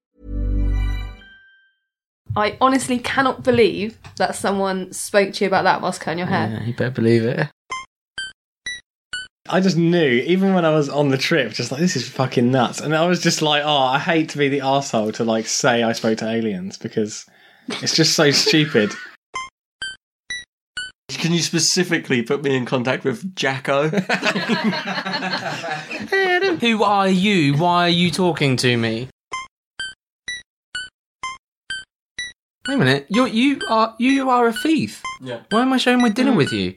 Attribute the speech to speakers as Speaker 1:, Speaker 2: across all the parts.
Speaker 1: I honestly cannot believe that someone spoke to you about that whilst cutting your hair.
Speaker 2: Yeah, you better believe it.
Speaker 3: I just knew, even when I was on the trip, just like this is fucking nuts, and I was just like, oh, I hate to be the asshole to like say I spoke to aliens because it's just so stupid.
Speaker 4: Can you specifically put me in contact with Jacko?
Speaker 2: Who are you? Why are you talking to me? Wait a minute. You you are you are a thief.
Speaker 4: yeah.
Speaker 2: Why am I sharing my dinner with you?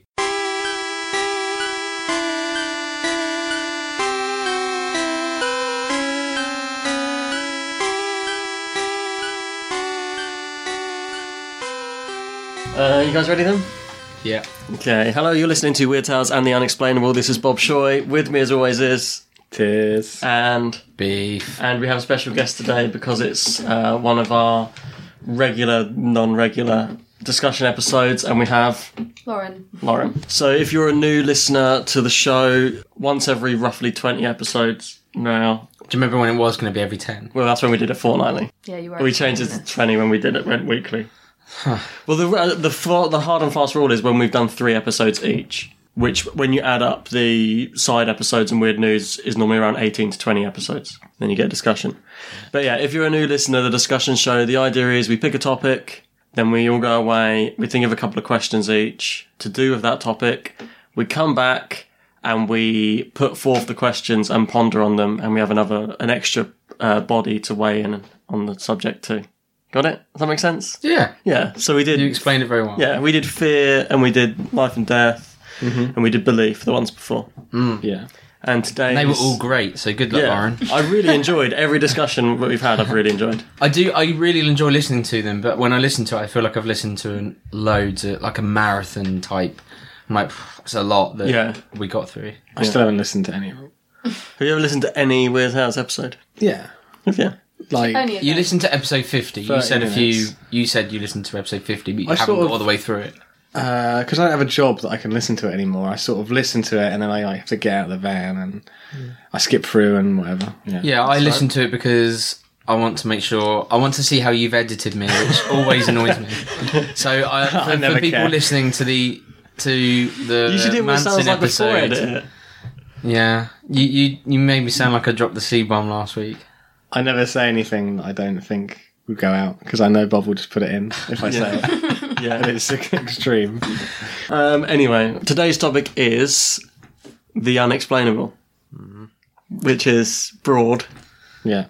Speaker 4: Uh, you guys ready then?
Speaker 2: Yeah.
Speaker 4: Okay. Hello, you're listening to Weird Tales and the Unexplainable. This is Bob Shoy. With me, as always, is
Speaker 3: Tis.
Speaker 4: and
Speaker 2: Beef.
Speaker 4: and we have a special guest today because it's uh, one of our regular, non-regular discussion episodes, and we have
Speaker 1: Lauren.
Speaker 4: Lauren. So, if you're a new listener to the show, once every roughly 20 episodes now.
Speaker 2: Do you remember when it was going to be every ten?
Speaker 4: Well, that's when we did it fortnightly.
Speaker 1: Yeah, you are.
Speaker 4: We changed it to 20 when we did it went weekly. well, the uh, the fa- the hard and fast rule is when we've done three episodes each, which when you add up the side episodes and weird news is normally around 18 to 20 episodes. Then you get a discussion. But yeah, if you're a new listener, the discussion show, the idea is we pick a topic, then we all go away, we think of a couple of questions each to do with that topic, we come back and we put forth the questions and ponder on them, and we have another an extra uh, body to weigh in on the subject too. Got it? Does that make sense?
Speaker 2: Yeah.
Speaker 4: Yeah. So we did.
Speaker 2: You explained it very well.
Speaker 4: yeah, we did fear, and we did life and death,
Speaker 2: Mm-hmm.
Speaker 4: and we did belief, the ones before,
Speaker 3: Yeah.
Speaker 4: and today
Speaker 2: Mm. And they were
Speaker 4: is-
Speaker 2: all great, so good luck,
Speaker 4: Yeah,
Speaker 2: Lauren.
Speaker 4: I really enjoyed every discussion that we've had. I've really enjoyed.
Speaker 2: I do. I really enjoy listening to them, but when I listen to it, I feel like I've listened to an- loads, of, like a marathon type. I'm like, "Phew, it's a lot that
Speaker 4: Yeah.
Speaker 2: we got through.
Speaker 3: I still haven't listened to any of them.
Speaker 4: Have you ever listened to any Weird House episode?
Speaker 3: Yeah.
Speaker 4: Yeah.
Speaker 3: Like,
Speaker 1: Only
Speaker 2: You listened to episode fifty. You
Speaker 3: 30
Speaker 2: said a few.
Speaker 3: minutes.
Speaker 2: You said you listened to episode fifty, but you
Speaker 3: I
Speaker 2: haven't
Speaker 3: sort
Speaker 2: got
Speaker 3: of-
Speaker 2: all the way through it.
Speaker 3: because uh, I don't have a job that I can listen to it anymore. I sort of listen to it and then I like, have to get out of the van and I skip through and whatever. Yeah.
Speaker 2: Yeah, I listened to it because I want to make sure. I want to see how you've edited me, which always annoys me. So I, for, for
Speaker 3: never
Speaker 2: people
Speaker 3: care.
Speaker 2: listening to the to the
Speaker 4: You should hear what it
Speaker 2: Manson
Speaker 4: sounds like before I
Speaker 2: episode,
Speaker 4: edit it.
Speaker 2: yeah, you, you you made me sound like I dropped the c bomb last week.
Speaker 3: I never say anything that I don't think would go out because I know Bob will just put it in if I say it.
Speaker 4: Yeah.
Speaker 3: And it's extreme.
Speaker 4: Um, anyway, today's topic is the unexplainable, which is broad,
Speaker 3: Yeah.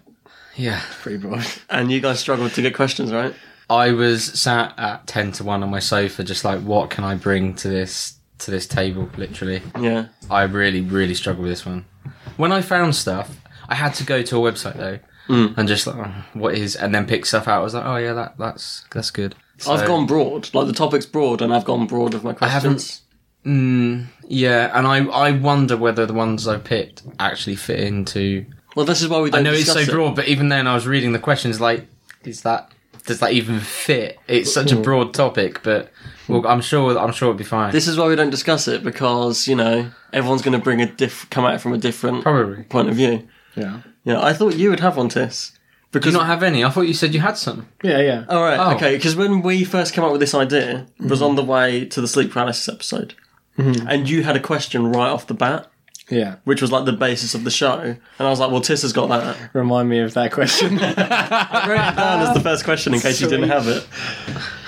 Speaker 2: Yeah,
Speaker 3: Pretty broad.
Speaker 4: and you guys struggled to get questions right.
Speaker 2: I was sat at ten to one on my sofa, just like, what can I bring to this to this table? Literally,
Speaker 4: Yeah,
Speaker 2: I really, really struggled with this one. When I found stuff, I had to go to a website though,
Speaker 4: Mm.
Speaker 2: and just like, oh, what is, and then pick stuff out. I was like, oh yeah, that that's that's good.
Speaker 4: I've
Speaker 2: So-
Speaker 4: gone broad. Like the topic's broad, and I've gone broad with my
Speaker 2: I haven't-
Speaker 4: questions.
Speaker 2: Mm, yeah, and I I wonder whether the ones I picked actually fit into.
Speaker 4: Well, this is why we don't.
Speaker 2: I know it's so
Speaker 4: discuss it.
Speaker 2: broad, but even then, I was reading the questions like, is that does that even fit? It's such a broad topic, but well, I'm sure I'm sure it'll be fine.
Speaker 4: Mm. This is why we don't discuss it because you know everyone's going to bring a diff, come at it from a different
Speaker 2: Probably.
Speaker 4: point of view.
Speaker 3: Yeah.
Speaker 4: Yeah, I thought you would have one, Tess.
Speaker 2: Do
Speaker 4: Because
Speaker 2: you not have any? I thought you said you had some.
Speaker 3: Yeah, yeah.
Speaker 4: all right,
Speaker 2: Oh. Mm-hmm.
Speaker 4: okay. Because when we first came up with this idea, it was on the way to the sleep paralysis episode, and you had a question right off the bat.
Speaker 3: Yeah.
Speaker 4: which was like the basis of the show. And I was like, well, Tiss has got that.
Speaker 3: Remind me of that question.
Speaker 4: I wrote it down as the first question in case you didn't have it.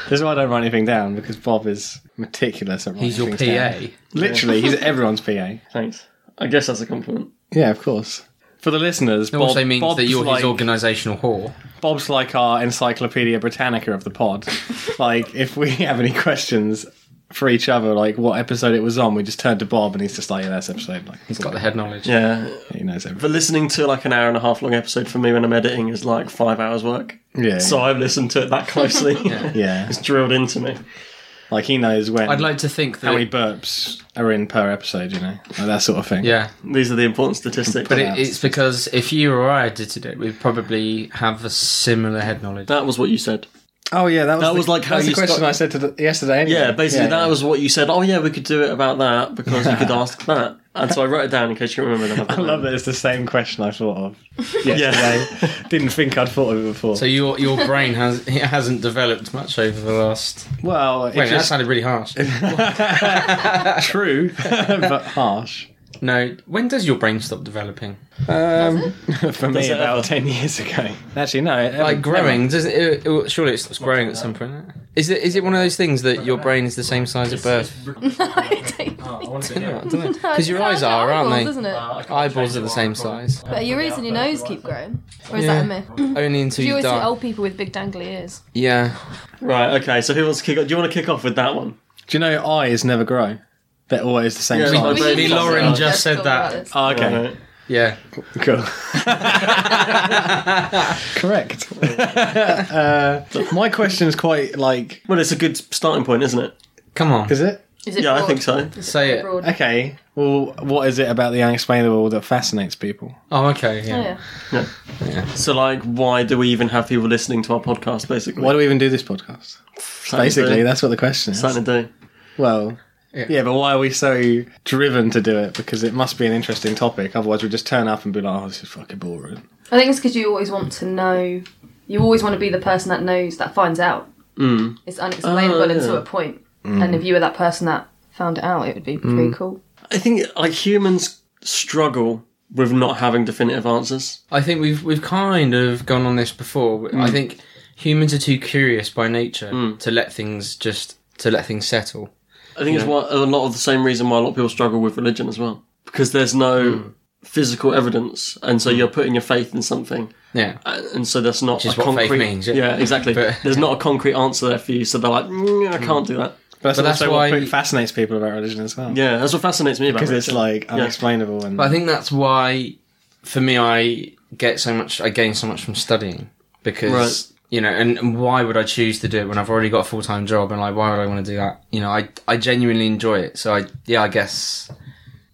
Speaker 3: This is why I don't write anything down because Bob is meticulous at writing
Speaker 2: He's your
Speaker 3: things
Speaker 2: PA.
Speaker 3: down. Literally, he's everyone's PA.
Speaker 4: Thanks. I guess that's a compliment.
Speaker 3: Yeah, of course. For the listeners,
Speaker 2: It
Speaker 3: Bob,
Speaker 2: also means
Speaker 3: Bob's
Speaker 2: that you're
Speaker 3: like,
Speaker 2: his organisational whore.
Speaker 3: Bob's like our Encyclopedia Britannica of the pod. like, if we have any questions for each other, like what episode it was on, we just turn to Bob and he's just like, yeah, that's episode. Like,
Speaker 2: He's got the head knowledge.
Speaker 4: Yeah.
Speaker 3: he knows everything.
Speaker 4: But listening to like an hour and a half long episode for me when I'm editing is like five hours work.
Speaker 3: Yeah.
Speaker 4: So I've listened to it that closely.
Speaker 3: Yeah.
Speaker 4: It's drilled into me.
Speaker 3: Like, he knows when,
Speaker 2: I'd like to think that.
Speaker 3: how many burps are in per episode, you know? Like, that sort of thing.
Speaker 2: yeah,
Speaker 4: These are the important statistics.
Speaker 2: but it, it's because if you or I edited it, we'd probably have a similar head knowledge.
Speaker 4: that was what you said.
Speaker 3: Oh, yeah. That was,
Speaker 4: That
Speaker 3: the,
Speaker 4: was like how
Speaker 3: that's
Speaker 4: you
Speaker 3: the question
Speaker 4: start-
Speaker 3: I said to the, yesterday. anyway.
Speaker 4: Yeah, basically
Speaker 3: Yeah,
Speaker 4: that
Speaker 3: yeah.
Speaker 4: was what you said. Oh yeah, we could do it about that because you could ask that. And so I wrote it down in case you remember. That
Speaker 3: I love that it's the same question I thought of
Speaker 4: Yeah.
Speaker 3: yesterday. Didn't think I'd thought of it before.
Speaker 2: So your your brain has it hasn't developed much over the last.
Speaker 3: well, it's
Speaker 2: Wait, that
Speaker 3: just
Speaker 2: sounded really harsh.
Speaker 3: true, but harsh.
Speaker 2: no, when does your brain stop developing?
Speaker 3: Um, For me, about 10 years ago. Actually, no. it-
Speaker 2: Like growing? Does it, it, it- Surely it stops growing at some point. isn't it? Is it is it one of those things that your brain is the same size at birth? Because your eyes are, aren't they?
Speaker 1: Doesn't
Speaker 4: Uh,
Speaker 1: it?
Speaker 2: Eyeballs are the same size.
Speaker 1: But your ears and your nose keep growing. Or is
Speaker 2: Yeah. Oh,
Speaker 1: that a myth? Do
Speaker 2: Only until
Speaker 1: you
Speaker 2: you
Speaker 1: always see
Speaker 2: die.
Speaker 1: old people with big dangly ears?
Speaker 2: Yeah.
Speaker 4: Right. Okay. So who wants to kick off? Do you want to kick off with that one?
Speaker 3: Do you know eyes never grow? They're always the same
Speaker 4: Yeah,
Speaker 3: size.
Speaker 4: we-
Speaker 2: Me, Lauren just said that.
Speaker 3: Oh, okay,
Speaker 2: Yeah.
Speaker 3: cool. Correct. uh, my question is quite like,
Speaker 4: Well, it's a good starting point, isn't it?
Speaker 2: Come on.
Speaker 3: is it?
Speaker 1: Is it
Speaker 4: Yeah, I
Speaker 1: broad?
Speaker 4: think so.
Speaker 2: Say it.
Speaker 1: Broad.
Speaker 3: Okay, well, what is it about the unexplainable that fascinates people?
Speaker 2: Oh, okay.
Speaker 1: Oh,
Speaker 2: Yeah.
Speaker 1: yeah.
Speaker 4: So, like, why do we even have people listening to our podcast? Basically,
Speaker 3: Why do we even do this podcast?
Speaker 4: Something to
Speaker 3: Basically,
Speaker 4: do.
Speaker 3: that's what the question is.
Speaker 4: something to do.
Speaker 3: Well, yeah.
Speaker 2: Yeah.
Speaker 3: but why are we so driven to do it? Because it must be an interesting topic. Otherwise, we just turn up and be like, "Oh, this is fucking boring."
Speaker 1: I think it's because you always want to know. You always want to be the person that knows that finds out. Mm. It's unexplainable
Speaker 4: Oh, yeah.
Speaker 1: until a point.
Speaker 2: Mm.
Speaker 1: And if you were that person that found it out, it would be pretty cool.
Speaker 4: I think like humans struggle with not having definitive answers.
Speaker 2: I think we've we've kind of gone on this before. I think humans are too curious by nature to let things just to let things settle.
Speaker 4: I think it's why, a lot of the same reason why a lot of people struggle with religion as well, because there's no
Speaker 2: Hmm.
Speaker 4: physical evidence, and so you're putting your faith in something,
Speaker 2: Yeah.
Speaker 4: and and so that's not
Speaker 2: Hmm. Which
Speaker 4: a
Speaker 2: is what faith
Speaker 4: concrete.
Speaker 2: means, yeah.
Speaker 4: exactly.
Speaker 2: But- Hmm.
Speaker 4: there's not a concrete answer there for you, so they're like, "Mm, I can't do that.
Speaker 3: But that's,
Speaker 2: But that's
Speaker 3: also
Speaker 2: why-
Speaker 3: what fascinates people about religion as well.
Speaker 4: Yeah, that's what fascinates me about
Speaker 3: because it's
Speaker 4: religion.
Speaker 3: like unexplainable and
Speaker 2: But I think that's why, for me, I get so much. I gain so much from studying because
Speaker 4: Right.
Speaker 2: you know. And, and why would I choose to do it when I've already got a full time job? And like, why would I want to do that? You know, I I genuinely enjoy it. So I yeah, I guess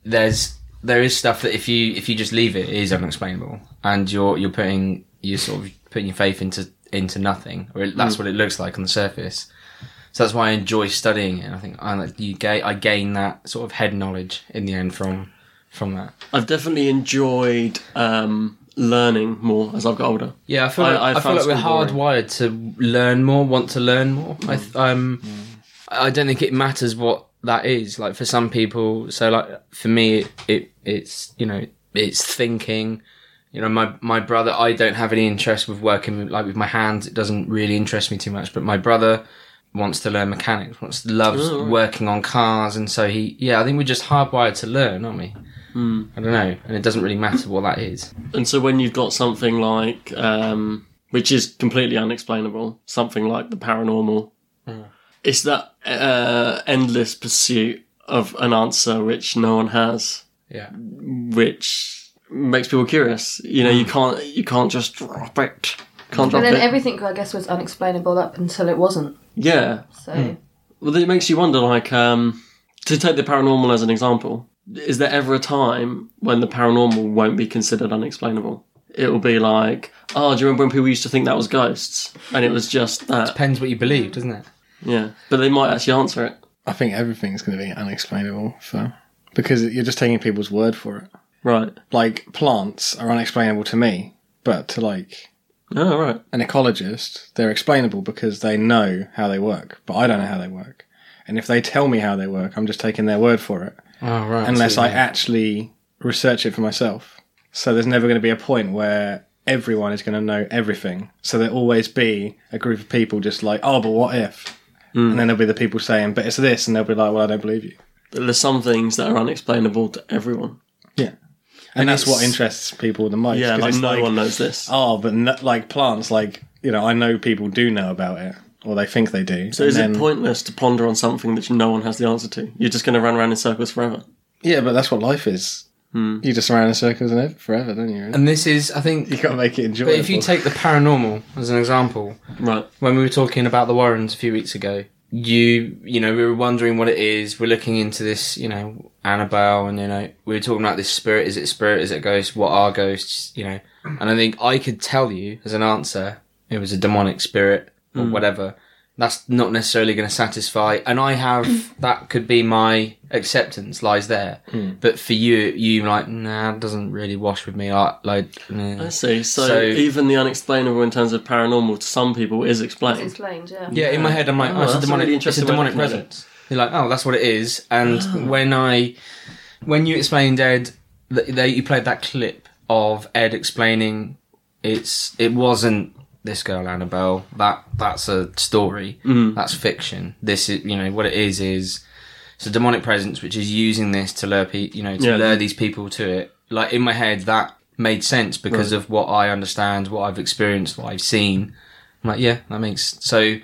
Speaker 2: there's there is stuff that if you if you just leave it, it is unexplainable, and you're you're putting you sort of putting your faith into into nothing, or it, that's what it looks like on the surface. So that's why I enjoy studying it. And I think I like you gain I gain that sort of head knowledge in the end from from that.
Speaker 4: I've definitely enjoyed um, learning more as I've got older.
Speaker 2: Yeah, I feel
Speaker 4: I-
Speaker 2: like,
Speaker 4: I
Speaker 2: I, feel
Speaker 4: found
Speaker 2: like we're
Speaker 4: school
Speaker 2: hardwired to learn more, want to learn more. I th-
Speaker 4: Mm.
Speaker 2: um, I don't think it matters what that is. Like for some people, so like for me, it, it it's you know it's thinking. You know, my my brother, I don't have any interest with working with, like with my hands. It doesn't really interest me too much. But my brother wants to learn mechanics, wants loves
Speaker 4: Oh,
Speaker 2: working on cars, and so he yeah. I think we're just hardwired to learn, aren't we?
Speaker 4: Hmm.
Speaker 2: I don't know, and it doesn't really matter what that is.
Speaker 4: And so when you've got something like, um, which is completely unexplainable, something like the paranormal, it's that uh, endless pursuit of an answer which no one has,
Speaker 2: Yeah.
Speaker 4: which makes people curious. You know, you can't you can't just drop it. Can't drop
Speaker 1: And then
Speaker 4: it.
Speaker 1: everything, I guess, was unexplainable up until it wasn't.
Speaker 4: yeah.
Speaker 1: So
Speaker 4: Well, it makes you wonder. Like, um, to take the paranormal as an example, is there ever a time when the paranormal won't be considered unexplainable? It will be like, oh, do you remember when people used to think that was ghosts, and it was just that?
Speaker 2: Depends what you believe, doesn't it?
Speaker 4: Yeah, but they might actually answer it,
Speaker 3: I think everything's going to be unexplainable for because you're just taking people's word for it.
Speaker 4: right?
Speaker 3: Like plants are unexplainable to me, but to like
Speaker 4: Oh, right.
Speaker 3: an ecologist, they're explainable because they know how they work, but I don't know how they work. And if they tell me how they work, I'm just taking their word for it.
Speaker 2: Oh right.
Speaker 3: unless I actually research it for myself. So there's never going to be a point where everyone is going to know everything. So there'll always be a group of people just like, oh, but what if?
Speaker 4: Hmm.
Speaker 3: And then there'll be the people saying, but it's this, and they'll be like, well, I don't believe you.
Speaker 4: There's some things that are unexplainable to everyone.
Speaker 3: Yeah. And, that's what
Speaker 4: it's-
Speaker 3: interests people the most.
Speaker 4: Yeah,
Speaker 3: 'cause
Speaker 4: like
Speaker 3: it's
Speaker 4: no one knows this.
Speaker 3: Oh, but no, like plants, like, you know, I know people do know about it, or they think they do.
Speaker 4: So
Speaker 3: and
Speaker 4: is
Speaker 3: then-
Speaker 4: it pointless to ponder on something that no one has the answer to? You're just going to run around in circles forever.
Speaker 3: Yeah, but that's what life is. You just around in circles and ev- forever, don't you?
Speaker 2: Hmm. And this is, I think,
Speaker 3: you got to make it enjoyable.
Speaker 2: but if you take the paranormal as an example,
Speaker 4: Right.
Speaker 2: when we were talking about the Warrens a few weeks ago, you you know we were wondering what it is. We're looking into this, you know, Annabelle, and you know we were talking about this spirit. Is it spirit? Is it ghost? What are ghosts? You know, and I think I could tell you as an answer it was a demonic spirit or whatever. That's not necessarily going to satisfy, and I have that could be my acceptance lies there. But for you, you like nah, it doesn't really wash with me. I, like, nah.
Speaker 4: I see. So,
Speaker 2: So-
Speaker 4: even the unexplainable in terms of paranormal to some people is
Speaker 1: It's
Speaker 4: explained.
Speaker 1: explained, yeah.
Speaker 2: Yeah, in my head, I'm like,
Speaker 4: Oh,
Speaker 2: oh, it's a
Speaker 4: that's a
Speaker 2: demonic,
Speaker 4: really
Speaker 2: it's a
Speaker 4: interesting way of
Speaker 2: demonic
Speaker 4: looking at
Speaker 2: presence. You're like, oh, that's what it is.
Speaker 4: Oh.
Speaker 2: And when I, when you explained Ed, that that you played that clip of Ed explaining, it's it wasn't this girl Annabelle. That that's a story.
Speaker 4: Mm.
Speaker 2: That's fiction. This is you know what it is is it's a demonic presence which is using this to lure pe- you know to
Speaker 4: Yeah.
Speaker 2: lure these people to it. Like in my head, that made sense because of what I understand, what I've experienced, what I've seen. I'm like, yeah, that makes so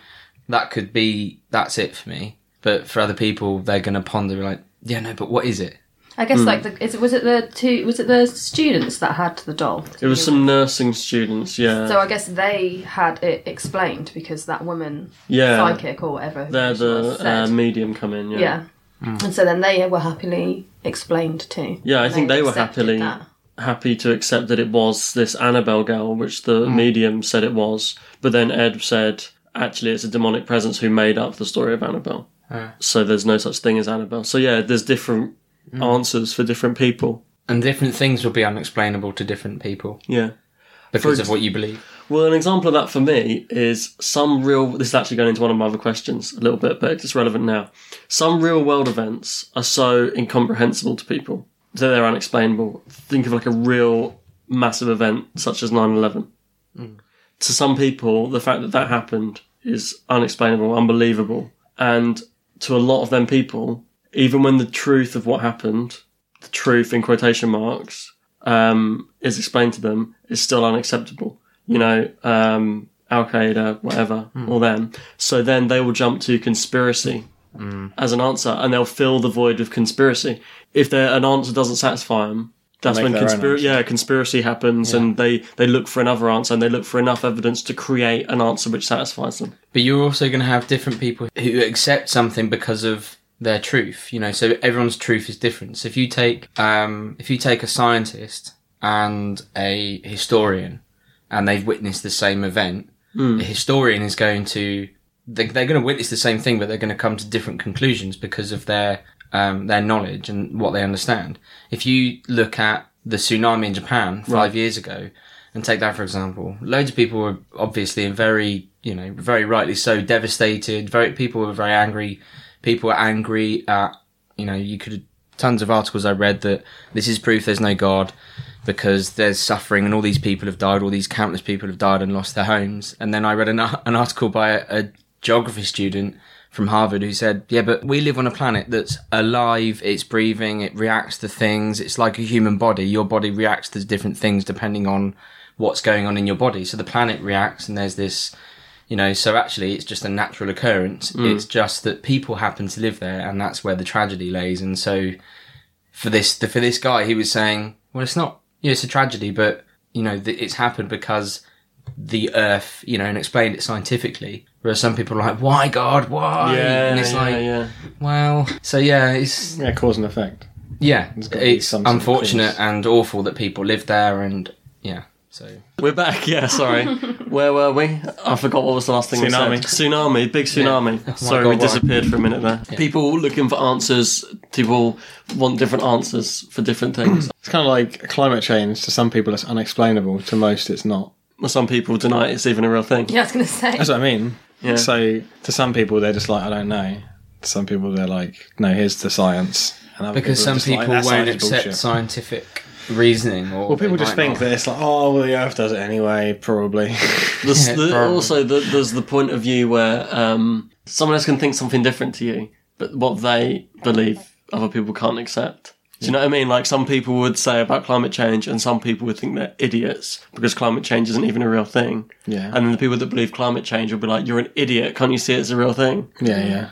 Speaker 2: that could be that's it for me. But for other people, they're gonna ponder like, yeah, no, but what is it?
Speaker 1: I guess like the is it, was it the two was it the students that had the doll?
Speaker 4: It was some uh, nursing students, yeah.
Speaker 1: So I guess they had it explained because that woman
Speaker 4: Yeah.
Speaker 1: psychic or whatever.
Speaker 4: They're
Speaker 1: she was,
Speaker 4: the uh,
Speaker 1: said.
Speaker 4: medium come in, yeah.
Speaker 1: yeah. And so then they were happily explained to.
Speaker 4: Yeah, I think they were
Speaker 1: accepted
Speaker 4: happily
Speaker 1: that.
Speaker 4: happy to accept that it was this Annabelle girl, which the
Speaker 1: Mm.
Speaker 4: medium said it was. But then Ed said, actually, it's a demonic presence who made up the story of Annabelle. So there's no such thing as Annabelle. So yeah, there's different answers for different people.
Speaker 2: And different things will be unexplainable to different people
Speaker 4: Yeah.
Speaker 2: because of
Speaker 4: ex-
Speaker 2: what you believe.
Speaker 4: Well, an example of that for me is some real. This is actually going into one of my other questions a little bit, but it's relevant now. Some real world events are so incomprehensible to people that they're unexplainable. Think of like a real massive event such as 9 11. To some people, the fact that that happened is unexplainable, unbelievable. And to a lot of them people, even when the truth of what happened, the truth in quotation marks, um, is explained to them is still unacceptable. You know, um, Al Qaeda, whatever,
Speaker 3: Hmm.
Speaker 4: or them. So then they will jump to conspiracy
Speaker 3: Hmm.
Speaker 4: as an answer, and they'll fill the void with conspiracy. If their an answer doesn't satisfy them, that's
Speaker 3: make
Speaker 4: when
Speaker 3: their own
Speaker 4: conspiracy
Speaker 3: answer.
Speaker 4: yeah conspiracy happens, and they they look for another answer, and they look for enough evidence to create an answer which satisfies them.
Speaker 2: But you're also going to have different people who accept something because of their truth, you know. So everyone's truth is different. So if you take, um, if you take a scientist and a historian, and they've witnessed the same event, the historian is going to they, they're going to witness the same thing, but they're going to come to different conclusions because of their um, their knowledge and what they understand. If you look at the tsunami in Japan five years ago, and take that for example, loads of people were obviously in very you know very rightly so devastated. Very people were very angry. People were angry at you know you could tons of articles I read that this is proof there's no God because there's suffering and all these people have died, all these countless people have died and lost their homes. And then I read an, ar- an article by a, a geography student from Harvard who said, Yeah, but we live on a planet that's alive, it's breathing, it reacts to things, it's like a human body. Your body reacts to different things depending on what's going on in your body. So the planet reacts and there's this you know so actually it's just a natural occurrence
Speaker 3: Mm.
Speaker 2: it's just that people happen to live there and that's where the tragedy lays and so for this the, for this guy he was saying well it's not you know, it's a tragedy but you know th- it's happened because the earth you know and explained it scientifically whereas some people are like why god why and it's like
Speaker 4: yeah.
Speaker 2: well so yeah it's
Speaker 3: yeah, cause and effect.
Speaker 2: yeah it's,
Speaker 3: gotta be some sort of
Speaker 2: unfortunate
Speaker 3: cause.
Speaker 2: and awful that people live there and yeah so
Speaker 4: We're back. Yeah, sorry. Where were we? I forgot what was the last thing.
Speaker 3: Tsunami.
Speaker 4: I said. Tsunami. Big tsunami. sorry,
Speaker 2: Oh God,
Speaker 4: we
Speaker 2: why?
Speaker 4: disappeared for a minute there. People looking for answers. People want different answers for different things.
Speaker 3: It's kind of like climate change. To some people, it's unexplainable. To most, it's not.
Speaker 4: Some people deny it's even a real thing.
Speaker 1: Yeah, I was gonna say.
Speaker 3: That's what I mean.
Speaker 4: Yeah.
Speaker 3: So to some people, they're just like, I don't know. To some people, they're like, no, here's the science, And other
Speaker 2: because
Speaker 3: are
Speaker 2: some
Speaker 3: just like,
Speaker 2: people
Speaker 3: "That
Speaker 2: won't
Speaker 3: science is
Speaker 2: accept
Speaker 3: bullshit."
Speaker 2: scientific reasoning. Or
Speaker 3: Well, people
Speaker 2: they
Speaker 3: just
Speaker 2: might
Speaker 3: think
Speaker 2: not.
Speaker 3: that it's like, oh, well, the Earth does it anyway, probably.
Speaker 4: There's
Speaker 2: Yeah,
Speaker 4: the,
Speaker 2: probably.
Speaker 4: also the, there's the point of view where um, someone else can think something different to you, but what they believe other people can't accept. Do you know what I mean? Like some people would say about climate change, and some people would think they're idiots because climate change isn't even a real thing.
Speaker 3: Yeah.
Speaker 4: And then the people that believe climate change will be like, "You're an idiot! Can't you see it's a real thing?"
Speaker 3: yeah,
Speaker 2: Mm.
Speaker 3: yeah.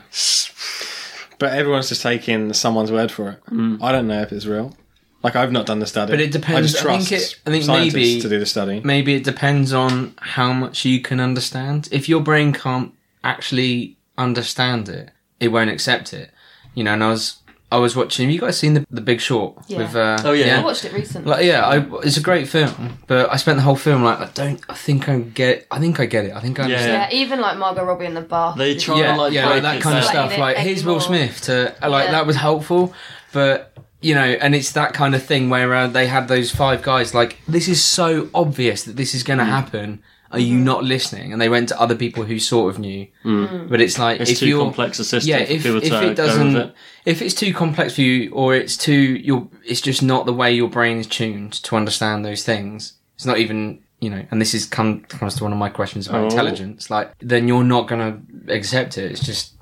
Speaker 3: But everyone's just taking someone's word for it. I don't know if it's real. Like, I've not done the study.
Speaker 2: Mm. But it
Speaker 3: I
Speaker 2: depends.
Speaker 3: just
Speaker 2: I
Speaker 3: trust
Speaker 2: think it- I think
Speaker 3: scientists
Speaker 2: maybe-
Speaker 3: to do the study.
Speaker 2: Maybe it depends on how much you can understand. If your brain can't actually understand it, it won't accept it. You know, and I was I was watching. You guys seen the, the Big Short?
Speaker 1: Yeah.
Speaker 2: With, uh,
Speaker 4: Oh, yeah.
Speaker 1: I watched it recently.
Speaker 2: Like yeah, I, it's a great film, but I spent the whole film like I don't. I think I get. I think I get it. I think I
Speaker 4: Yeah.
Speaker 2: understand.
Speaker 1: yeah, even like Margot Robbie in the bath.
Speaker 4: They
Speaker 1: It's
Speaker 4: try
Speaker 2: Yeah,
Speaker 4: and like
Speaker 2: yeah, like
Speaker 4: break
Speaker 2: that
Speaker 4: it
Speaker 2: kind of
Speaker 4: down.
Speaker 2: stuff.
Speaker 1: Like,
Speaker 2: Like
Speaker 1: they-
Speaker 2: here's Will
Speaker 1: anymore.
Speaker 2: Smith to uh, like
Speaker 1: Yeah.
Speaker 2: that was helpful, but you know, and it's that kind of thing where uh, they had those five guys. Like this is so obvious that this is going to
Speaker 4: Mm.
Speaker 2: happen. Are you not listening? And they went to other people who sort of knew, but it's like
Speaker 4: Mm. It's
Speaker 2: if
Speaker 4: too
Speaker 2: you're,
Speaker 4: complex a system
Speaker 2: Yeah,
Speaker 4: for
Speaker 2: if,
Speaker 4: people
Speaker 2: if
Speaker 4: to
Speaker 2: it
Speaker 4: go with
Speaker 2: doesn't,
Speaker 4: it.
Speaker 2: if it's too complex for you, or it's too your, it's just not the way your brain is tuned to understand those things. It's not even you know, and this is come comes to one of my questions about
Speaker 4: Oh.
Speaker 2: intelligence. Like then you're not going to accept it. It's just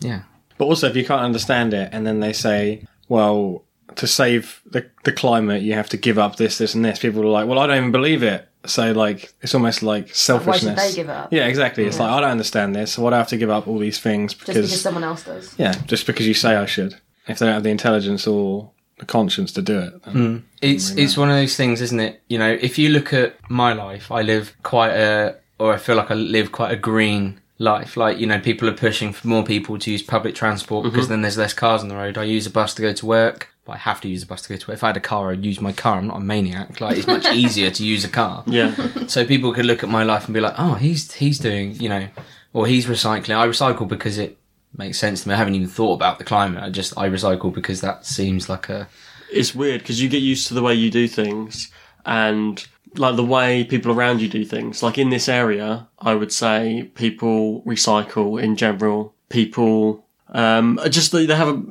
Speaker 2: yeah.
Speaker 3: But also, if you can't understand it, and then they say, well, to save the, the climate, you have to give up this, this, and this. People are like, well, I don't even believe it. So, like, it's almost like
Speaker 1: why
Speaker 3: selfishness.
Speaker 1: should they give up?
Speaker 3: Yeah, exactly. It's like, I don't understand this. So why do I have to give up all these things?
Speaker 1: Just because someone else does.
Speaker 3: Yeah, just because you say I should. If they don't have the intelligence or the conscience to do it, then
Speaker 2: Mm. It's it's one of those things, isn't it? You know, if you look at my life, I live quite a, or I feel like I live quite a green life. Like you know, people are pushing for more people to use public transport because then there's less cars on the road. I use a bus to go to work. But I have to use a bus to go to work. If I had a car, I'd use my car. I'm not a maniac. Like it's much easier to use a car.
Speaker 4: Yeah,
Speaker 2: So people could look at my life and be like, oh, he's he's doing, you know, or he's recycling. I recycle because it makes sense to me. I haven't even thought about the climate. I just I recycle because that seems like a
Speaker 4: it's weird because you get used to the way you do things and like the way people around you do things. Like in this area, I would say people recycle in general. People um, are just they, they have a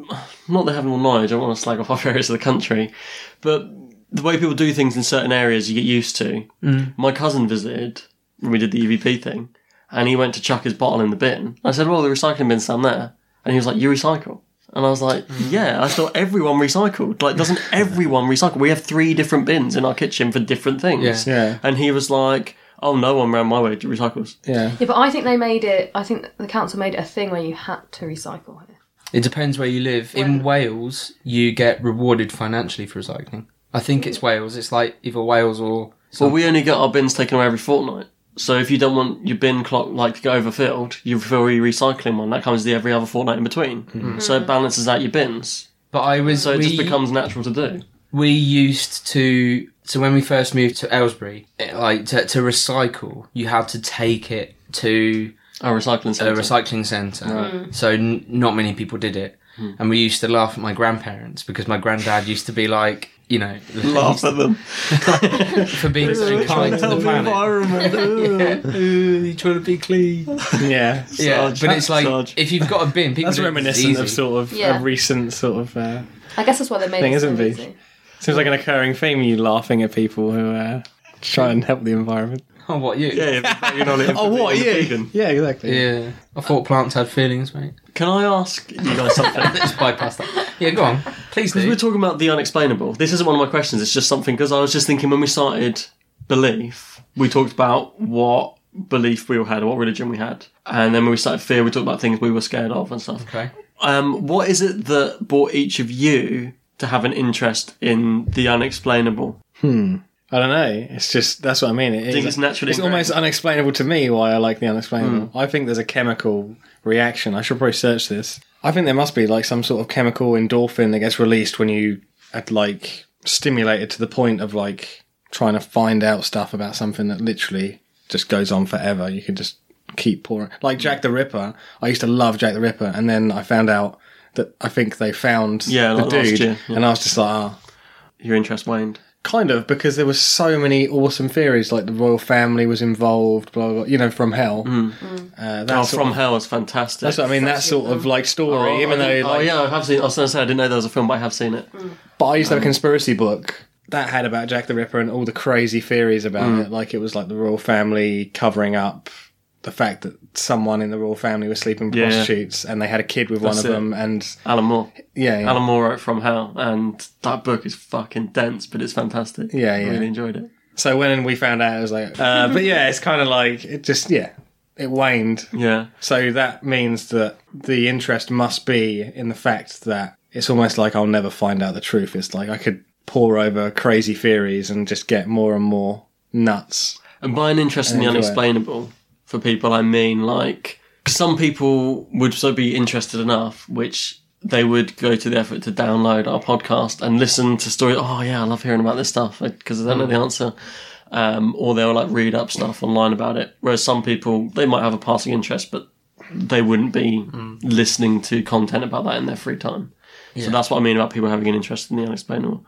Speaker 4: not they have more knowledge. I don't want to slag off other areas of the country, but the way people do things in certain areas, you get used to. My cousin visited when we did the EVP thing, and he went to chuck his bottle in the bin. I said, "Well, the recycling bin's down there," and he was like, "You recycle." And I was like, yeah, I thought everyone recycled. Like, doesn't everyone recycle? We have three different bins in our kitchen for different things.
Speaker 3: Yeah. Yeah.
Speaker 4: And he was like, oh, no one round my way recycles.
Speaker 3: yeah.
Speaker 1: Yeah, but I think they made it. I think the council made it a thing where you had to recycle here.
Speaker 2: It depends where you live. In Wales, you get rewarded financially for recycling. I think it's Wales. It's like either Wales or
Speaker 4: Well, we only get our bins taken away every fortnight. So if you don't want your bin clock like to get overfilled, you fill your recycling one. That comes the every other fortnight in between. So it balances out your bins.
Speaker 2: But I was
Speaker 4: So it just
Speaker 2: we-
Speaker 4: becomes natural to do.
Speaker 2: we used to so when we first moved to Aylesbury, it, like to, to recycle, you had to take it to
Speaker 4: Our recycling
Speaker 2: a
Speaker 4: centre.
Speaker 2: recycling centre. So n- not many people did it.
Speaker 4: Hmm.
Speaker 2: And we used to laugh at my grandparents because my granddad used to be like, you know,
Speaker 4: Laugh at them.
Speaker 2: for being so kind to the planet.
Speaker 4: environment.
Speaker 2: you trying to be clean.
Speaker 3: Yeah,
Speaker 2: Yeah,
Speaker 4: Sarge.
Speaker 2: but it's like
Speaker 4: Sarge.
Speaker 2: if you've got a bin, people
Speaker 3: that's
Speaker 2: do it, it's
Speaker 3: reminiscent of
Speaker 2: easy.
Speaker 3: sort of
Speaker 1: Yeah.
Speaker 3: a recent sort of. Uh,
Speaker 1: I guess that's why they made
Speaker 3: Thing,
Speaker 1: it so
Speaker 3: isn't it?
Speaker 1: easy.
Speaker 3: seems like an occurring theme. You laughing at people who uh, try and help the environment.
Speaker 2: Oh, what you?
Speaker 4: Yeah, you're not oh, what? Yeah.
Speaker 3: Yeah, exactly.
Speaker 2: Yeah. I thought plants had feelings, mate.
Speaker 4: Can I ask you guys something?
Speaker 2: Let's bypass that. Yeah, go on. Please
Speaker 4: Because
Speaker 2: do.
Speaker 4: we're talking about the unexplainable. This isn't one of my questions. It's just something because I was just thinking when we started belief, we talked about what belief we all had, what religion we had, and then when we started fear, we talked about things we were scared of and stuff.
Speaker 2: okay.
Speaker 4: Um, what is it that brought each of you to have an interest in the unexplainable?
Speaker 3: I don't know. It's just that's what I mean. It
Speaker 4: think
Speaker 3: is-
Speaker 4: it's naturally
Speaker 3: It's almost
Speaker 4: ingrained.
Speaker 3: unexplainable to me why I like the unexplainable.
Speaker 4: Hmm.
Speaker 3: I think there's a chemical reaction. I should probably search this. I think there must be like some sort of chemical endorphin that gets released when you at like stimulated to the point of like trying to find out stuff about something that literally just goes on forever. You can just keep pouring. Like Jack the Ripper. I used to love Jack the Ripper, and then I found out that I think they found
Speaker 4: Yeah,
Speaker 3: the
Speaker 4: like last
Speaker 3: dude,
Speaker 4: year, yeah.
Speaker 3: and I was just like, ah.
Speaker 4: Your interest waned.
Speaker 3: Kind of, because there were so many awesome theories, like the royal family was involved, blah, blah, blah you know, from hell. Uh, that
Speaker 4: Oh,
Speaker 3: sort
Speaker 4: From
Speaker 3: of-
Speaker 4: Hell is fantastic.
Speaker 3: That's what I mean, that sort of like story,
Speaker 4: Oh,
Speaker 3: even
Speaker 4: I
Speaker 3: though.
Speaker 4: didn't-
Speaker 3: Like,
Speaker 4: oh yeah, I have seen. I was going to say I didn't know there was a film, but I have seen it.
Speaker 3: But I used to have a
Speaker 4: Mm.
Speaker 3: conspiracy book that had about Jack the Ripper and all the crazy theories about
Speaker 4: Mm.
Speaker 3: it. Like it was like the royal family covering up the fact that someone in the royal family was sleeping with
Speaker 4: Yeah.
Speaker 3: prostitutes and they had a kid with one
Speaker 4: That's
Speaker 3: of
Speaker 4: it.
Speaker 3: them. And
Speaker 4: Alan Moore.
Speaker 3: yeah, yeah.
Speaker 4: Alan Moore wrote From Hell, and that book is fucking dense, but it's fantastic.
Speaker 3: Yeah,
Speaker 4: I
Speaker 3: yeah.
Speaker 4: really enjoyed it.
Speaker 3: so when we found out, it was like, uh, but yeah, it's kind of like it just yeah, it waned.
Speaker 4: Yeah,
Speaker 3: So that means that the interest must be in the fact that it's almost like I'll never find out the truth. It's like I could pore over crazy theories and just get more and more nuts.
Speaker 4: and by an interest in the
Speaker 3: Enjoy it.
Speaker 4: unexplainable for people, I mean like some people would so be interested enough, which they would go to the effort to download our podcast and listen to stories. Oh yeah, I love hearing about this stuff because I don't
Speaker 3: Hmm.
Speaker 4: know the answer. Um, or they'll like read up stuff online about it. Whereas some people they might have a passing interest, but they wouldn't be
Speaker 3: Hmm.
Speaker 4: listening to content about that in their free time. So that's what I mean about people having an interest in the unexplainable.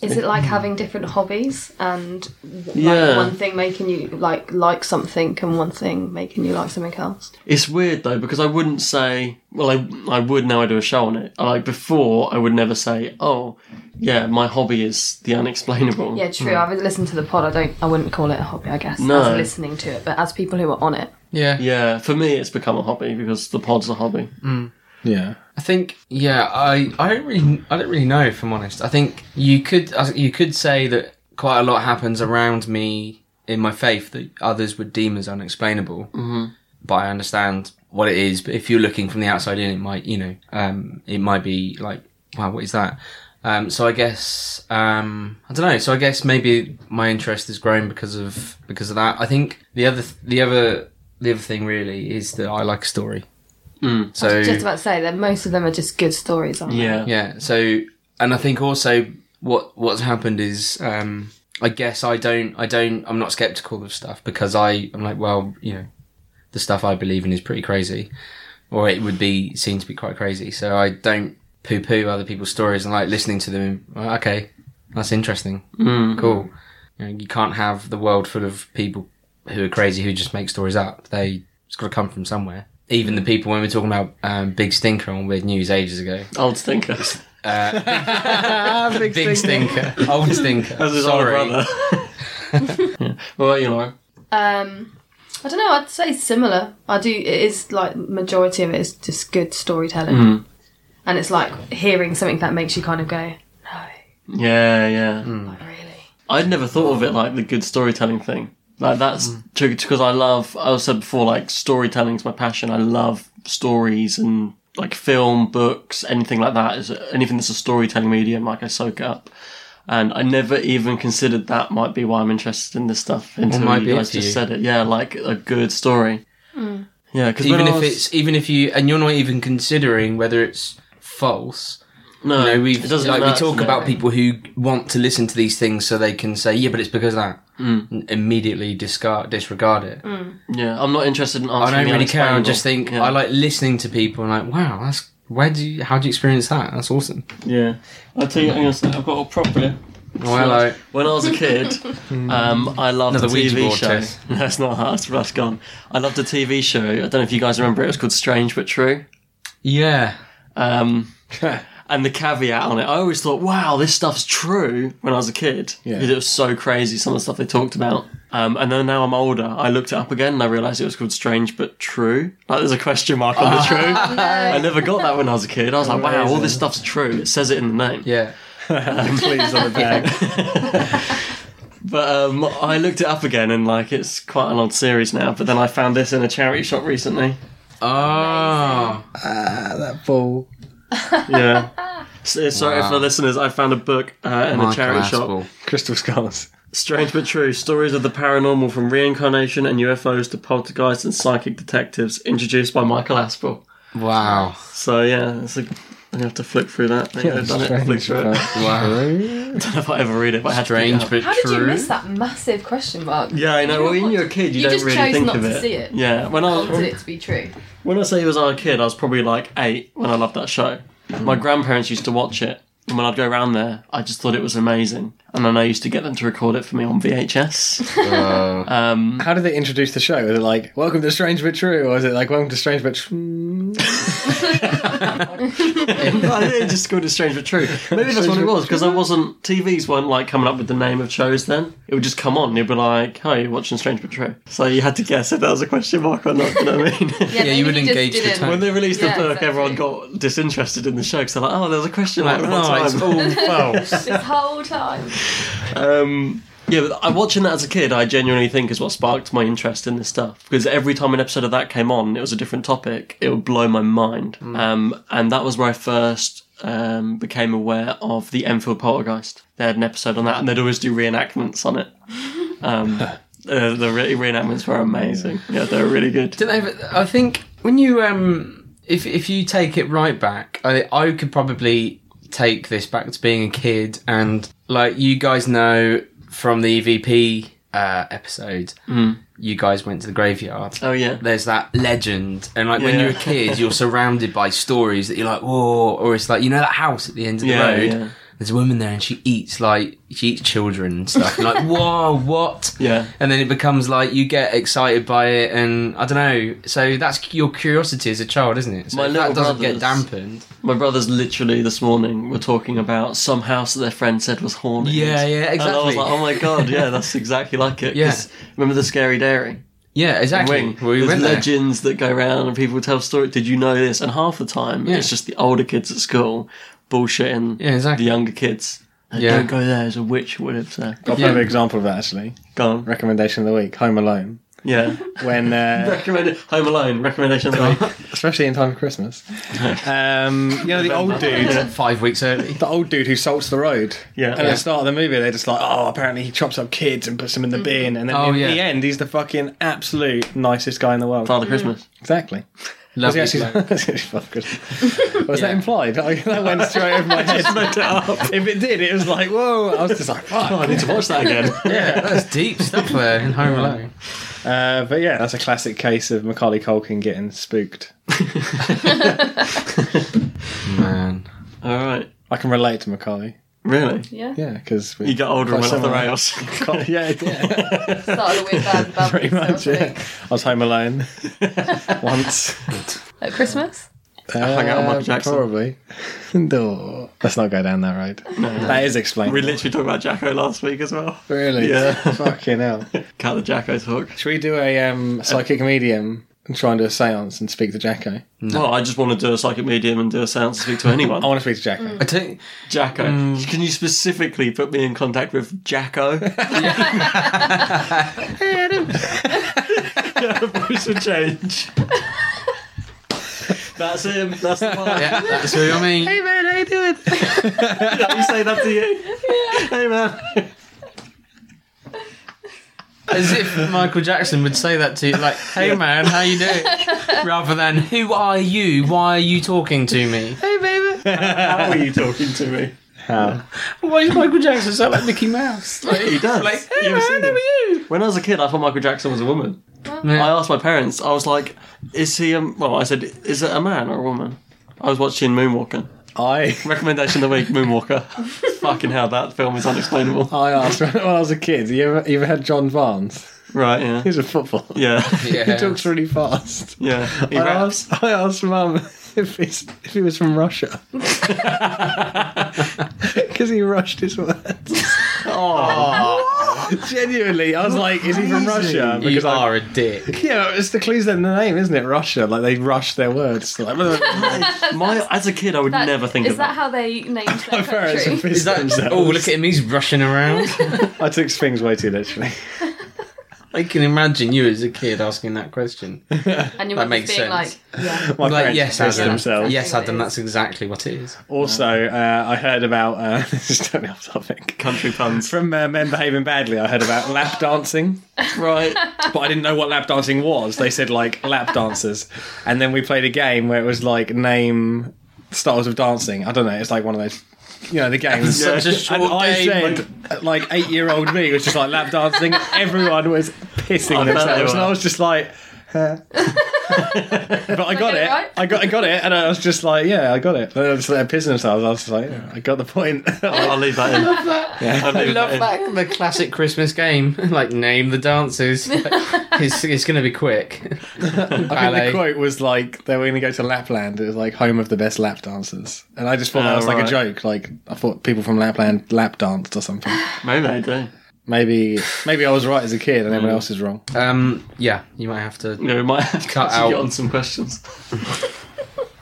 Speaker 1: Is it like having different hobbies and like
Speaker 4: Yeah.
Speaker 1: one thing making you like like something and one thing making you like something else?
Speaker 4: It's weird though because I wouldn't say. Well, I I would now. I do a show on it. Like before, I would never say, "Oh, yeah, my hobby is the unexplainable."
Speaker 1: Yeah, true. I would listen to the pod. I don't. I wouldn't call it a hobby. I guess
Speaker 4: No.
Speaker 1: as listening to it, but as people who are on it,
Speaker 2: Yeah.
Speaker 4: Yeah, for me, it's become a hobby because the pod's a hobby.
Speaker 3: Yeah.
Speaker 2: I think yeah, I I don't really I don't really know if I'm honest. I think you could I think you could say that quite a lot happens around me in my faith that others would deem as unexplainable, mm-hmm. but I understand what it is. But if you're looking from the outside in, it might you know um, it might be like wow, what is that? Um, so I guess um, I don't know. So I guess maybe my interest has grown because of because of that. I think the other th- the other the other thing really is that I like a story. So
Speaker 1: just about to say that most of them are just good stories. Aren't
Speaker 4: Yeah,
Speaker 2: yeah so and i think also what what's happened is um i guess i don't i don't i'm not skeptical of stuff because i i'm like well you know the stuff i believe in is pretty crazy or it would be seen to be quite crazy so i don't poo poo other people's stories and like listening to them well, okay that's interesting cool you, know, you can't have the world full of people who are crazy who just make stories up they it's got to come from somewhere even the people when we were talking about um, big stinker on weird news ages ago
Speaker 4: old stinker. That's
Speaker 2: Big, stinker. Old stinker.
Speaker 4: his older
Speaker 2: Sorry.
Speaker 4: brother. yeah. What about you, Lauren?
Speaker 1: Um, I don't know. I'd say similar. I do. It is like majority of it is just good storytelling, and it's like hearing something that makes you kind of go, no,
Speaker 4: Yeah, yeah.
Speaker 1: not really.
Speaker 4: I'd never thought of it like the good storytelling thing. Like that's
Speaker 2: Mm.
Speaker 4: because I love. I said before, like storytelling's my passion. I love stories and like film, books, anything like that. Is anything that's a storytelling medium, like I soak it up. And I never even considered that might be why I'm interested in this stuff until
Speaker 2: might be
Speaker 4: you
Speaker 2: it
Speaker 4: guys
Speaker 2: for
Speaker 4: just
Speaker 2: you.
Speaker 4: said it. Yeah, like a good story. Yeah, because
Speaker 2: Even if it's even if you and you're not even considering whether it's false.
Speaker 4: no,
Speaker 2: You know, we've
Speaker 4: it doesn't
Speaker 2: like we
Speaker 4: matter.
Speaker 2: talk about people who want to listen to these things so they can say, yeah, but it's because of that. And immediately discard disregard it.
Speaker 4: Yeah, I'm not interested in
Speaker 2: I
Speaker 4: answering.
Speaker 2: don't
Speaker 4: the
Speaker 2: really care. I
Speaker 4: unexplainable.
Speaker 2: just think
Speaker 4: Yeah.
Speaker 2: I like listening to people and like, wow, that's where do you how do you experience that? That's awesome.
Speaker 4: Yeah, I tell you, what I'm gonna say I've got a proper.
Speaker 2: Oh, hello.
Speaker 4: When I was a kid, um, I loved
Speaker 2: Another
Speaker 4: a
Speaker 2: Ouija
Speaker 4: TV
Speaker 2: board
Speaker 4: show.
Speaker 2: test.
Speaker 4: That's not that's, that's gone. I loved a TV show. I don't know if you guys remember. It was called Strange but True.
Speaker 2: Yeah.
Speaker 4: Um, and the caveat on it, I always thought, wow, this stuff's true when I was a kid.
Speaker 3: Yeah.
Speaker 4: Because It was so crazy, some of the stuff they talked about. Um, and then now I'm older, I looked it up again and I realised it was called Strange But True. Like there's a question mark on the true.
Speaker 2: Oh,
Speaker 4: I never got that when I was a kid. I was like, wow, all this stuff's true. It says it in the name.
Speaker 2: Yeah.
Speaker 3: Please on the bag.
Speaker 4: But um, I looked it up again and like it's quite an odd series now. But then I found this in a charity shop recently.
Speaker 2: Oh.
Speaker 3: that ball.
Speaker 4: Yeah. So, Sorry for
Speaker 2: Wow.
Speaker 4: the listeners, I found a book uh, in a
Speaker 2: Michael
Speaker 4: charity shop.
Speaker 2: Aspel.
Speaker 3: Crystal skulls.
Speaker 4: Strange but true stories of the paranormal from reincarnation and UFOs to poltergeists and psychic detectives, introduced by Michael Aspel.
Speaker 2: Wow.
Speaker 4: So yeah, it's a, I'm gonna have to flick through that. Maybe I've done it, flick through it. I
Speaker 2: Wow.
Speaker 4: don't know if I ever read it, but I had
Speaker 2: Strange
Speaker 4: to pick it
Speaker 2: but
Speaker 4: up.
Speaker 1: How
Speaker 2: true.
Speaker 1: did you miss that massive question mark?
Speaker 4: Yeah, I know. Well, when
Speaker 1: what?
Speaker 4: you're a kid, you,
Speaker 1: You
Speaker 4: don't
Speaker 1: just
Speaker 4: really
Speaker 1: chose
Speaker 4: think
Speaker 1: not
Speaker 4: of
Speaker 1: to
Speaker 4: it.
Speaker 1: see it.
Speaker 4: Yeah, when I
Speaker 1: wanted it to be true.
Speaker 4: When I say it was our kid, I was probably like eight when I Hmm. loved that show. My grandparents used to watch it, and when I'd go around there, I just thought it was amazing. and then I used to get them to record it for me on VHS.
Speaker 3: How did they introduce the show? Is it like "Welcome to Strange but True," or is it like "Welcome to Strange but"? True?
Speaker 4: I think it just called it Strange but True. Maybe that's what it was because I wasn't TVs weren't like coming up with the name of shows then. It would just come on and it'd be like, "Hi, you're watching Strange but True." So you had to guess if that was a question mark or not. You know what I mean?
Speaker 1: Yeah,
Speaker 2: you would engage the tone.
Speaker 4: When they released
Speaker 1: Yeah,
Speaker 4: the book,
Speaker 1: exactly.
Speaker 4: everyone got disinterested in the show because they're like, "Oh, there's a question mark." the whole
Speaker 2: oh, it's
Speaker 4: time."
Speaker 2: all false.
Speaker 1: this whole time.
Speaker 4: Um, yeah, but I, watching that as a kid, I genuinely think is what sparked my interest in this stuff. Because every time an episode of that came on, it was a different topic. It would blow my mind,
Speaker 2: Mm.
Speaker 4: um, and that was where I first um, became aware of the Enfield Poltergeist. They had an episode on that, and they'd always do reenactments on it. Um, uh, the re- reenactments were amazing. Yeah, they were really good.
Speaker 2: Don't know if- I think when you um, if if you take it right back, I I could probably take this back to being a kid and like you guys know from the EVP uh, episode, you guys went to the graveyard.
Speaker 4: Oh yeah,
Speaker 2: There's that legend, and like when
Speaker 4: Yeah.
Speaker 2: you're a kid, you're surrounded by stories that you're like, whoa, or it's like you know that house at the end of
Speaker 4: Yeah,
Speaker 2: the road.
Speaker 4: yeah.
Speaker 2: There's a woman there, and she eats like she eats children and stuff. You're like, whoa, what?
Speaker 4: Yeah.
Speaker 2: And then it becomes like you get excited by it, and I don't know. So that's your curiosity as a child, isn't it? So
Speaker 4: My
Speaker 2: if that
Speaker 4: little
Speaker 2: doesn't get
Speaker 4: brothers-
Speaker 2: dampened.
Speaker 4: my brothers literally this morning were talking about some house that their friend said was haunted.
Speaker 2: Yeah, yeah,
Speaker 4: And I was
Speaker 2: exactly.
Speaker 4: like, oh my god, yeah, that's exactly like it.
Speaker 2: Yeah.
Speaker 4: 'Cause Remember the scary dairy?
Speaker 2: Yeah, exactly.
Speaker 4: wing.
Speaker 2: We
Speaker 4: There's
Speaker 2: went there.
Speaker 4: legends that go around and people tell stories. Did you know this? And half the time,
Speaker 2: Yeah.
Speaker 4: it's just the older kids at school bullshitting
Speaker 2: Yeah, exactly.
Speaker 4: the younger kids. Like,
Speaker 2: Yeah.
Speaker 4: Don't go there. There's a witch or whatever. So.
Speaker 3: Got a perfect example of that actually.
Speaker 4: Go on.
Speaker 3: Recommendation of the week: Home Alone.
Speaker 4: Yeah.
Speaker 3: When uh,
Speaker 4: Recommend Home Alone. Recommendation. of the week.
Speaker 3: especially in time for Christmas. Um, you know the old dude,
Speaker 2: Five weeks early.
Speaker 3: the old dude who salts the road.
Speaker 4: Yeah.
Speaker 3: And at
Speaker 4: Yeah.
Speaker 3: the start of the movie, they're just like, oh, apparently he chops up kids and puts them in the bin, and then
Speaker 2: Oh,
Speaker 3: in
Speaker 2: yeah.
Speaker 3: the end, he's the fucking absolute nicest guy in the world.
Speaker 4: Father Christmas.
Speaker 3: Exactly. Was he
Speaker 2: Lovely.
Speaker 3: actually-
Speaker 2: bloke.
Speaker 3: was he actually Father Christmas? Was
Speaker 2: Yeah.
Speaker 3: that implied? I, that went straight over my head. If it did, it was like, whoa! I was just like, fuck.
Speaker 4: Oh, I need to watch that again.
Speaker 2: yeah, that's deep stuff there in Home Alone.
Speaker 3: Uh, but yeah, that's a classic case of Macaulay Culkin getting spooked.
Speaker 2: Man.
Speaker 4: All right.
Speaker 3: I can relate to Macaulay.
Speaker 4: Really?
Speaker 1: Yeah.
Speaker 3: Yeah, because
Speaker 4: You get older and went off the
Speaker 3: Quite
Speaker 4: rails.
Speaker 3: Yeah, yeah.
Speaker 1: Started um, a weird bad bad
Speaker 3: Pretty
Speaker 1: sort of
Speaker 3: much, yeah.
Speaker 1: thing.
Speaker 3: I was home alone once.
Speaker 1: At Christmas?
Speaker 3: I
Speaker 4: hung out with Michael Jackson.
Speaker 3: Probably. no. Let's not go down that road. That is explained.
Speaker 4: we literally talked about Jacko last week as well.
Speaker 3: really?
Speaker 4: Yeah.
Speaker 3: Fucking hell.
Speaker 4: Cut the Jacko talk.
Speaker 3: Should we do a um, psychic medium and try and do a seance and speak to Jacko?
Speaker 4: Well, I just want to do a psychic medium and do a seance to speak to anyone.
Speaker 3: I want to speak to Jacko.
Speaker 4: Mm.
Speaker 2: I think
Speaker 4: Jacko. Can you specifically put me in contact with Jacko? yeah, the voice will change. That's him. That's the part.
Speaker 2: yeah, that's what I mean. Hey man, how you doing?
Speaker 4: You say that to you. Hey man.
Speaker 2: As if Michael Jackson would say that to you, like, "Hey man, how you doing?" Rather than, "Who are you? Why are you talking to me?" Hey baby,
Speaker 4: How are you talking to me?
Speaker 2: why is Michael Jackson sound like Mickey Mouse? Like,
Speaker 4: He does.
Speaker 2: like
Speaker 4: You
Speaker 2: "Hey
Speaker 4: ever seen
Speaker 2: man, how
Speaker 4: him?
Speaker 2: are you?"
Speaker 4: When I was a kid, I thought Michael Jackson was a woman.
Speaker 2: Yeah.
Speaker 4: I asked my parents. I was like, "Is he a?" Well, I said, "Is it a man or a woman?" I was watching Moonwalker.
Speaker 3: I
Speaker 4: Recommendation of the week: Moonwalker. Fucking hell, that film is unexplainable.
Speaker 3: I asked when I was a kid, you ever, you ever had John Barnes?
Speaker 4: Right? Yeah.
Speaker 3: He's a football.
Speaker 4: Yeah.
Speaker 3: He
Speaker 2: Yeah.
Speaker 3: talks really fast.
Speaker 4: Yeah. He
Speaker 3: I
Speaker 4: raps.
Speaker 3: asked, I asked Mum if, he's, if he was from Russia. Because he rushed his words. Genuinely, I was like, is he from Russia?
Speaker 2: you
Speaker 3: Because I,
Speaker 2: are a dick.
Speaker 3: yeah, it's the clues in the name, isn't it? Russia. Like, they rush their words. Like,
Speaker 4: My, as a kid, I would
Speaker 1: That-
Speaker 4: never think
Speaker 1: Is
Speaker 4: of
Speaker 1: that
Speaker 4: that.
Speaker 1: how they named
Speaker 3: my
Speaker 1: their
Speaker 3: parents are
Speaker 1: country?
Speaker 3: pissed
Speaker 2: Is that? Oh,
Speaker 3: themselves.
Speaker 2: look at him. He's rushing around.
Speaker 3: I took things way too literally.
Speaker 2: I can imagine you as a kid asking that question.
Speaker 1: And you were
Speaker 2: That
Speaker 1: being
Speaker 2: makes
Speaker 1: like,
Speaker 2: sense.
Speaker 1: yeah.
Speaker 3: My
Speaker 2: Like,
Speaker 3: parents
Speaker 2: yes,
Speaker 3: pissed
Speaker 2: Adam.
Speaker 3: themselves.
Speaker 2: Yes, Adam. That's exactly what it is.
Speaker 3: Also, uh, I heard about. Uh, this is totally off topic.
Speaker 4: Country puns.
Speaker 3: From uh, Men Behaving Badly, I heard about lap dancing,
Speaker 4: right.
Speaker 3: but I didn't know what lap dancing was. They said like lap dancers, and then we played a game where it was like name styles of dancing. I don't know. It's like one of those, you know, the games.
Speaker 4: Such a
Speaker 2: short
Speaker 3: and I
Speaker 2: game.
Speaker 3: said, like eight year old me was just like lap dancing. Everyone was pissing
Speaker 4: I bet they
Speaker 3: themselves,
Speaker 4: were.
Speaker 3: and I was just like. huh. But I
Speaker 1: get
Speaker 3: got it.
Speaker 1: it right?
Speaker 3: I got I got it, and I was just like, yeah, I got it. And I was like pissing themselves. I was just like, yeah, I got the point.
Speaker 4: I'll leave that in. I'll
Speaker 2: I
Speaker 4: leave
Speaker 2: love
Speaker 4: that
Speaker 2: that the classic Christmas game. like name the dances. it's it's going to be quick.
Speaker 3: I think the
Speaker 2: Ballet.
Speaker 3: quote was like they were going to go to Lapland. It was like home of the best lap dancers, and I just thought that
Speaker 4: Oh,
Speaker 3: was like
Speaker 4: right.
Speaker 3: a joke. Like I thought people from Lapland lap danced or something.
Speaker 4: in. Maybe they do.
Speaker 3: Maybe maybe I was right as a kid, and
Speaker 4: Mm.
Speaker 3: everyone else is wrong.
Speaker 2: Um, yeah, you might have to.
Speaker 4: Yeah, we might have to
Speaker 2: Cut
Speaker 4: get
Speaker 2: out.
Speaker 4: on some questions.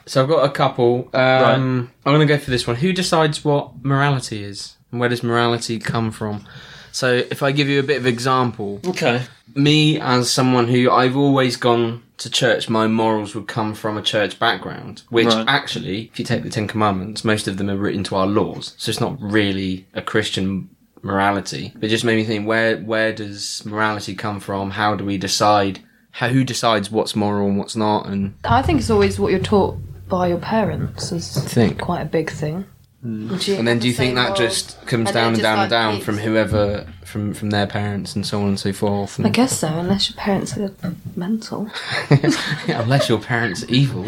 Speaker 2: So I've got a couple. Um, I'm going to go for this one. Who decides what morality is, and where does morality come from? So if I give you a bit of example,
Speaker 4: Okay.
Speaker 2: me as someone who I've always gone to church, my morals would come from a church background, which
Speaker 4: Right.
Speaker 2: actually, if you take the Ten Commandments, most of them are written to our laws. So it's not really a Christian morality. But it just made me think where where does morality come from? How do we decide how who decides what's moral and what's not and
Speaker 1: I think it's always what you're taught by your parents is
Speaker 2: Think.
Speaker 1: quite a big thing.
Speaker 4: Mm.
Speaker 2: and then do you think that just comes
Speaker 1: "Oh," and
Speaker 2: down
Speaker 1: it
Speaker 2: and
Speaker 1: just,
Speaker 2: down
Speaker 1: like,
Speaker 2: and down
Speaker 1: keeps-
Speaker 2: from whoever from from their parents and so on and so forth and
Speaker 1: I guess so, unless your parents are mental
Speaker 2: unless your parents are evil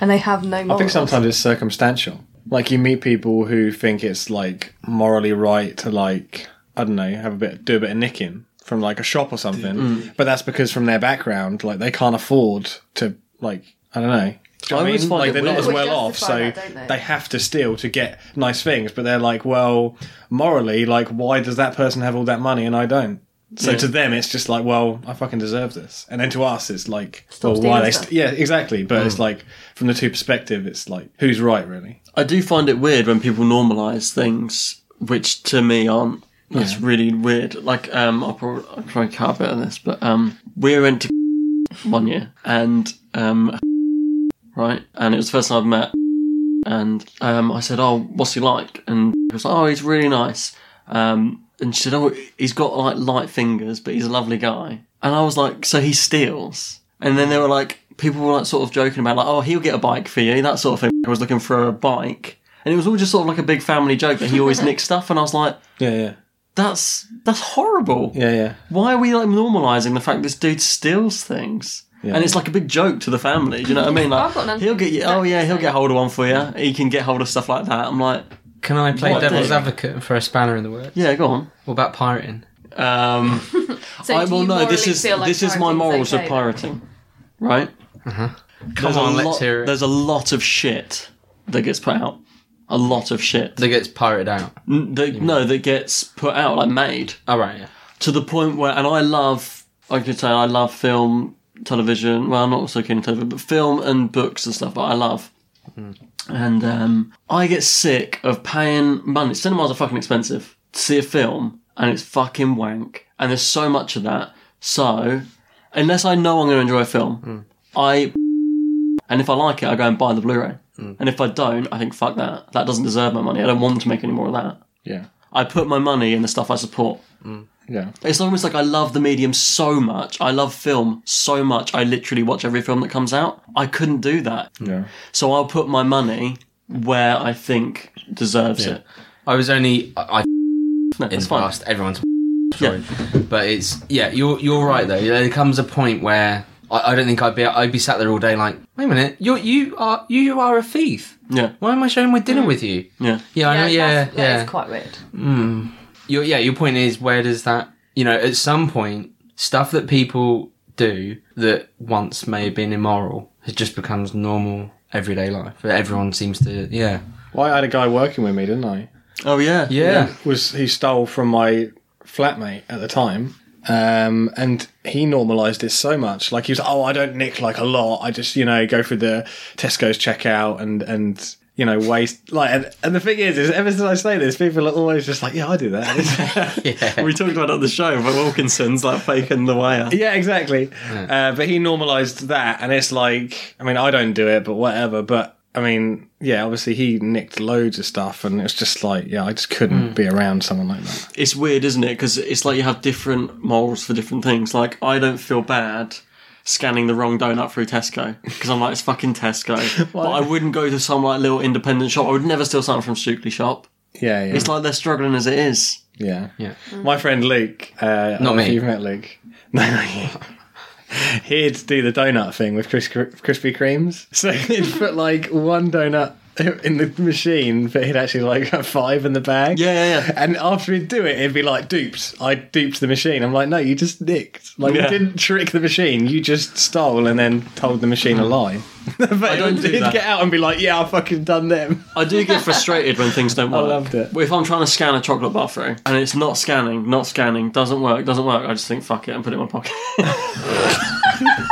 Speaker 1: and they have no. Morals.
Speaker 4: Oh,
Speaker 3: I think sometimes it's circumstantial. Like you meet people who think it's like morally right to like I don't know, have a bit do a bit of nicking from like a shop or something.
Speaker 4: Mm.
Speaker 3: But that's because from their background, like they can't afford to like I don't know. Do
Speaker 4: I
Speaker 3: you know what I
Speaker 4: always
Speaker 3: mean?
Speaker 4: find
Speaker 3: Like
Speaker 4: it
Speaker 3: they're not
Speaker 4: weird.
Speaker 3: as
Speaker 1: They
Speaker 3: well off,
Speaker 1: justify
Speaker 3: so
Speaker 1: that, don't they?
Speaker 3: they have to steal to get nice things. But they're like, well, morally, like why does that person have all that money and I don't? So to them, it's just like, well, I fucking deserve this. And then to us, it's like,
Speaker 1: Stop
Speaker 3: well, why
Speaker 1: stealing
Speaker 3: they?
Speaker 1: stuff.
Speaker 3: St- yeah, exactly. But it's like from the two perspective, it's like who's right, really?
Speaker 4: I do find it weird when people normalise things, which to me aren't. It's really weird. Like, um, I'll probably I'll try and cut a bit on this, but um, we went to one year, and um, right, and it was the first time I've met, and um, I said, "Oh, what's he like?" And he was like, "Oh, he's really nice." Um, and she said, "Oh, he's got like light fingers, but he's a lovely guy." And I was like, "So he steals?" And then they were like, people were like sort of joking about like, "Oh, he'll get a bike for you," that sort of thing. I was looking for a bike, and it was all just sort of like a big family joke that he always nicked stuff. And I was like,
Speaker 3: Yeah, yeah,
Speaker 4: "That's that's horrible."
Speaker 3: yeah, yeah.
Speaker 4: Why are we like normalising the fact this dude steals things? And it's like a big joke to the family. Do you know what I mean? Like,
Speaker 1: I've got an
Speaker 4: he'll get you. Oh
Speaker 1: exactly
Speaker 4: yeah,
Speaker 1: the
Speaker 4: he'll
Speaker 1: same.
Speaker 4: get hold of one for you. He can get hold of stuff like that. I'm like,
Speaker 2: can i play
Speaker 4: What a
Speaker 2: devil's
Speaker 4: dick.
Speaker 2: advocate for a spanner in the works
Speaker 4: yeah, go on.
Speaker 2: what about pirating
Speaker 4: Um,
Speaker 1: So
Speaker 4: I
Speaker 1: do
Speaker 4: will
Speaker 1: you
Speaker 4: know this
Speaker 1: morally
Speaker 4: is
Speaker 1: feel like
Speaker 4: this is my
Speaker 1: pirating's
Speaker 4: morals
Speaker 1: okay
Speaker 4: of
Speaker 1: then?
Speaker 4: pirating, right?
Speaker 2: come
Speaker 4: There's a
Speaker 2: on let's
Speaker 4: lot-
Speaker 2: hear it
Speaker 4: There's a lot of shit that gets put out. A lot of shit.
Speaker 2: that gets pirated out
Speaker 4: N- that- no, that gets put out like made
Speaker 2: all right yeah
Speaker 4: to the point where, and I love. I could say I love film, television. Well, I'm not so keen on television, but film and books and stuff. That I love. And um, I get sick of paying money. Cinemas are fucking expensive to see a film, and it's fucking wank. And there's so much of that. So, unless I know I'm going to enjoy a film, I and if I like it, I go and buy the Blu-ray. And if I don't, I think fuck that. That doesn't deserve my money. I don't want to make any more of that.
Speaker 3: Yeah.
Speaker 4: I put my money in the stuff I support.
Speaker 2: Mm.
Speaker 3: Yeah.
Speaker 4: It's almost like I love the medium so much. I love film so much. I literally watch every film that comes out. I couldn't do that.
Speaker 3: Yeah.
Speaker 4: So I'll put my money where I think deserves it.
Speaker 2: i was only i, I
Speaker 4: No,
Speaker 2: in
Speaker 4: it's
Speaker 2: the
Speaker 4: fine.
Speaker 2: past everyone's
Speaker 4: Yeah.
Speaker 2: but it's yeah you're you're right though there comes a point where I, I don't think I'd be I'd be sat there all day like wait a minute you you are you are a thief
Speaker 4: Yeah.
Speaker 2: why am I sharing my
Speaker 1: Mm.
Speaker 2: dinner with you
Speaker 4: Yeah.
Speaker 2: yeah I know, yeah
Speaker 1: that's- That
Speaker 2: yeah
Speaker 1: is quite weird.
Speaker 2: your yeah your point is where does that you know at some point stuff that people do that once may have been immoral it just becomes normal everyday life everyone seems to yeah
Speaker 3: Well, I had a guy working with me, didn't I?
Speaker 4: Oh yeah.
Speaker 2: yeah
Speaker 3: Was he stole from my flatmate at the time? Um, and he normalised it so much. Like he was, oh, I don't nick like a lot. I just, you know, go through the Tesco's checkout and and you know waste like. And, and the thing is, is ever since I say this, people are always just like, yeah, I do that.
Speaker 4: We talked about it on the show, but Wilkinson's like faking the wire.
Speaker 3: Yeah, exactly. Uh, but he normalized that, and it's like, I mean, I don't do it, but whatever. But I mean, yeah, obviously he nicked loads of stuff, and it was just like, yeah, I just couldn't be around someone like that.
Speaker 4: It's weird, isn't it? Because it's like you have different morals for different things. Like I don't feel bad scanning the wrong donut through Tesco because I'm like it's fucking Tesco. but I wouldn't go to some like little independent shop. I would never steal something from Stukely shop.
Speaker 3: Yeah, yeah,
Speaker 4: It's like they're struggling as it is.
Speaker 3: yeah.
Speaker 2: yeah
Speaker 3: My friend Luke, uh, I don't know if
Speaker 2: me.
Speaker 3: You've met Luke. No, no, you- he'd do the donut thing with Kris- Krispy Kremes. So he'd put like one donut in the machine, but he'd actually like have five in the bag.
Speaker 4: Yeah, yeah, yeah.
Speaker 3: And after he'd do it, he'd be like, dupes. I duped the machine. I'm like, no, you just nicked. Like,
Speaker 4: Yeah.
Speaker 3: you didn't trick the machine. You just stole and then told the machine a lie. but I
Speaker 4: Mm. don't
Speaker 3: he'd,
Speaker 4: do
Speaker 3: he'd
Speaker 4: that.
Speaker 3: get out and be like, yeah, I fucking done them.
Speaker 4: I do get frustrated when things don't work.
Speaker 3: loved it.
Speaker 4: If I'm trying to scan a chocolate bar through and it's not scanning, not scanning, doesn't work, doesn't work, I just think fuck it and put it in my pocket.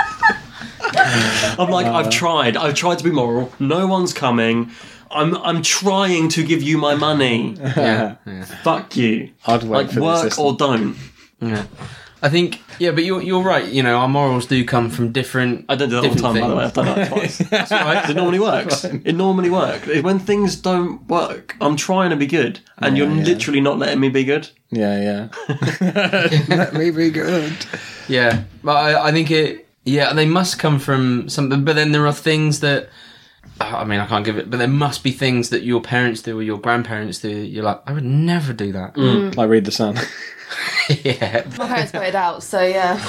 Speaker 4: I'm like,
Speaker 3: Uh.
Speaker 4: I've tried. I've tried to be moral. No one's coming. I'm I'm trying to give you my money.
Speaker 2: Yeah.
Speaker 4: fuck you.
Speaker 3: I'd wait
Speaker 4: like
Speaker 3: for the
Speaker 4: work
Speaker 3: system.
Speaker 4: or don't.
Speaker 2: Yeah. I think yeah, but you're you're right. You know, our morals do come from different.
Speaker 4: I don't do that all the time,
Speaker 2: different
Speaker 4: by the way. I've
Speaker 2: things.
Speaker 4: done that twice. That's all right. It normally works. It normally works. When things don't work, I'm trying to be good, and you're literally not letting me be good.
Speaker 3: Yeah, yeah. Let me be good.
Speaker 2: Yeah, but I, I think it. Yeah, they must come from something. But then there are things that. I mean, I can't give it, but there must be things that your parents do or your grandparents do. that You're like, I would never do that.
Speaker 3: Like, read the sun.
Speaker 2: yeah,
Speaker 1: My parents put it out, so yeah.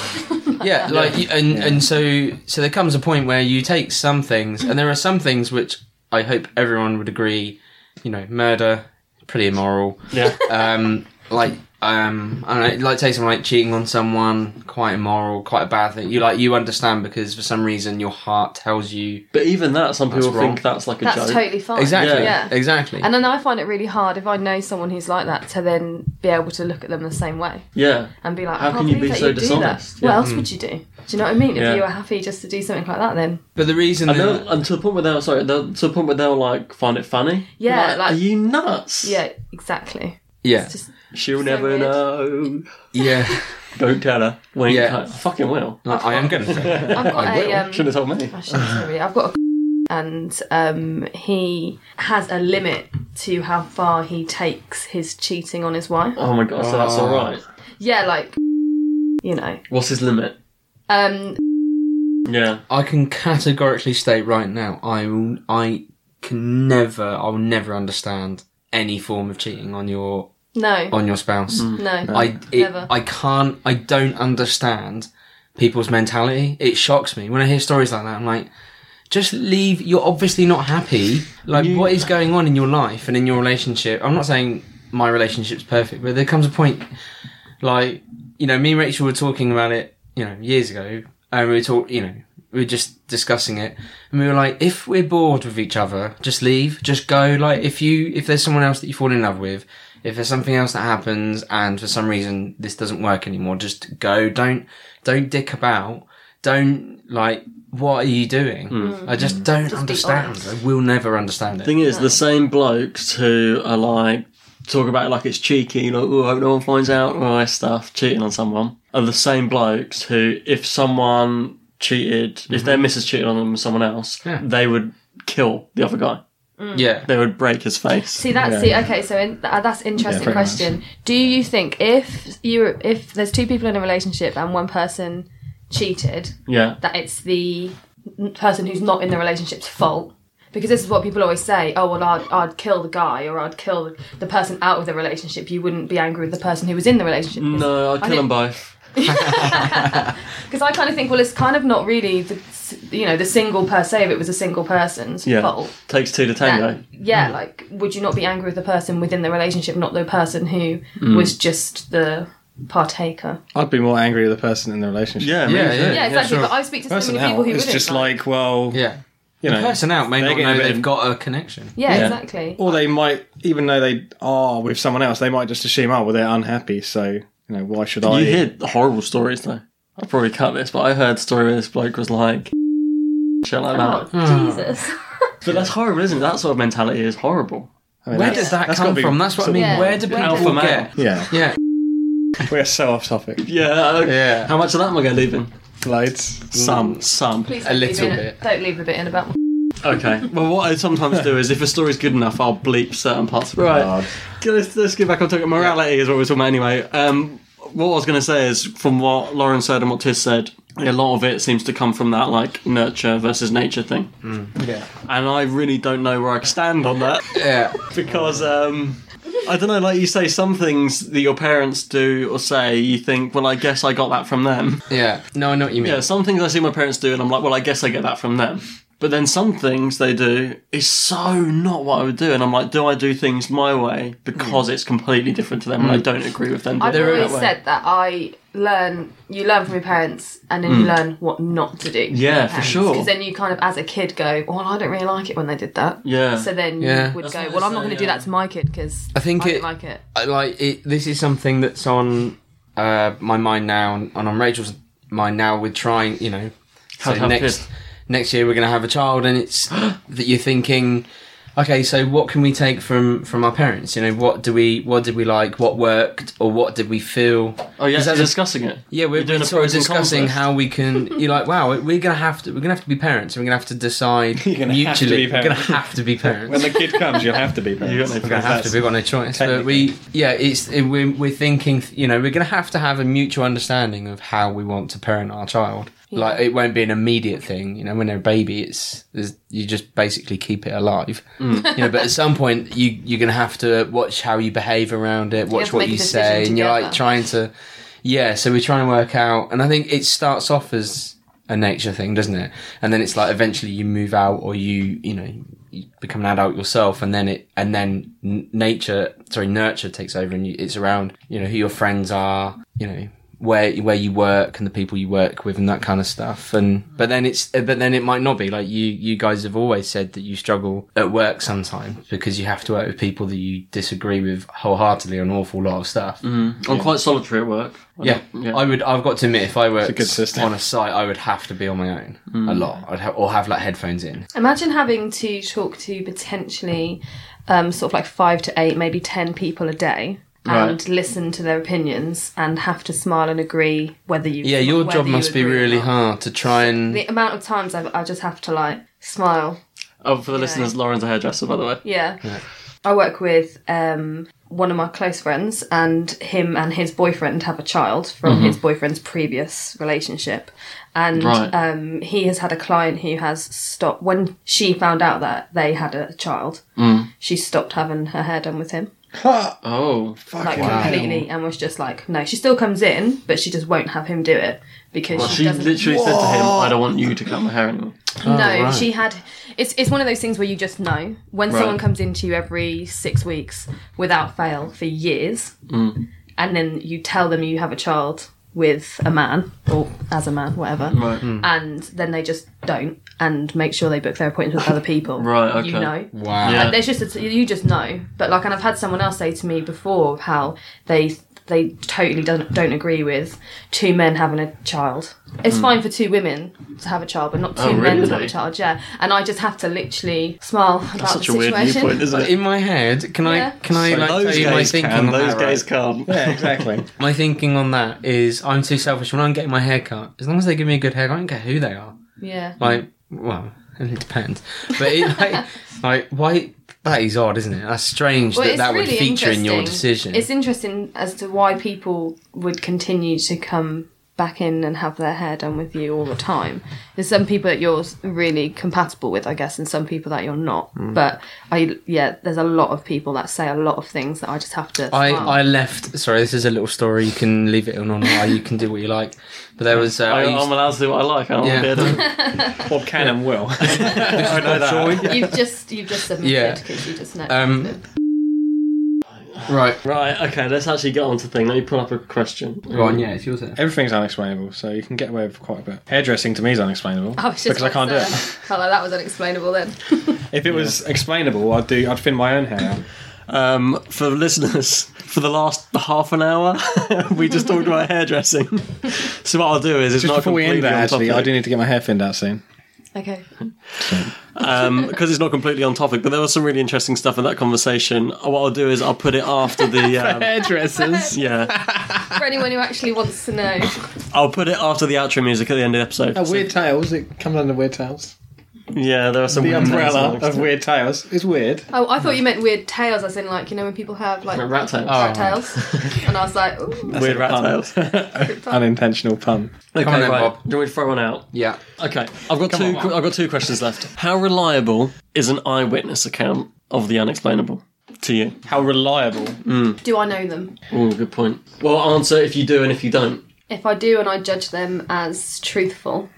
Speaker 2: yeah, like you- and and so so there comes a point where you take some things, and there are some things which I hope everyone would agree. You know, murder, pretty immoral.
Speaker 4: Yeah.
Speaker 2: Um, like um, I don't know, like take something like cheating on someone, quite immoral, quite a bad thing. You like you understand because for some reason your heart tells you
Speaker 4: But even that, some people
Speaker 2: That's wrong.
Speaker 4: think that's like a
Speaker 1: That's
Speaker 4: joke.
Speaker 1: totally fine.
Speaker 2: Exactly.
Speaker 1: Oh, Yeah.
Speaker 2: Exactly.
Speaker 1: And then I find it really hard if I know someone who's like that to then be able to look at them the same way
Speaker 4: yeah.
Speaker 1: and be like,
Speaker 4: How
Speaker 1: I
Speaker 4: can
Speaker 1: can't
Speaker 4: you
Speaker 1: believe
Speaker 4: be
Speaker 1: that
Speaker 4: so
Speaker 1: you do that.
Speaker 4: dishonest?
Speaker 1: What
Speaker 4: Yeah.
Speaker 1: else
Speaker 2: Mm.
Speaker 1: would you do? Do you know what I mean? If
Speaker 4: Yeah.
Speaker 1: you were happy just to do something like that, then
Speaker 2: but the reason
Speaker 4: And,
Speaker 2: that,
Speaker 4: they'll, and to the point where they'll sorry, they'll, to the point where they'll like find it funny.
Speaker 1: Yeah,
Speaker 4: like,
Speaker 1: like-
Speaker 4: are you nuts?
Speaker 1: yeah, exactly.
Speaker 2: yeah,
Speaker 1: Just
Speaker 4: she'll
Speaker 1: So
Speaker 4: never
Speaker 1: weird.
Speaker 4: know.
Speaker 2: yeah,
Speaker 4: Don't tell her. Wink.
Speaker 2: Yeah.
Speaker 4: I fucking will.
Speaker 2: Like, I am going to.
Speaker 1: I've got
Speaker 4: I
Speaker 1: a
Speaker 4: will.
Speaker 1: um,
Speaker 4: Shouldn't have told me.
Speaker 1: I shouldn't say really. I've got a and um, he has a limit to how far he takes his cheating on his wife.
Speaker 4: Oh my god. So that's all right.
Speaker 1: Yeah, like you know.
Speaker 4: What's his limit?
Speaker 1: Um,
Speaker 4: Yeah.
Speaker 2: I can categorically state right now, I will, I can never, I will never understand any form of cheating on your
Speaker 1: no,
Speaker 2: on your spouse.
Speaker 1: no.
Speaker 2: I it,
Speaker 1: Never.
Speaker 2: I can't. I don't understand people's mentality. It shocks me when I hear stories like that. I'm like. Just leave. You're obviously not happy. Like, what is going on in your life and in your relationship? I'm not saying my relationship's perfect, but there comes a point like you know me and rachel were talking about it you know years ago and we were talk you know we were just discussing it and we were like if we're bored with each other just leave just go like if you if there's someone else that you fall in love with if there's something else that happens and for some reason this doesn't work anymore just go don't don't dick about don't like what are you doing
Speaker 3: Hmm.
Speaker 2: i
Speaker 1: Hmm.
Speaker 2: just don't understand i will never understand it
Speaker 4: Thing is, the same blokes who are like talk about it like it's cheeky, like oh, I hope no one finds out, all that stuff, cheating on someone, are the same blokes who, if someone cheated, if
Speaker 1: Mm-hmm.
Speaker 4: their missus cheated on them with someone else,
Speaker 2: Yeah.
Speaker 4: they would kill the other guy.
Speaker 2: yeah
Speaker 4: They would break his face.
Speaker 1: See that's the okay. So in, uh, that's interesting
Speaker 3: pretty
Speaker 1: question. Do you think if you if there's two people in a relationship and one person cheated,
Speaker 4: Yeah.
Speaker 1: that it's the n- person who's not in the relationship's fault. Because this is what people always say oh, well, I'd, I'd kill the guy or I'd kill the, the person out of the relationship. You wouldn't be angry with the person who was in the relationship.
Speaker 4: No, I'd
Speaker 1: I
Speaker 4: kill
Speaker 1: didn't-
Speaker 4: them both.
Speaker 1: Because I kind of think, well, it's kind of not really the, s- you know, the single per se, if it was a single person's
Speaker 4: Yeah.
Speaker 1: fault.
Speaker 4: Takes two to
Speaker 1: That-
Speaker 4: tango.
Speaker 1: yeah, like, would you not be angry with the person within the relationship, not the person who
Speaker 4: Mm.
Speaker 1: was just the partaker?
Speaker 3: I'd be more angry with the person in the relationship.
Speaker 4: Yeah, me
Speaker 2: Yeah,
Speaker 4: too.
Speaker 2: yeah.
Speaker 1: Yeah, exactly.
Speaker 2: sure.
Speaker 1: But I speak to so
Speaker 3: Person
Speaker 1: many people
Speaker 3: out
Speaker 1: who
Speaker 3: is
Speaker 1: wouldn't.
Speaker 3: just like, well,
Speaker 2: yeah
Speaker 3: you know,
Speaker 2: person out may
Speaker 3: they're
Speaker 2: not
Speaker 3: getting a
Speaker 2: know
Speaker 3: bit of-
Speaker 2: they've got a connection
Speaker 1: yeah,
Speaker 4: Yeah.
Speaker 1: exactly.
Speaker 3: or they might, even though they are with someone else, they might just assume, oh, well, they're unhappy, so you know, why should I?
Speaker 4: You hear horrible stories though. I'll probably cut this, but I heard a story where this bloke was like shit like that.
Speaker 1: Oh, Jesus.
Speaker 4: But that's horrible, isn't it? That sort of mentality is horrible.
Speaker 3: I mean,
Speaker 2: where
Speaker 3: that's-
Speaker 2: does that
Speaker 3: that's
Speaker 2: come
Speaker 3: gotta be-
Speaker 2: from that's what i mean
Speaker 1: Yeah.
Speaker 2: where do people
Speaker 1: Where does-
Speaker 4: Alpha male.
Speaker 2: get
Speaker 3: Yeah,
Speaker 2: yeah
Speaker 3: we're so off topic.
Speaker 4: Yeah.
Speaker 2: Yeah.
Speaker 4: How much of that am I going to leave in?
Speaker 3: Loads.
Speaker 4: Some. Some.
Speaker 1: Please
Speaker 2: A
Speaker 1: don't leave
Speaker 2: little
Speaker 1: in-
Speaker 2: bit.
Speaker 1: Don't leave a bit in about.
Speaker 4: Okay. Well, what I sometimes do is if a story's good enough, I'll bleep certain parts. Right.
Speaker 3: God.
Speaker 4: Let's, let's get back on topic. Morality is what we're talking about anyway. Um, what I was going to say is from what Lauren said and what Tiz said, a lot of it seems to come from that like nurture versus nature thing.
Speaker 2: yeah
Speaker 4: And I really don't know where I stand on that
Speaker 2: yeah
Speaker 4: because um, I don't know, like you say, some things that your parents do or say, you think, well, I guess I got that from them.
Speaker 2: Yeah. No, I know what you mean.
Speaker 4: Yeah, some things I see my parents do, and I'm like, well, I guess I get that from them. But then some things they do is so not what I would do, and I'm like, do I do things my way
Speaker 2: Mm.
Speaker 4: because it's completely different to them, and I don't agree with them. doing
Speaker 1: I've
Speaker 4: it
Speaker 1: always
Speaker 4: that way.
Speaker 1: said that I learn, you learn from your parents, and then
Speaker 2: Mm.
Speaker 1: you learn what not to do.
Speaker 4: Yeah, for sure.
Speaker 1: Because then you kind of, as a kid, go, "Well, I don't really like it when they did that."
Speaker 4: Yeah.
Speaker 1: So then
Speaker 2: Yeah.
Speaker 1: you would
Speaker 4: That's
Speaker 1: go,
Speaker 4: what
Speaker 1: "Well,
Speaker 4: I
Speaker 1: I'm not um,
Speaker 4: say,
Speaker 1: going to do
Speaker 4: yeah.
Speaker 1: that to my kid because
Speaker 2: I think
Speaker 1: I don't
Speaker 2: it-
Speaker 1: like it."
Speaker 2: I, like it, this is something that's on uh, my mind now and and on Rachel's mind now with trying you know
Speaker 4: How to
Speaker 2: so
Speaker 4: have
Speaker 2: next
Speaker 4: kids.
Speaker 2: next year we're going to have a child and it's that you're thinking okay so what can we take from from our parents you know what do we what did we like what worked or what did we feel
Speaker 4: Oh yeah,
Speaker 2: 'Cause
Speaker 4: you're
Speaker 2: as a-
Speaker 4: discussing it.
Speaker 2: yeah, we're,
Speaker 4: You're
Speaker 2: we're
Speaker 4: a
Speaker 2: sort of
Speaker 4: pros and cons
Speaker 2: discussing
Speaker 4: list.
Speaker 2: how we can. You're like, wow, we're gonna have to. We're gonna have to be parents. and We're gonna have to decide
Speaker 3: You're gonna have to
Speaker 2: mutually.
Speaker 3: be
Speaker 2: we're gonna
Speaker 3: parents.
Speaker 2: have to be parents.
Speaker 3: When the kid comes, you'll have to be parents.
Speaker 4: You got no
Speaker 2: We're gonna have to. We've got no choice. But
Speaker 3: Technically.
Speaker 2: we, yeah, it's it, we're, we're thinking. You know, we're gonna have to have a mutual understanding of how we want to parent our child. Like, it won't be an immediate thing. You know, when they're a baby, it's, there's you just basically keep it alive. You know, but at some point, you you're gonna have to watch how you behave around it, watch
Speaker 1: have to
Speaker 2: what
Speaker 1: make a
Speaker 2: you
Speaker 1: decision
Speaker 2: say, and you're like
Speaker 1: together.
Speaker 2: trying to. Yeah, so we're trying to work out, and I think it starts off as a nature thing, doesn't it? And then it's like eventually you move out, or you you know you become an adult yourself, and then it and then n- nature, sorry, nurture takes over, and you, it's around you know who your friends are, you know where where you work and the people you work with and that kind of stuff. And but then it's uh, but then it might not be like you you guys have always said that you struggle at work sometimes because you have to work with people that you disagree with wholeheartedly on an awful lot of stuff.
Speaker 4: I'm quite solitary at work. I
Speaker 2: Yeah,
Speaker 4: don't- yeah.
Speaker 2: I would. I've got to admit, if I worked
Speaker 3: good system.
Speaker 2: on a site, I would have to be on my own a
Speaker 4: Mm.
Speaker 2: lot. I'd have or have like headphones in.
Speaker 1: Imagine having to talk to potentially um, sort of like five to eight, maybe ten people a day. And
Speaker 4: Right.
Speaker 1: listen to their opinions and have to smile and agree whether you.
Speaker 2: Yeah, your
Speaker 1: whether
Speaker 2: job
Speaker 1: you
Speaker 2: must be
Speaker 1: agree or
Speaker 2: really
Speaker 1: not.
Speaker 2: hard to try and.
Speaker 1: The amount of times I've, I just have to like smile
Speaker 4: Oh, for the listeners, Lauren's a hairdresser, by the way.
Speaker 1: Yeah. I work with um, one of my close friends, and him and his boyfriend have a child from his boyfriend's previous relationship. And
Speaker 4: Mm-hmm. Right.
Speaker 1: um, he has had a client who has stopped, when she found out that they had a child,
Speaker 4: Mm.
Speaker 1: she stopped having her hair done with him.
Speaker 4: Oh,
Speaker 1: Like completely, and was just like, no, she still comes in, but she just won't have him do it because
Speaker 4: Well,
Speaker 1: she,
Speaker 4: she
Speaker 1: doesn't.
Speaker 4: literally said to him, "I don't want you to cut my hair anymore."
Speaker 1: no,
Speaker 2: right.
Speaker 1: she had. It's it's one of those things where you just know when
Speaker 4: Right.
Speaker 1: someone comes into you every six weeks without fail for years,
Speaker 4: Mm.
Speaker 1: and then you tell them you have a child with a man or as a man, whatever,
Speaker 4: Right.
Speaker 1: and then they just don't and make sure they book their appointments with other people.
Speaker 4: Right,
Speaker 1: You
Speaker 4: okay.
Speaker 1: know.
Speaker 2: Wow.
Speaker 4: Yeah.
Speaker 1: There's just a, you just know, but like, and I've had someone else say to me before how they they totally don't don't agree with two men having a child. It's fine for two women to have a child, but not two
Speaker 4: Hmm. Oh,
Speaker 1: men to have
Speaker 4: really?
Speaker 1: a child. Yeah, and I just have to literally smile about
Speaker 4: That's such
Speaker 1: the
Speaker 4: a weird
Speaker 1: situation.
Speaker 4: viewpoint, isn't it?
Speaker 2: In my head, can
Speaker 1: Yeah.
Speaker 2: I can I like
Speaker 4: those
Speaker 2: tell you my
Speaker 4: gays
Speaker 2: thinking
Speaker 4: can,
Speaker 2: on
Speaker 4: those
Speaker 2: that?
Speaker 4: gays
Speaker 2: right?
Speaker 4: can't.
Speaker 3: Yeah, exactly.
Speaker 2: My thinking on that is I'm too selfish when I'm getting my hair cut. As long as they give me a good haircut, I don't care who they are.
Speaker 1: Yeah,
Speaker 2: Like, well, it depends. But it, like, like why? That is odd, isn't it? That's strange that
Speaker 1: it's
Speaker 2: that would
Speaker 1: really
Speaker 2: feature in your
Speaker 1: interesting.
Speaker 2: decision.
Speaker 1: It's interesting as to why people would continue to come back in and have their hair done with you all the time. There's some people that you're really compatible with, I guess, and some people that you're not.
Speaker 2: Hmm.
Speaker 1: But I, yeah, there's a lot of people that say a lot of things that I just have to.
Speaker 2: I,
Speaker 1: smile.
Speaker 2: I left. Sorry, this is a little story. You can leave it on or not. You can do what you like. But there was. Uh, I
Speaker 4: I,
Speaker 2: used-
Speaker 4: I'm allowed to do what I like. I don't
Speaker 2: Yeah.
Speaker 4: want to be a-
Speaker 3: Well, can and will. I know that.
Speaker 1: You've just you've just
Speaker 2: Yeah.
Speaker 1: submitted because you just know.
Speaker 2: Um, right.
Speaker 4: Right, okay, let's actually get on to thing. Let me pull up a question.
Speaker 2: Go on. Yeah, it's your turn.
Speaker 3: Everything's unexplainable, so you can get away with quite a bit. Hairdressing to me is unexplainable
Speaker 1: I was just
Speaker 3: because I
Speaker 1: about
Speaker 3: can't
Speaker 1: to
Speaker 3: do it.
Speaker 1: say, Carla, that was unexplainable then.
Speaker 3: If it was explainable, I'd do. I'd thin my own hair.
Speaker 4: Um, for listeners, for the last half an hour, we just talked about hairdressing. so what I'll do is, it's
Speaker 3: Just
Speaker 4: not
Speaker 3: before we
Speaker 4: completely
Speaker 3: end that,
Speaker 4: on
Speaker 3: actually, I
Speaker 4: topic.
Speaker 3: do need to get my hair thinned out soon.
Speaker 1: Okay.
Speaker 4: um, because it's not completely on topic, but there was some really interesting stuff in that conversation. What I'll do is I'll put it after the um,
Speaker 3: Hairdressers.
Speaker 4: yeah,
Speaker 1: For anyone who actually wants to know,
Speaker 4: I'll put it after the outro music at the end of the episode.
Speaker 3: weird tales. It comes under weird tales.
Speaker 4: Yeah, there are some
Speaker 3: The
Speaker 4: weird
Speaker 3: umbrella
Speaker 4: things.
Speaker 3: of weird tales is weird.
Speaker 1: oh, I thought you meant weird tales. I in like you know when people have like
Speaker 4: rat tails.
Speaker 3: Oh,
Speaker 1: rat tails, and I was like, Ooh.
Speaker 4: weird rat tails. okay,
Speaker 3: Unintentional pun.
Speaker 2: Come on then,
Speaker 4: right.
Speaker 2: Bob.
Speaker 4: Do you want me to throw one out?
Speaker 2: Yeah.
Speaker 4: Okay, I've got two. I've got two questions left. How reliable is an eyewitness account of the unexplainable? to you?
Speaker 3: How reliable?
Speaker 1: Do I know them?
Speaker 4: Oh, good point. Well, answer if you do and if you don't.
Speaker 1: If I do and I judge them as truthful,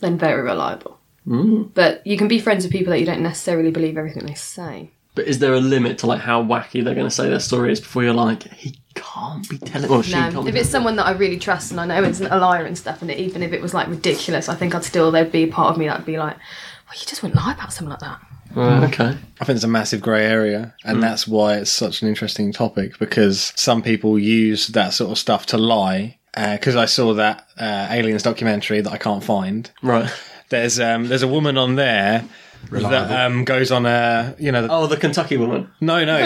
Speaker 1: then very reliable. But you can be friends with people that you don't necessarily believe everything they say.
Speaker 4: But is there a limit to like how wacky they're going to say their story is before you're like, he can't be telling. Well, she can't.
Speaker 1: No,
Speaker 4: be
Speaker 1: if it's
Speaker 4: telling-
Speaker 1: someone that I really trust and I know isn't a liar and stuff, and even if it was like ridiculous, I think I'd still there'd be a part of me that'd be like, "Well, you just wouldn't lie about something like that."
Speaker 4: Uh, okay.
Speaker 3: I think it's a massive grey area,
Speaker 4: Mm.
Speaker 3: and that's why it's such an interesting topic because some people use that sort of stuff to lie. Because I saw that uh, aliens documentary that I can't find.
Speaker 4: Right.
Speaker 3: There's um, there's a woman on there that um, goes on a you know
Speaker 4: Oh, the Kentucky woman.
Speaker 3: no no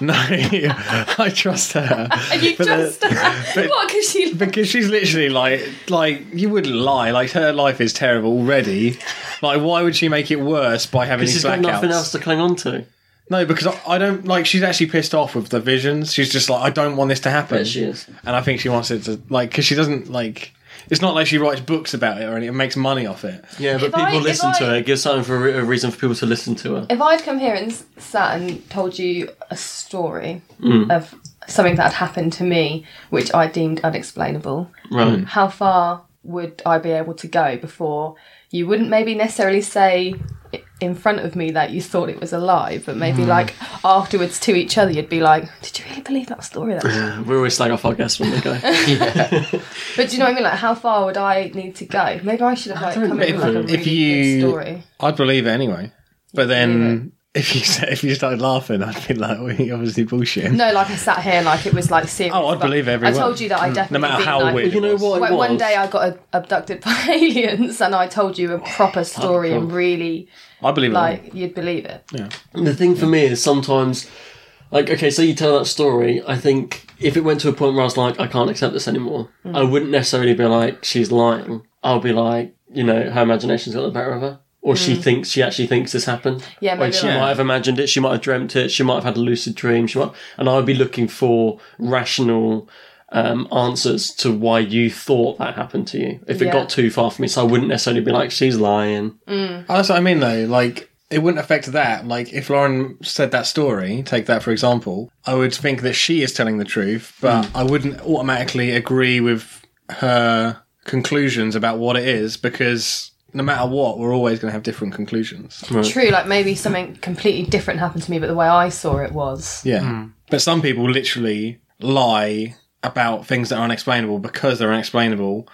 Speaker 3: no I trust her.
Speaker 1: You
Speaker 3: But the-
Speaker 1: just what? Because you
Speaker 3: Because she's literally like, like you wouldn't lie. Like her life is terrible already. Like, why would she make it worse by having
Speaker 4: Because
Speaker 3: these
Speaker 4: she's got nothing
Speaker 3: blackouts?
Speaker 4: else to cling on to.
Speaker 3: No, because I, I don't like. She's actually pissed off with the visions. She's just like, I don't want this to happen.
Speaker 4: Yeah, she is.
Speaker 3: and I think she wants it to like because she doesn't like. It's not like she writes books about it or anything. It makes money off it.
Speaker 4: Yeah, but
Speaker 1: If I-
Speaker 4: people
Speaker 1: if
Speaker 4: listen to
Speaker 1: I-
Speaker 4: her. It gives something for a, re- a reason for people to listen to her.
Speaker 1: if I'd come here and s- sat and told you a story of something that had happened to me, which I deemed unexplainable,
Speaker 4: Right.
Speaker 1: how far would I be able to go before you wouldn't maybe necessarily say i- in front of me that you thought it was a lie, but maybe like afterwards to each other, you'd be like, "Did you really believe that story?" That
Speaker 4: We always slag off our guests when they go.
Speaker 1: but do you know what I mean? Like, how far would I need to go? Maybe I should have like come in with like a really
Speaker 3: If you,
Speaker 1: good story.
Speaker 3: I'd believe it anyway. But then if you said, if you started laughing, I'd be like, well, you're obviously bullshit.
Speaker 1: No, like I sat here, like it was like serious.
Speaker 3: Oh, I'd
Speaker 1: but
Speaker 3: believe every
Speaker 1: I
Speaker 3: word.
Speaker 1: told you that I definitely.
Speaker 3: No matter
Speaker 1: been,
Speaker 3: how
Speaker 1: like,
Speaker 3: weird.
Speaker 4: you
Speaker 3: it
Speaker 4: know
Speaker 3: was. Oh,
Speaker 4: what?
Speaker 1: Like
Speaker 4: it was?
Speaker 1: one day I got ab- abducted by aliens, and I told you a proper story, and really,
Speaker 3: I believe it. all.
Speaker 1: like you'd believe it.
Speaker 4: The thing for me is sometimes, like, okay, so you tell that story. I think if it went to a point where I was like, I can't accept this anymore,
Speaker 1: Mm.
Speaker 4: I wouldn't necessarily be like, she's lying. I'll be like, you know, her imagination's got the better of her. Or she thinks she actually thinks this happened.
Speaker 1: Mm. Yeah,
Speaker 4: When
Speaker 1: maybe
Speaker 4: she
Speaker 1: like-
Speaker 4: might have imagined it, she might have dreamt it, she might have had a lucid dream, she might, and I would be looking for rational um, answers to why you thought that happened to you. If it
Speaker 1: Yeah.
Speaker 4: got too far for me, so I wouldn't necessarily be like, she's lying.
Speaker 3: Oh, That's what I mean, though. Like, it wouldn't affect that. Like, if Lauren said that story, take that for example, I would think that she is telling the truth, but I wouldn't automatically agree with her conclusions about what it is because no matter what, we're always going to have different conclusions.
Speaker 1: True, like maybe something completely different happened to me, but the way I saw it was.
Speaker 3: Yeah. But some people literally lie about things that are unexplainable because they're unexplainable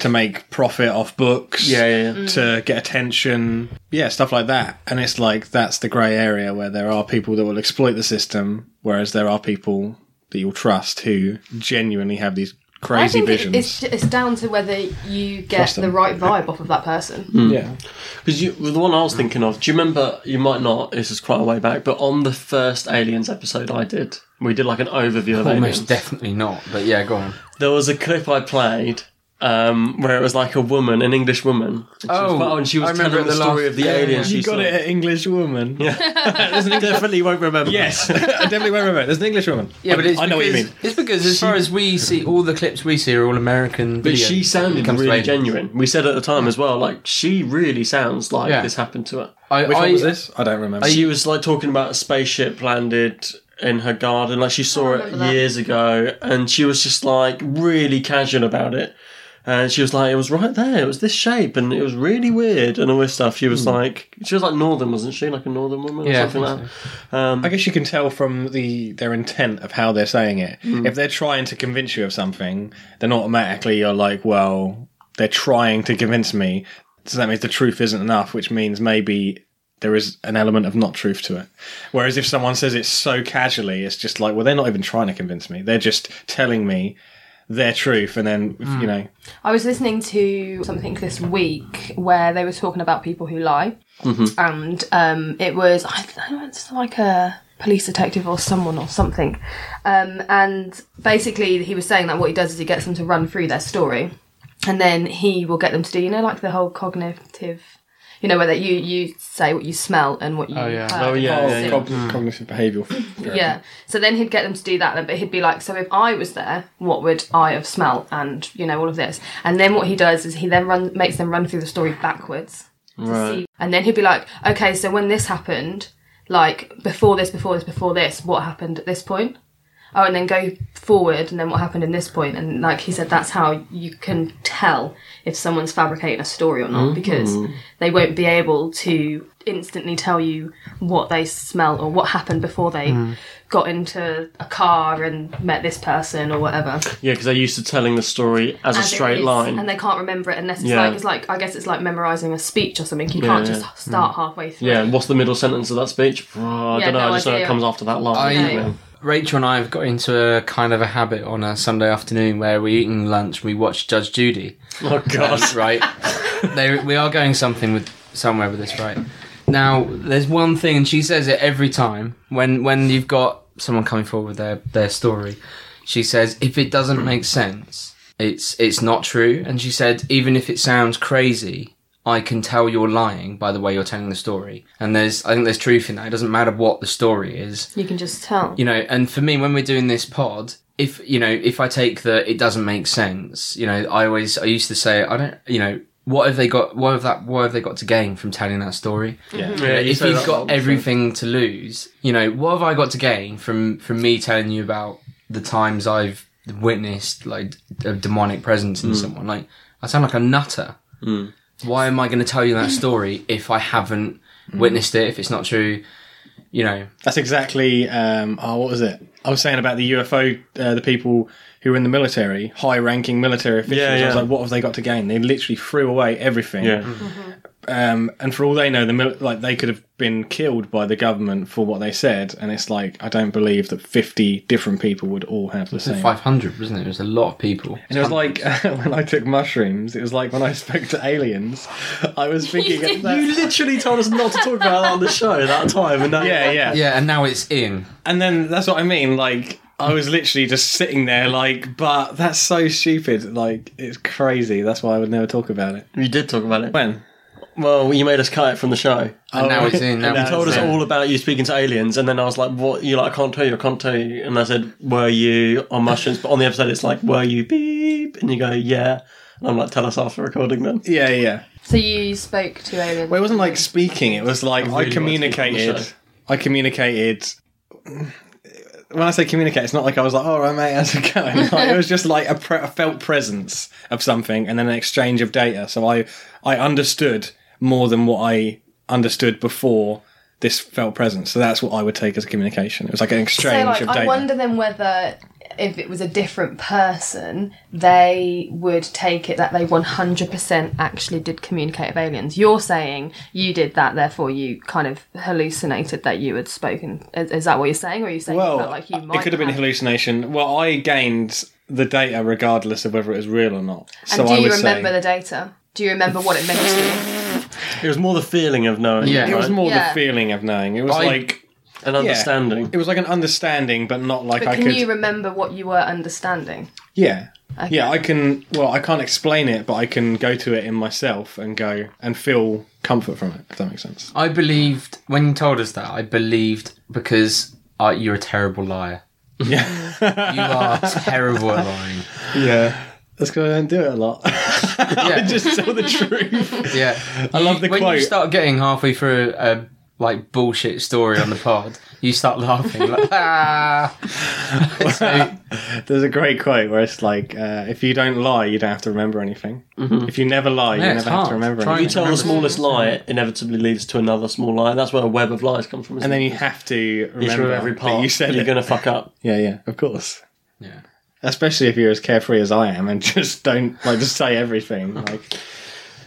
Speaker 3: to make profit off books.
Speaker 4: Yeah, yeah, yeah.
Speaker 3: To get attention. Yeah, stuff like that. And it's like that's the grey area where there are people that will exploit the system, whereas there are people that you'll trust who genuinely have these
Speaker 1: I
Speaker 3: crazy
Speaker 1: think it-
Speaker 3: visions.
Speaker 1: it's it's down to whether you get
Speaker 3: Trust
Speaker 1: the
Speaker 3: them.
Speaker 1: right vibe off of that person.
Speaker 3: yeah.
Speaker 4: Because you, the one I was thinking of, do you remember? You might not. This is quite a way back, but on the first Aliens episode I did, we did like an overview of Aliens.
Speaker 2: Almost definitely not, but yeah, go on.
Speaker 4: there was a clip I played um, where it was like a woman, an English woman. And she
Speaker 2: Oh,
Speaker 4: was, quite- and she was
Speaker 2: I remember
Speaker 4: telling
Speaker 2: it
Speaker 4: the
Speaker 2: the last-
Speaker 4: story of the
Speaker 2: yeah,
Speaker 4: aliens.
Speaker 2: yeah.
Speaker 4: she
Speaker 3: You got
Speaker 4: saw.
Speaker 3: it at English woman. Yeah.
Speaker 4: Definitely won't remember.
Speaker 3: Yes. I definitely won't remember. it. There's an English woman.
Speaker 2: Yeah, but it's
Speaker 3: I know
Speaker 2: because,
Speaker 3: what you mean.
Speaker 2: It's because as far as we see, all the clips we see are all American.
Speaker 4: But
Speaker 2: video
Speaker 4: she sounded
Speaker 2: comes
Speaker 4: really
Speaker 2: later.
Speaker 4: genuine. We said at the time as well, like she really sounds like
Speaker 2: Yeah.
Speaker 4: this happened to her.
Speaker 2: I,
Speaker 3: Which
Speaker 2: I,
Speaker 3: one was this? I don't remember.
Speaker 4: She was like talking about a spaceship landed in her garden, like she saw it years ago, and she was just like really casual about it. And she was like, it was right there, it was this shape, and it was really weird, and all this stuff. She was like, she was like northern, wasn't she? Like a northern woman or
Speaker 2: Yeah, I
Speaker 4: something
Speaker 2: think
Speaker 4: like
Speaker 3: I guess you can tell from the their intent of how they're saying it. If they're trying to convince you of something, then automatically you're like, well, they're trying to convince me. So that means the truth isn't enough, which means maybe there is an element of not truth to it. Whereas if someone says it so casually, it's just like, well, they're not even trying to convince me. They're just telling me their truth, and then you know,
Speaker 1: I was listening to something this week where they were talking about people who lie, and um, it was I don't know it's like a police detective or someone or something, um, and basically he was saying that what he does is he gets them to run through their story, and then he will get them to do you know like the whole cognitive. You know, where that you, you say what you smell and what you uh,
Speaker 2: Oh, yeah.
Speaker 1: heard
Speaker 4: Oh,
Speaker 1: and
Speaker 4: yeah,
Speaker 1: what you see.
Speaker 4: yeah, yeah.
Speaker 3: cogn- cognitive behavioural. therapy.
Speaker 1: Yeah. So then he'd get them to do that, but he'd be like, "So if I was there, what would I have smelt?" And you know all of this. And then what he does is he then run makes them run through the story backwards,
Speaker 4: that. Right.
Speaker 1: and then he'd be like, "Okay, so when this happened." like before this, before this, before this, what happened at this point. Oh, and then go forward, and then what happened in this point, and like he said, that's how you can tell if someone's fabricating a story or not because
Speaker 4: Mm-hmm.
Speaker 1: they won't be able to instantly tell you what they smell or what happened before they
Speaker 4: Mm.
Speaker 1: got into a car and met this person or whatever
Speaker 4: Yeah, because they're used to telling the story as, a
Speaker 1: as it
Speaker 4: straight
Speaker 1: is,
Speaker 4: line.
Speaker 1: and they can't remember it unless it's
Speaker 4: Yeah.
Speaker 1: like it's like I guess it's like memorizing a speech or something. You can't
Speaker 4: yeah.
Speaker 1: just start halfway through.
Speaker 4: yeah, and what's the middle sentence of that speech? Oh, I
Speaker 1: Yeah,
Speaker 4: don't know.
Speaker 1: no
Speaker 4: I just know
Speaker 1: idea.
Speaker 4: it comes after that line.
Speaker 2: I-
Speaker 4: Yeah.
Speaker 2: Rachel and I have got into a kind of a habit on a Sunday afternoon where we're eating lunch and we watch Judge Judy.
Speaker 4: Oh god.
Speaker 2: That's right. they, we are going something with somewhere with this, right? Now, there's one thing, and she says it every time when when you've got someone coming forward with their their story. She says if it doesn't make sense, it's it's not true. And she said even if it sounds crazy, I can tell you're lying by the way you're telling the story. And there's I think there's truth in that. It doesn't matter what the story is
Speaker 1: You can just tell.
Speaker 2: you know and for me when we're doing this pod if you know if i take the it doesn't make sense you know i always i used to say i don't you know what have they got what have that what have they got to gain from telling that story You know,
Speaker 4: Yeah, you
Speaker 2: if
Speaker 4: say
Speaker 2: you've
Speaker 4: that a lot,
Speaker 2: got
Speaker 4: so-
Speaker 2: everything to lose you know what have i got to gain from from me telling you about the times i've witnessed like a demonic presence
Speaker 4: Mm.
Speaker 2: in someone like i sound like a nutter why am i going to tell you that story if i haven't witnessed it if it's not true you know
Speaker 3: That's exactly. Um, oh, what was it? I was saying about the UFO, uh, the people who were in the military, high-ranking military officials.
Speaker 4: Yeah,
Speaker 3: I was
Speaker 4: yeah.
Speaker 3: like, what have they got to gain? They literally threw away everything.
Speaker 4: Yeah.
Speaker 3: Um, and for all they know, the mil- like they could have been killed by the government for what they said. And it's like I don't believe that fifty different people would all have the same.
Speaker 2: Five hundred, wasn't it? It was a lot of people.
Speaker 3: And it was like when I took mushrooms. It was like when I spoke to aliens. I was thinking at that.
Speaker 4: You literally told us not to talk about that on the show that time, and now
Speaker 3: yeah, yeah,
Speaker 2: Yeah, and now it's in.
Speaker 3: And then that's what I mean. Like I was literally just sitting there, like, but that's so stupid. Like it's crazy. That's why I would never talk about it.
Speaker 4: you did talk about it.
Speaker 3: When?
Speaker 4: Well, you made us cut it from the show.
Speaker 2: And now it's in. Now
Speaker 3: Oh, And
Speaker 2: it's
Speaker 4: You told us
Speaker 2: in.
Speaker 4: all about you speaking to aliens, and then I was like, "What? You like? I can't tell you. I can't tell you." And I said, "Were you on mushrooms?" But on the episode, it's like, "Were you beep?" And you go, "Yeah." And I'm like, "Tell us after recording then."
Speaker 3: Yeah, yeah.
Speaker 1: So you spoke to aliens.
Speaker 3: Well, it wasn't like speaking. It was like
Speaker 4: really
Speaker 3: I
Speaker 4: want to speak on the
Speaker 3: communicated.
Speaker 4: show.
Speaker 3: I communicated. When I say communicate, it's not like I was like, "All right, mate, how's it going?" Like, it was just like a, pre- a felt presence of something, and then an exchange of data. So I, I understood more than what I understood before this felt presence. So that's what I would take as a communication. It was like an exchange
Speaker 1: so like
Speaker 3: of data.
Speaker 1: I wonder then whether if it was a different person, they would take it that they 100% actually did communicate with aliens. You're saying you did that, therefore you kind of hallucinated that you had spoken. Is, is that what you're saying, or are you saying you
Speaker 3: well,
Speaker 1: felt like you might?
Speaker 3: it could have been a hallucination. Well, I gained the data regardless of whether it was real or not.
Speaker 1: And
Speaker 3: so
Speaker 1: do
Speaker 3: I
Speaker 1: you
Speaker 3: would say-
Speaker 1: remember the data? Do you remember what it meant to you?
Speaker 4: It was more the feeling of knowing,
Speaker 2: Yeah.
Speaker 3: It was
Speaker 4: right?
Speaker 3: more
Speaker 1: Yeah.
Speaker 3: the feeling of knowing. It was
Speaker 2: I-
Speaker 3: like
Speaker 4: an
Speaker 3: yeah.
Speaker 4: understanding.
Speaker 3: It was like an understanding, but not like
Speaker 1: But
Speaker 3: I
Speaker 1: can
Speaker 3: could.
Speaker 1: you remember what you were understanding?
Speaker 3: yeah, yeah. I can. Well, I can't explain it, but I can go to it in myself and go and feel comfort from it. If that makes sense.
Speaker 2: I believed when you told us that. I believed because uh, you're a terrible liar. Yeah, you are terrible at lying.
Speaker 3: Yeah. That's because I don't do it a lot. I
Speaker 2: Yeah,
Speaker 3: just tell the truth.
Speaker 2: yeah. I
Speaker 3: love the
Speaker 2: when
Speaker 3: quote.
Speaker 2: you start getting halfway through a like bullshit story on the pod, you start laughing. Like, ah. So,
Speaker 3: There's a great quote where it's like, uh, "If you don't lie, you don't have to remember anything. If you never lie,
Speaker 2: Yeah,
Speaker 3: you
Speaker 2: it's
Speaker 3: never have
Speaker 2: hard.
Speaker 3: to remember
Speaker 2: Try and-
Speaker 4: You
Speaker 3: anything."
Speaker 4: Mm-hmm. tell the smallest lie, it inevitably leads to another small lie. That's where a web of lies come from.
Speaker 3: And then you have to
Speaker 4: you
Speaker 3: remember
Speaker 4: remember every
Speaker 3: that
Speaker 4: part.
Speaker 3: You said
Speaker 4: you're
Speaker 3: it.
Speaker 4: going to fuck up.
Speaker 3: Yeah, yeah, of course.
Speaker 2: yeah.
Speaker 3: Especially if you're as carefree as I am and just don't like just say everything. Like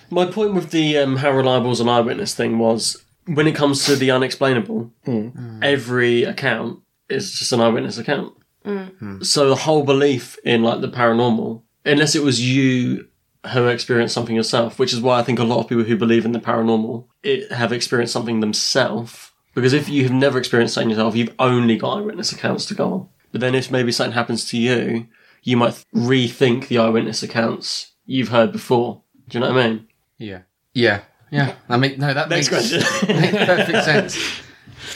Speaker 4: My point with the um, how reliable is an eyewitness thing was when it comes to the unexplainable, every account is just an eyewitness account. So the whole belief in like the paranormal, unless it was you who experienced something yourself, which is why I think a lot of people who believe in the paranormal it, have experienced something themselves. Because if you have never experienced something yourself, you've only got eyewitness accounts to go on. But then if maybe something happens to you, you might rethink the eyewitness accounts you've heard before. Do you know what I mean?
Speaker 2: Yeah. Yeah. Yeah. I mean, no, that
Speaker 4: Next
Speaker 2: makes,
Speaker 4: question.
Speaker 2: makes perfect sense.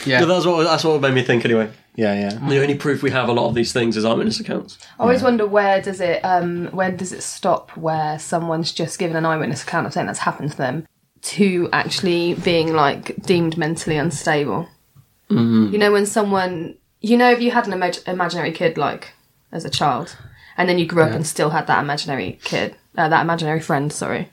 Speaker 2: Yeah.
Speaker 4: So that's what that's what made me think anyway.
Speaker 3: Yeah, yeah.
Speaker 4: The only proof we have a lot of these things is eyewitness accounts.
Speaker 1: I always wonder where does it um, where does it stop where someone's just given an eyewitness account of something that's happened to them to actually being like deemed mentally unstable.
Speaker 3: Mm-hmm.
Speaker 1: You know, when someone, you know, if you had an imag- imaginary kid like as a child, and then you grew up and still had that imaginary kid, uh, that imaginary friend, sorry.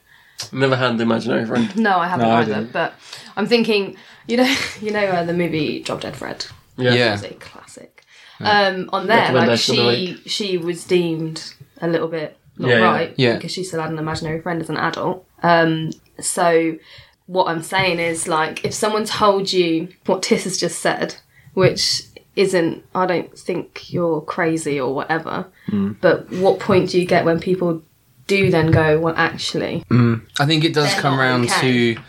Speaker 4: Never had the imaginary friend.
Speaker 1: No, I haven't
Speaker 3: No, I
Speaker 1: either.
Speaker 3: didn't.
Speaker 1: but I'm thinking, you know, you know uh, the movie Drop Dead Fred.
Speaker 4: Yeah.
Speaker 1: It's a classic. Um, on there, like
Speaker 4: Recommendation of the
Speaker 1: she she was deemed a little bit not
Speaker 4: Yeah, yeah.
Speaker 1: right
Speaker 2: Yeah.
Speaker 1: because she still had an imaginary friend as an adult. Um, so what I'm saying is like if someone told you what Tiss has just said, which isn't I don't think you're crazy or whatever, but what point do you get when people do then go, Well actually
Speaker 2: I think it does
Speaker 1: They're
Speaker 2: come
Speaker 1: not
Speaker 2: round
Speaker 1: okay.
Speaker 2: to.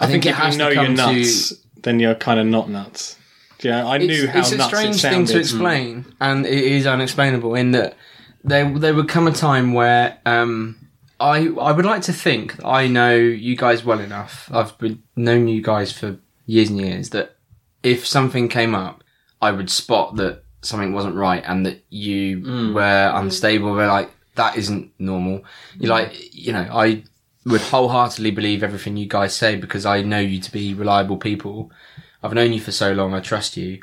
Speaker 2: I, think, it
Speaker 3: if
Speaker 2: has
Speaker 3: you know
Speaker 2: to
Speaker 3: you're
Speaker 2: come
Speaker 3: nuts,
Speaker 2: to.
Speaker 3: then you're kind of not nuts. Do You know, I
Speaker 2: It's,
Speaker 3: knew how
Speaker 2: it's a
Speaker 3: nuts
Speaker 2: strange
Speaker 3: it
Speaker 2: thing
Speaker 3: sounded. Mm.
Speaker 2: to explain, and it is unexplainable in that there there would come a time where um, I I would like to think that I know you guys well enough. I've been known you guys for years and years that if something came up, I would spot that something wasn't right and that you
Speaker 3: Mm.
Speaker 2: were unstable. Were like that isn't normal. You
Speaker 3: Mm.
Speaker 2: like you know I would wholeheartedly believe everything you guys say because I know you to be reliable people. I've known you for so long. I trust you.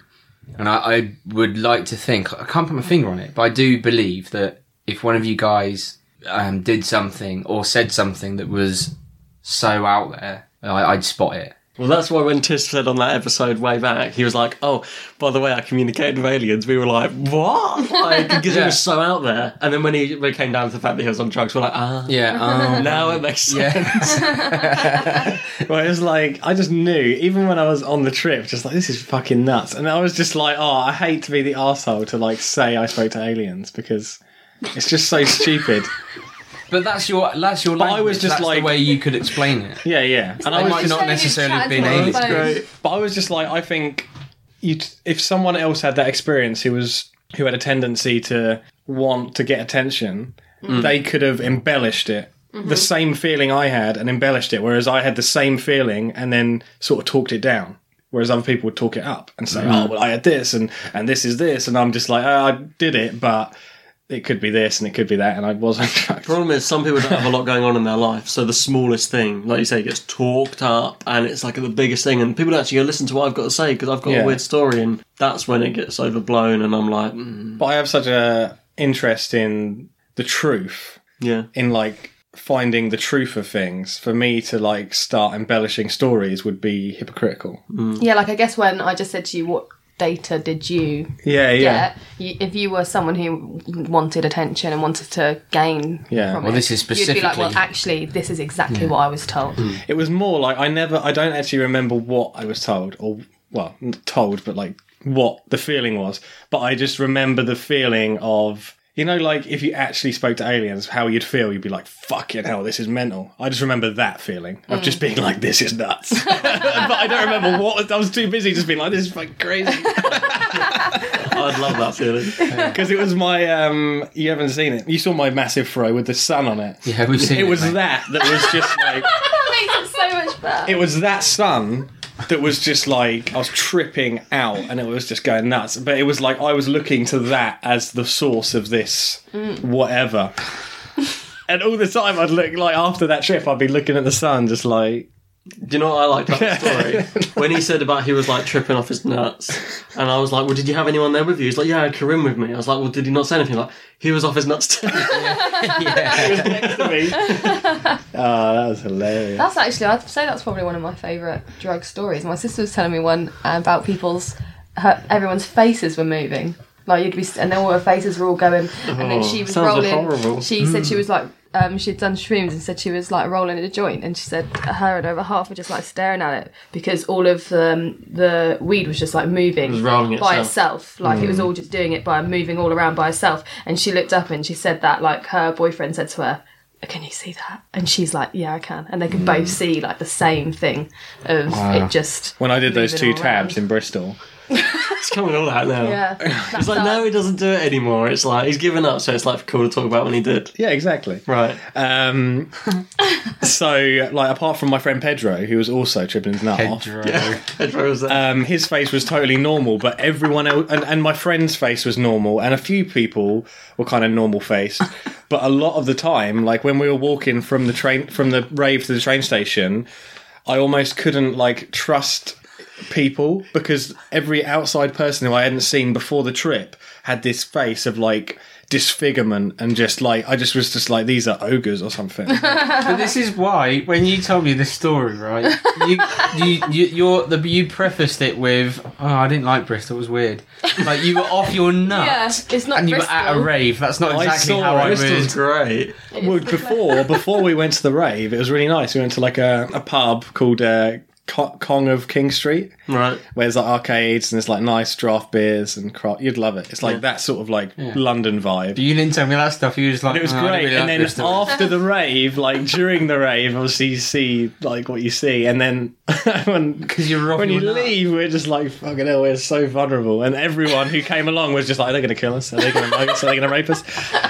Speaker 2: And I, I would like to think, I can't put my finger on it, but I do believe that if one of you guys um, did something or said something that was so out there, I, I'd spot it.
Speaker 3: Hmm.
Speaker 4: Well, that's why when Tis said on that episode way back, he was like, "Oh, by the way, I communicated with aliens." We were like, "What?" Like, because he
Speaker 2: Yeah.
Speaker 4: was so out there. And then when he when it came down to the fact that he was on drugs, we're like, "Ah,
Speaker 2: Yeah. um,
Speaker 4: now it makes sense."
Speaker 2: yeah.
Speaker 3: Well, it was like I just knew, even when I was on the trip, just like this is fucking nuts, and I was just like, oh, I hate to be the asshole to like say I spoke to aliens because it's just so stupid.
Speaker 2: But that's your that's your
Speaker 3: But
Speaker 2: language.
Speaker 3: I was just
Speaker 2: that's
Speaker 3: like-
Speaker 2: the way you could explain it.
Speaker 3: Yeah, yeah, and I
Speaker 2: They
Speaker 3: was
Speaker 2: might
Speaker 3: just,
Speaker 2: not necessarily have been
Speaker 1: Chatting on
Speaker 2: aliens.
Speaker 1: the phone.
Speaker 3: but I was just like, I think you t- if someone else had that experience who was who had a tendency to want to get attention, they could have embellished it. The same feeling I had and embellished it, whereas I had the same feeling and then sort of talked it down. Whereas other people would talk it up and say, "Oh, well, I had this, and and this is this," and I'm just like, oh, "I did it, but it could be this, and it could be that, and I wasn't."
Speaker 4: Problem is, some people don't have a lot going on in their life, so the smallest thing, like you say, gets talked up, and it's like the biggest thing, and people don't actually go listen to what I've got to say because I've got
Speaker 3: Yeah.
Speaker 4: a weird story, and that's when it gets overblown, and I'm like, mm,
Speaker 3: but I have such a interest in the truth
Speaker 4: yeah,
Speaker 3: in like finding the truth of things for me to like start embellishing stories would be hypocritical
Speaker 1: Yeah, like I guess when I just said to you, what data did you
Speaker 3: yeah yeah
Speaker 1: get? You, if you were someone who wanted attention and wanted to gain,
Speaker 3: Yeah.
Speaker 1: from
Speaker 2: Well,
Speaker 1: it,
Speaker 2: this is
Speaker 1: You'd be like, well,
Speaker 2: specifically- Hmm.
Speaker 1: actually, this is exactly what I was told.
Speaker 3: it was more like i never i don't actually remember what i was told or well not told but like what the feeling was but i just remember the feeling of you know like if you actually spoke to aliens how you'd feel you'd be like fucking hell this is mental i just remember that feeling of just being like this is nuts but i don't remember what i was too busy just being like this is fucking crazy
Speaker 4: I'd love that feeling.
Speaker 3: Because it was my, um, you haven't seen it. You saw my massive fro with the sun on it.
Speaker 2: Yeah, we've seen
Speaker 3: It
Speaker 2: it.
Speaker 3: was
Speaker 2: mate.
Speaker 3: that that was just like,
Speaker 1: that makes it so much better.
Speaker 3: it was that sun that was just like, I was tripping out and it was just going nuts. But it was like, I was looking to that as the source of this whatever. And all the time I'd look, like, after that trip, I'd be looking at the sun just like,
Speaker 4: Do you know what I liked about the story? when he said about he was like tripping off his nuts, and I was like, well, did you have anyone there with you? He's like, yeah, I had Karim with me. I was like, well, did he not say anything? Like, he was off his nuts too.
Speaker 3: next to me. oh, that was hilarious.
Speaker 1: That's actually, I'd say that's probably one of my favourite drug stories. My sister was telling me one about people's, her, everyone's faces were moving. Like you'd be, and then all her faces were all going, and
Speaker 3: Oh.
Speaker 1: then she was
Speaker 4: sounds
Speaker 1: rolling.
Speaker 4: horrible.
Speaker 1: She said she was like, um, she'd done shrooms and said she was like rolling in a joint, and she said her and over half were just like staring at it because all of um, the weed was just like moving
Speaker 4: was rolling
Speaker 1: by
Speaker 4: itself. Hmm.
Speaker 1: itself. Like it was all just doing it by moving all around by herself. And she looked up and she said that like her boyfriend said to her, "Can you see that?" And she's like, "Yeah, I can." And they could both
Speaker 4: Hmm.
Speaker 1: see like the same thing of it just.
Speaker 3: When I did those
Speaker 1: moving
Speaker 3: two
Speaker 1: all around.
Speaker 3: tabs in Bristol,
Speaker 4: it's coming all out now.
Speaker 1: yeah, that's
Speaker 4: It's like, no, he doesn't do it anymore. It's like, he's given up, so it's like cool to talk about when he did.
Speaker 3: Yeah, exactly.
Speaker 4: Right.
Speaker 3: Um, so, like, apart from my friend Pedro, who was also tripping his nut off,
Speaker 2: Pedro.
Speaker 4: Pedro was uh, there.
Speaker 3: um, his face was totally normal, but everyone else, and, and my friend's face was normal, and a few people were kind of normal faced. but a lot of the time, like when we were walking from the train, from the rave to the train station, I almost couldn't like trust people because every outside person who I hadn't seen before the trip had this face of like disfigurement and just like I just was just like these are ogres or something.
Speaker 5: But this is why, when you told me this story, right, you you you you're, the, you prefaced it with, "Oh, I didn't like Bristol. It was weird." Like you were off your nut.
Speaker 1: Yeah, it's not
Speaker 5: And you were at a
Speaker 1: Bristol.
Speaker 5: rave. That's not
Speaker 3: I
Speaker 5: exactly
Speaker 3: saw
Speaker 5: how I
Speaker 3: Bristol.
Speaker 5: was.
Speaker 4: It's great.
Speaker 3: well, before before we went to the rave, it was really nice. We went to like a, a pub called uh, Co- Kong of King Street.
Speaker 4: Right.
Speaker 3: where there's like arcades and there's like nice draft beers and craft. You'd love it. It's like that sort of like London vibe.
Speaker 5: You didn't tell me that stuff. You were just like,
Speaker 3: It was
Speaker 5: "Oh, I
Speaker 3: great.
Speaker 5: didn't really
Speaker 3: and
Speaker 5: like
Speaker 3: then
Speaker 5: Bristol."
Speaker 3: after the rave, like during the rave, obviously you see like what you see, and then when
Speaker 5: 'Cause you were off
Speaker 3: when you
Speaker 5: your nut.
Speaker 3: leave, we're just like fucking hell, we're so vulnerable, and everyone who came along was just like, they're gonna kill us, are they gonna mug us, are they gonna rape us,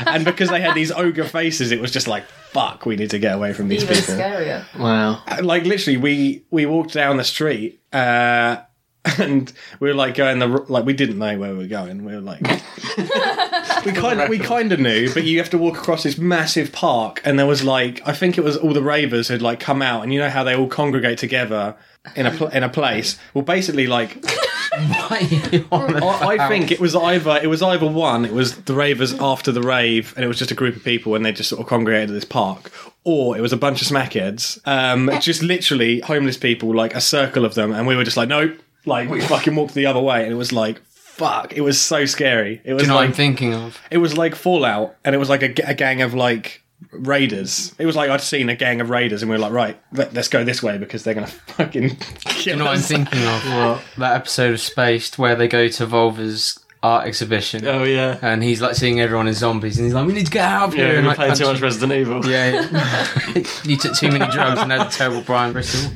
Speaker 3: and because they had these ogre faces, it was just like. Fuck! We need to get away from these
Speaker 1: Even
Speaker 3: people
Speaker 1: scarier.
Speaker 2: Wow.
Speaker 3: like literally we we walked down the street uh and we were like going the r- like we didn't know where we were going we were like we kind of we kind of knew but you have to walk across this massive park and there was like i think it was all the ravers who'd like come out and you know how they all congregate together in a pl- in a place well basically like I, I think it was either it was either one. It was the ravers after the rave, and it was just a group of people, and they just sort of congregated at this park, or it was a bunch of smackheads, um, just literally homeless people, like a circle of them, and we were just like, nope, like we fucking walked the other way, and it was like. Fuck! It was so scary. It was
Speaker 5: you know what I'm
Speaker 3: like
Speaker 5: thinking of?
Speaker 3: it was like Fallout, and it was like a, g- a gang of like raiders. It was like I'd seen a gang of raiders, and we were like, right, let, us go this way because they're gonna fucking. Kill
Speaker 5: You know what I'm
Speaker 3: us.
Speaker 5: thinking of? That episode of Spaced where they go to Volver's art exhibition.
Speaker 4: Oh yeah.
Speaker 5: And he's like seeing everyone as zombies, and he's like, "We need to get out of
Speaker 4: Yeah,
Speaker 5: here."
Speaker 4: we've
Speaker 5: and
Speaker 4: been
Speaker 5: like,
Speaker 4: playing too
Speaker 5: punching-
Speaker 4: much Resident Evil.
Speaker 5: Yeah, you took too many drugs and had a terrible Brian Bristol.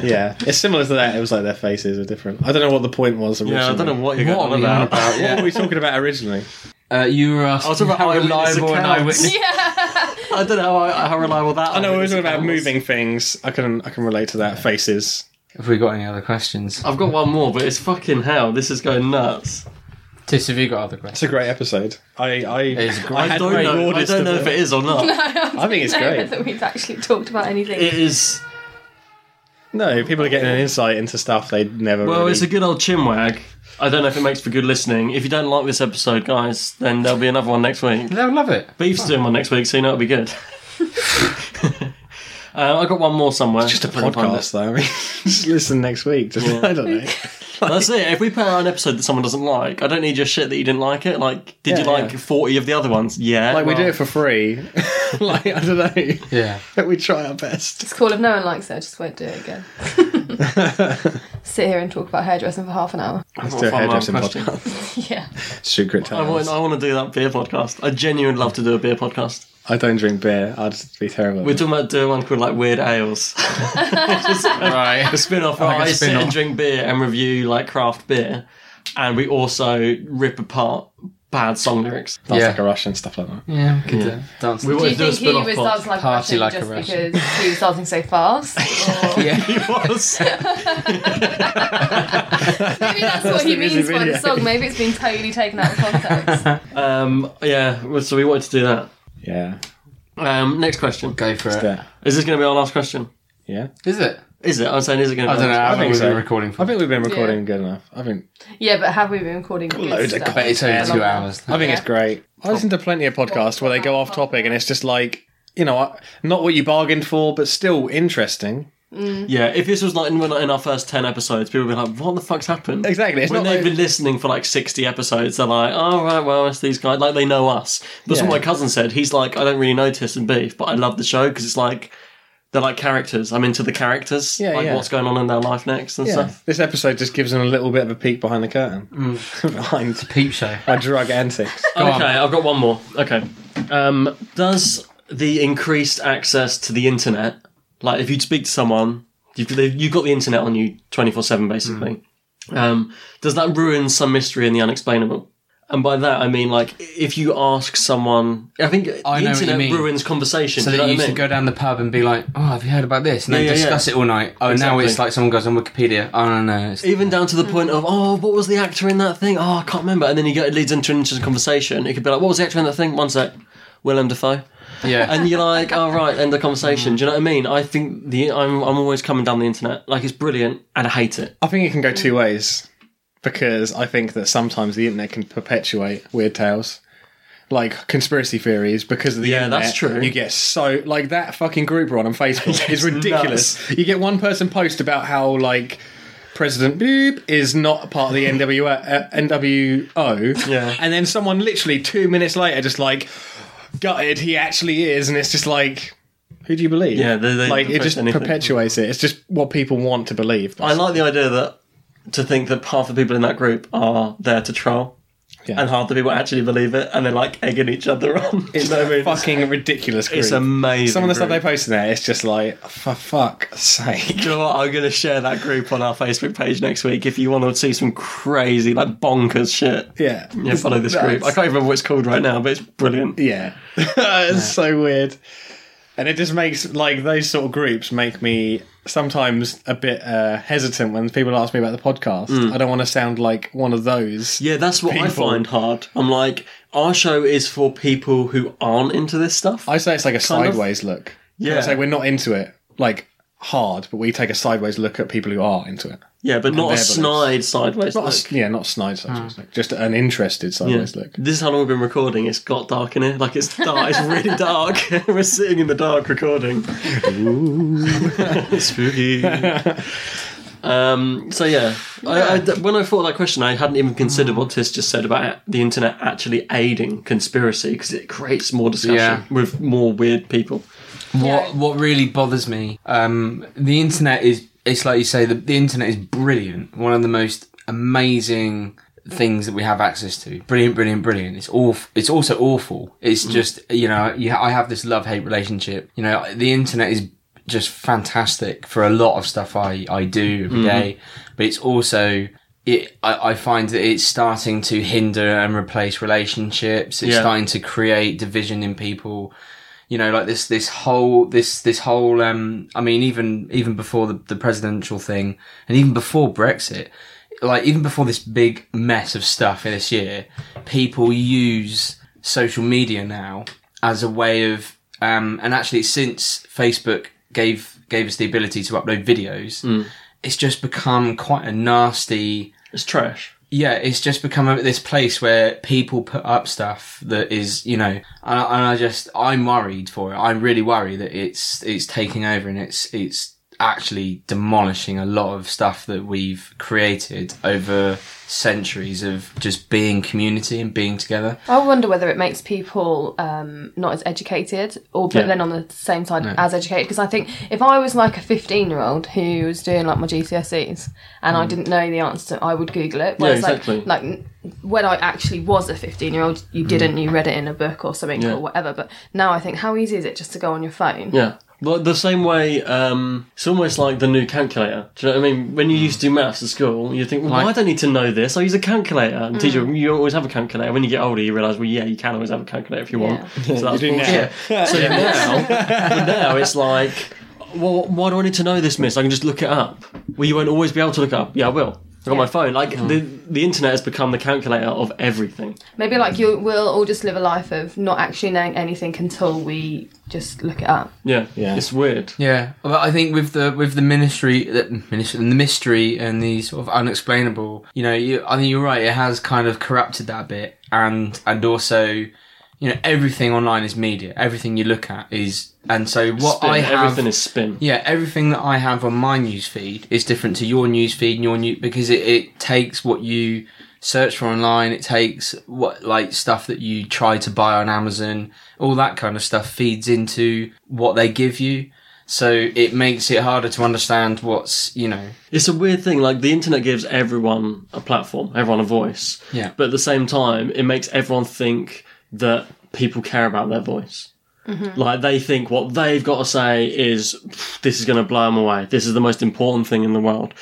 Speaker 3: Yeah, it's similar to that. It was like their faces are different. I don't know what the point was originally.
Speaker 4: Yeah, I don't know what you're
Speaker 5: What
Speaker 4: going
Speaker 5: are
Speaker 4: on
Speaker 5: we on
Speaker 4: about.
Speaker 5: about?
Speaker 3: What were
Speaker 5: Yeah.
Speaker 3: we talking about originally?
Speaker 5: Uh, you were asking
Speaker 4: was talking about
Speaker 5: how
Speaker 4: eyewitness
Speaker 5: reliable an
Speaker 4: accounts.
Speaker 5: eyewitness.
Speaker 4: I don't know how, how reliable that.
Speaker 3: I know we were talking about moving things. I can I can relate to that. Faces.
Speaker 5: Have we got any other questions?
Speaker 4: I've got one more, but it's fucking hell. This is going nuts.
Speaker 5: Tis, have you got other questions?
Speaker 3: It's a great episode. I I
Speaker 5: is great.
Speaker 3: I,
Speaker 4: I
Speaker 3: had
Speaker 4: don't
Speaker 3: great
Speaker 4: know. I
Speaker 3: orders
Speaker 4: don't
Speaker 3: to
Speaker 4: know if
Speaker 3: the-
Speaker 4: it is or not.
Speaker 3: I think it's
Speaker 1: I don't know
Speaker 3: great.
Speaker 1: whether we've actually talked about anything.
Speaker 4: It is.
Speaker 3: No, people are getting an insight into stuff they never.
Speaker 4: Well,
Speaker 3: really...
Speaker 4: it's a good old chinwag. I don't know if it makes for good listening. If you don't like this episode, guys, then there'll be another one next week.
Speaker 5: They'll love it.
Speaker 4: Beef's doing one next week, so you know it'll be good. uh, I got one more somewhere.
Speaker 3: just a
Speaker 4: If I can find
Speaker 3: podcast though. I mean, just listen next week. Just, I don't know.
Speaker 4: it. That's it. If we put out an episode that someone doesn't like, I don't need your shit that you didn't like it. Like, did you
Speaker 3: Yeah,
Speaker 4: like
Speaker 3: yeah.
Speaker 4: forty of the other ones? Yeah.
Speaker 3: Like we
Speaker 4: well,
Speaker 3: do it for free. like I don't know.
Speaker 5: Yeah.
Speaker 3: we try our best.
Speaker 1: It's cool if no one likes it. I just won't do it again. Sit here and talk about hairdressing for half an hour.
Speaker 3: Let's
Speaker 4: I'll
Speaker 3: do a
Speaker 4: find my own
Speaker 3: hairdressing
Speaker 4: question.
Speaker 3: podcast.
Speaker 1: Yeah.
Speaker 3: Secret
Speaker 4: I want.
Speaker 3: tales.
Speaker 4: I want to do that beer podcast. I genuinely love to do a beer podcast.
Speaker 3: I don't drink beer. I'd be terrible. at
Speaker 4: We're talking about doing one called like Weird Ales.
Speaker 5: Right.
Speaker 4: a spin-off where
Speaker 5: Like a
Speaker 4: I sit and
Speaker 5: spin-off.
Speaker 4: drink beer and review like craft beer, and we also rip apart bad song lyrics.
Speaker 3: That's
Speaker 5: Yeah.
Speaker 3: like a Russian stuff like that.
Speaker 5: Yeah, we could uh, dance.
Speaker 4: We
Speaker 1: Do you
Speaker 4: always do a
Speaker 1: think he
Speaker 4: spin-off
Speaker 1: was dancing
Speaker 4: pod.
Speaker 1: like a
Speaker 5: Party
Speaker 1: Russian
Speaker 5: like a
Speaker 1: just
Speaker 5: Russian.
Speaker 1: because he was dancing so fast? Or...
Speaker 5: yeah.
Speaker 4: He was.
Speaker 1: Maybe that's what he
Speaker 3: the music
Speaker 1: means by
Speaker 3: video.
Speaker 1: the song. Maybe it's been totally taken out of context.
Speaker 4: um, yeah. well, So we wanted to do that.
Speaker 3: Yeah.
Speaker 4: Um, next question.
Speaker 5: Go for it.
Speaker 3: Yeah.
Speaker 4: Is this going to be our last question?
Speaker 3: Yeah.
Speaker 5: Is it?
Speaker 4: Is it? I'm saying, is it going to?
Speaker 5: I
Speaker 4: be
Speaker 5: don't know.
Speaker 4: our
Speaker 5: I
Speaker 4: last
Speaker 5: think
Speaker 3: think
Speaker 5: we've
Speaker 3: so.
Speaker 5: been recording
Speaker 3: I
Speaker 5: for
Speaker 3: think we've been recording
Speaker 1: Yeah.
Speaker 3: good enough. I think
Speaker 1: yeah, but have we been recording good
Speaker 3: Loads of
Speaker 1: stuff?
Speaker 5: but it's only two hours.
Speaker 3: I think it's great. I listen to plenty of podcasts where they go off topic and it's just like you know I- not what you bargained for, but still interesting.
Speaker 4: question?
Speaker 3: Mm-hmm.
Speaker 4: Yeah. If this was like in, in our first ten episodes, people would be like, "What the fuck's happened?"
Speaker 3: Exactly. It's
Speaker 4: when
Speaker 3: not
Speaker 4: they've
Speaker 3: like-
Speaker 4: been listening for like 60 episodes, they're like, oh, right, well, it's these guys. Like, they know us. That's
Speaker 3: Yeah.
Speaker 4: what my cousin said. He's like, I don't really know Tiss and Beef, but I love the show because it's like, they're like characters. I'm into the characters.
Speaker 3: Yeah,
Speaker 4: like,
Speaker 3: yeah.
Speaker 4: what's going on in their life next and
Speaker 3: Yeah.
Speaker 4: stuff.
Speaker 3: This episode just gives them a little bit of a peek behind the curtain
Speaker 5: Mm.
Speaker 3: behind
Speaker 5: Peep show.
Speaker 3: my drug antics.
Speaker 4: okay, I've got one more. Okay. Um, does the increased access to the internet, like, if you speak to someone, you've, they've- you've got the internet on you 24 7, basically.
Speaker 5: Hmm.
Speaker 4: Um, does that ruin some mystery and the unexplainable? And by that I mean like if you ask someone, I think
Speaker 5: I
Speaker 4: the
Speaker 5: know what you
Speaker 4: internet
Speaker 5: mean.
Speaker 4: ruins conversation.
Speaker 5: So
Speaker 4: do you
Speaker 5: that
Speaker 4: know
Speaker 5: you
Speaker 4: what I mean?
Speaker 5: should go down the pub and be like, "Oh, have you heard about this?" And
Speaker 4: Yeah,
Speaker 5: then
Speaker 4: yeah, yeah.
Speaker 5: discuss it all night. Oh, now
Speaker 4: Exactly.
Speaker 5: it's like someone goes on Wikipedia. Oh no, no, it's
Speaker 4: Even down to the point of oh, what was the actor in that thing? Oh, I can't remember. And then you get it leads into an interesting conversation. It could be like, what was the actor in that thing? One sec, Willem Dafoe.
Speaker 2: Yeah.
Speaker 4: and you're like, all right, end the conversation. Do you know what I mean? I think the I'm I'm always coming down the internet. Like it's brilliant, and I hate it.
Speaker 3: I think it can go two ways because I think that sometimes the internet can perpetuate weird tales. Like conspiracy theories because of the
Speaker 4: Yeah,
Speaker 3: internet,
Speaker 4: that's true.
Speaker 3: You get so like that fucking group run on Facebook is ridiculous. You get one person post about how like President Boop is not part of the NWO, uh, NWO,
Speaker 4: Yeah.
Speaker 3: and then someone literally two minutes later just like gutted he actually is, and it's just like who do you believe?
Speaker 4: Yeah, they- they
Speaker 3: like it
Speaker 4: post
Speaker 3: just
Speaker 4: anything.
Speaker 3: perpetuates it. It's just what people want to believe.
Speaker 4: I like the idea that to think that half the people in that group are there to troll.
Speaker 3: Yeah.
Speaker 4: And half the people actually believe it, and they're like egging each other on.
Speaker 3: It's
Speaker 4: You know what I mean?
Speaker 3: fucking ridiculous. Group.
Speaker 4: It's amazing
Speaker 3: Some of the stuff they
Speaker 4: group.
Speaker 3: post in there, it's just like for fuck's sake.
Speaker 4: Do you know what? I'm going to share that group on our Facebook page next week. If you want to see some crazy, like bonkers shit,
Speaker 3: Yeah,
Speaker 4: yeah, follow this
Speaker 3: That's-
Speaker 4: group. I can't even remember what it's called right now, but it's brilliant.
Speaker 3: Yeah, it's so weird, and it just makes like those sort of groups make me sometimes a bit uh, hesitant when people ask me about the podcast. I don't want to sound like one of those.
Speaker 4: Mm. Yeah, that's what I
Speaker 3: People.
Speaker 4: find hard. I'm like, our show is for people who aren't into this stuff.
Speaker 3: I say it's like a
Speaker 4: Kind of.
Speaker 3: sideways look.
Speaker 4: Yeah.
Speaker 3: I say we're not into it like hard, but we take a sideways look at people who are into it.
Speaker 4: yeah, but not a
Speaker 3: their
Speaker 4: snide
Speaker 3: beliefs.
Speaker 4: sideways
Speaker 3: Not a
Speaker 4: look.
Speaker 3: s- yeah, not snide sideways look, just an interested
Speaker 4: Hmm. Yeah.
Speaker 3: sideways look.
Speaker 4: This is how long we've been recording. It's got dark in here. Like it's dark. it's really dark. We're sitting in the dark recording. Ooh, spooky. Um, so yeah, I, I- th- when I thought of that question, I hadn't even considered what Tis just said about the internet actually aiding conspiracy because it creates more discussion
Speaker 2: Yeah.
Speaker 4: with more weird people.
Speaker 2: What what really bothers me, um, the internet is it's like you say the, the internet is brilliant. One of the most amazing things that we have access to. Brilliant, brilliant, brilliant. It's all it's also awful. It's just you know you, I have this love hate relationship. You know the internet is just fantastic for a lot of stuff I I do every day, but it's also it, I, I find that it's starting to hinder and replace relationships. It's
Speaker 4: Yeah.
Speaker 2: starting to create division in people you know like this this whole this this whole um i mean even even before the, the presidential thing and even before brexit like even before this big mess of stuff this year people use social media now as a way of um and actually since facebook gave gave us the ability to upload videos it's just become quite a nasty
Speaker 4: It's trash.
Speaker 2: yeah, it's just become a, this place where people put up stuff that is, you know, and, I- and I just I'm worried for it. I'm really worried that it's it's taking over and it's it's actually demolishing a lot of stuff that we've created over centuries of just being community and being together.
Speaker 1: I wonder whether it makes people um, not as educated, or but
Speaker 4: Yeah.
Speaker 1: then on the same side as educated. Because I think if I was like a fifteen-year-old who was doing like my GCSEs and I didn't know the answer, I would Google it. Whereas,
Speaker 4: Mm. exactly. Mm.
Speaker 1: Like, like n- when I actually was a fifteen-year-old, you didn't. You read it in a book or something
Speaker 4: Yeah.
Speaker 1: or whatever. But now I think, how easy is it just to go on your phone?
Speaker 4: Yeah. Well, the same way, um, it's almost like the new calculator. Do you know what I mean? When you used to do maths at school, you think, well, why do I need to know this? I use a calculator. And teacher, you always have a calculator. When you get older, you realise, well, yeah, you can always have a calculator if you want. So that's
Speaker 3: do
Speaker 4: bullshit. So now, but now it's like, well, why do I need to know this, miss? I can just look it up. Well, you won't always be able to look it up. Yeah, I will. I've got my phone. Like, the, the internet has become the calculator of everything.
Speaker 1: Maybe like you will all just live a life of not actually knowing anything until we just look it up.
Speaker 4: Yeah.
Speaker 3: Yeah.
Speaker 4: It's weird.
Speaker 2: Yeah, but I think with the with the ministry, the ministry, and the mystery, and the sort of unexplainable, you know, you, I think you're right. It has kind of corrupted that bit, and and also, you know, everything online is media. Everything you look at is, and so what
Speaker 4: Spin.
Speaker 2: I have,
Speaker 4: Everything is spin.
Speaker 2: yeah, everything that I have on my news feed is different to your news feed and your new because it, it takes what you search for online, it takes what like stuff that you try to buy on Amazon, all that kind of stuff feeds into what they give you. So it makes it harder to understand what's you know
Speaker 4: It's a weird thing. Like the internet gives everyone a platform, everyone a voice.
Speaker 2: Yeah.
Speaker 4: But at the same time, it makes everyone think that people care about their voice. Like they think what they've got to say is "Pff, this is going to blow them away. This is the most important thing in the world,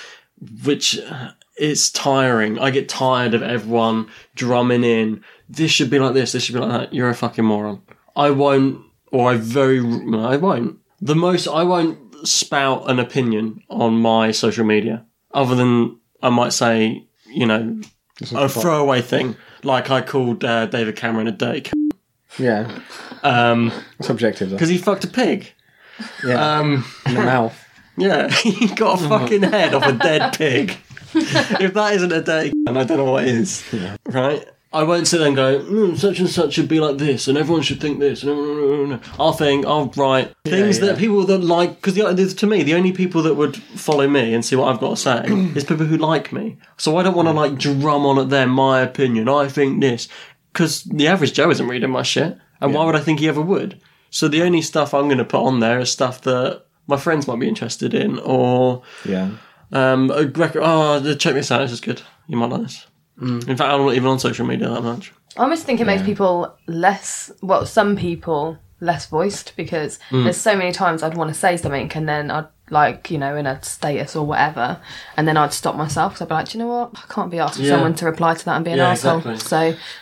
Speaker 4: which uh, it's tiring. I get tired of everyone drumming in. This should be like this. This should be like that. You're a fucking moron. I won't, or I very, no, I won't. The most I won't spout an opinion on my social media, other than I might say, you know, a throwaway thing, like I called uh, David Cameron a dirty. c-
Speaker 3: Yeah,
Speaker 4: Um,
Speaker 3: it's objective. though.
Speaker 4: because he fucked a pig.
Speaker 3: Yeah,
Speaker 4: Um,
Speaker 3: in the mouth.
Speaker 4: yeah, he got a fucking head off a dead pig. if that isn't a dirty, and I don't know what is. Right? I won't sit there and go, mm, such and such should be like this, and everyone should think this. No, no, no, no, no. I'll think, I'll write things
Speaker 3: yeah.
Speaker 4: that people that like, because to me, the only people that would follow me and see what I've got to say is people who like me. So I don't want to like drum on at them my opinion. I think this, because the average Joe isn't reading my shit, and why would I think he ever would? So the only stuff I'm going to put on there is stuff that my friends might be interested in, or
Speaker 3: Yeah,
Speaker 4: um, a rec- oh, check this out. This is good. You might like this. In fact, I'm not even on social media that much.
Speaker 1: I almost think it makes people less, well, some people less voiced because
Speaker 2: Hmm.
Speaker 1: there's so many times I'd want to say something and then I'd like, you know, in a status or whatever, and then I'd stop myself because I'd be like, Do you know what? I can't be asked for
Speaker 2: Yeah.
Speaker 1: someone to reply to that and be an
Speaker 2: Yeah,
Speaker 1: asshole.
Speaker 2: exactly.
Speaker 1: So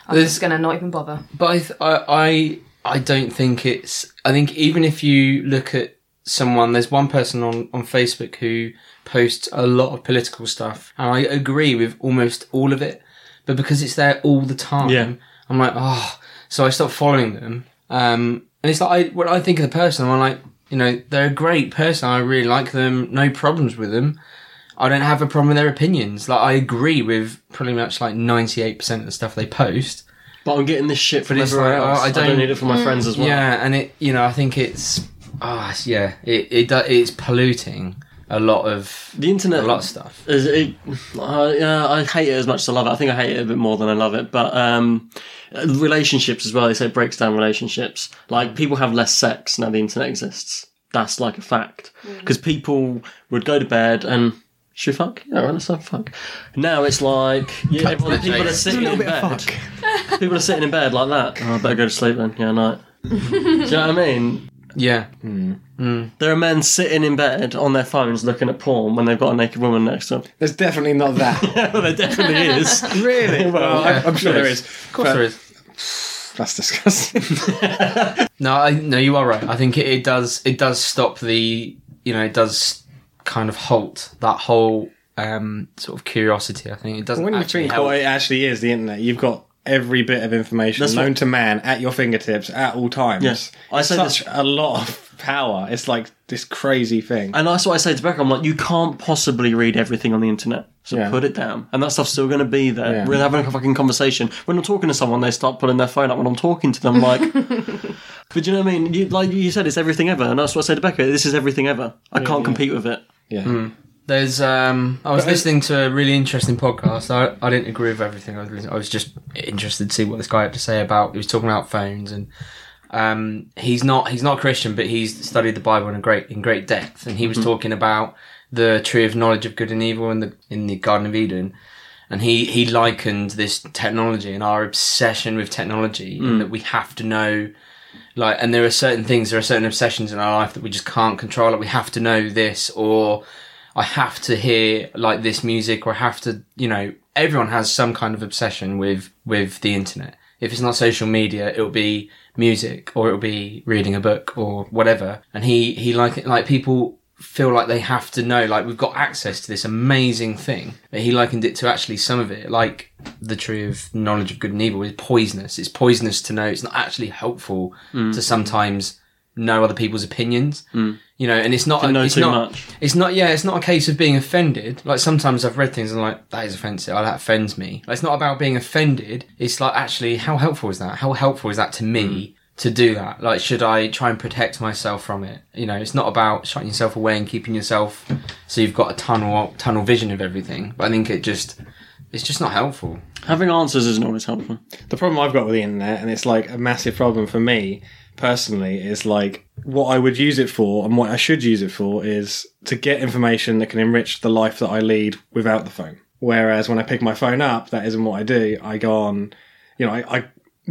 Speaker 1: I'm
Speaker 2: There's-
Speaker 1: just going to not even bother.
Speaker 2: But I, th- I, I, I don't think it's. I think even if you look at someone, there's one person on on Facebook who posts a lot of political stuff, and I agree with almost all of it. But because it's there all the time,
Speaker 4: Yeah.
Speaker 2: I'm like, oh. So I stop following them, um, and it's like I, when I think of the person, I'm like, you know, they're a great person. I really like them. No problems with them. I don't have a problem with their opinions. Like I agree with pretty much like 98% of the stuff they post.
Speaker 4: But I'm getting this shit from
Speaker 2: But it's
Speaker 4: everywhere
Speaker 2: like,
Speaker 4: else.
Speaker 2: oh, I
Speaker 4: I don't,
Speaker 2: don't-
Speaker 4: need it from my friends as well.
Speaker 2: Yeah, and it you know I think it's ah it's- yeah it it do, it's polluting a lot of
Speaker 4: The internet-
Speaker 2: a lot of stuff.
Speaker 4: Is it, uh, yeah, I hate it as much as I love it. I think I hate it a bit more than I love it. But um, relationships as well. They say it breaks down relationships. Like people have less sex now the internet exists. That's like a fact because people would go to bed and. Should we fuck? Yeah, right, let's have a fuck. Now it's like yeah, everyone, people are sitting in bed. People are sitting in bed like that. Oh, I better go to sleep then. Yeah, night. Do you know what I mean?
Speaker 2: Yeah,
Speaker 3: Hmm.
Speaker 4: There are men sitting in bed on their phones looking at porn when they've got a naked woman next to them.
Speaker 3: there's definitely not that.
Speaker 4: well, there definitely is.
Speaker 3: really? Oh, Well, I-
Speaker 2: yeah.
Speaker 3: I'm sure there is.
Speaker 2: of course there is.
Speaker 3: That's disgusting.
Speaker 2: No, I, no, you are right. I think it, it does it does stop the you know it does kind of halt that whole um sort of curiosity. I think it doesn't
Speaker 3: when you
Speaker 2: actually
Speaker 3: think
Speaker 2: help.
Speaker 3: what it actually is, the internet, you've got every bit of information
Speaker 4: That's
Speaker 3: known
Speaker 4: what-
Speaker 3: to man at your fingertips at all times.
Speaker 4: Yes. I
Speaker 3: It's
Speaker 4: say
Speaker 3: such
Speaker 4: this-
Speaker 3: a lot of power. It's like this crazy thing.
Speaker 4: And that's what I say to Becca. I'm like, you can't possibly read everything on the internet. So
Speaker 3: Yeah.
Speaker 4: put it down. And that stuff's still going to be there.
Speaker 3: Yeah.
Speaker 4: We're having a fucking conversation. When I'm talking to someone, they start pulling their phone up when I'm talking to them. Like, but you know what I mean? You, like you said, it's everything ever. And that's what I say to Becca. This is everything ever. I can't compete with it.
Speaker 3: yeah.
Speaker 2: There's um I was listening to a really interesting podcast. I, I didn't agree with everything I was listening. I was just interested to see what this guy had to say about he was talking about phones and um he's not he's not Christian but he's studied the Bible in a great in great depth and he was talking about the tree of knowledge of good and evil in the in the Garden of Eden and he he likened this technology and our obsession with technology and that we have to know like and there are certain things there are certain obsessions in our life that we just can't control like we have to know this or i have to hear like this music or I have to you know everyone has some kind of obsession with with the internet if it's not social media it'll be music or it'll be reading a book or whatever and he he like like people feel like they have to know like we've got access to this amazing thing but he likened it to actually some of it like the tree of knowledge of good and evil is poisonous it's poisonous to know it's not actually helpful
Speaker 4: Mm.
Speaker 2: to sometimes know other people's opinions you know and it's not
Speaker 4: know
Speaker 2: it's
Speaker 4: too
Speaker 2: not
Speaker 4: much.
Speaker 2: it's not yeah it's not a case of being offended like sometimes i've read things and I'm like that is offensive oh, that offends me like, it's not about being offended it's like actually how helpful is that how helpful is that to me
Speaker 3: Mm.
Speaker 2: to do that like should i try and protect myself from it you know it's not about shutting yourself away and keeping yourself so you've got a tunnel tunnel vision of everything but i think it just it's just not helpful
Speaker 4: Having answers isn't always helpful.
Speaker 3: the problem I've got with the internet, and it's like a massive problem for me personally, is like what I would use it for and what I should use it for is to get information that can enrich the life that I lead without the phone. Whereas when I pick my phone up, that isn't what I do. I go on, you know, I, I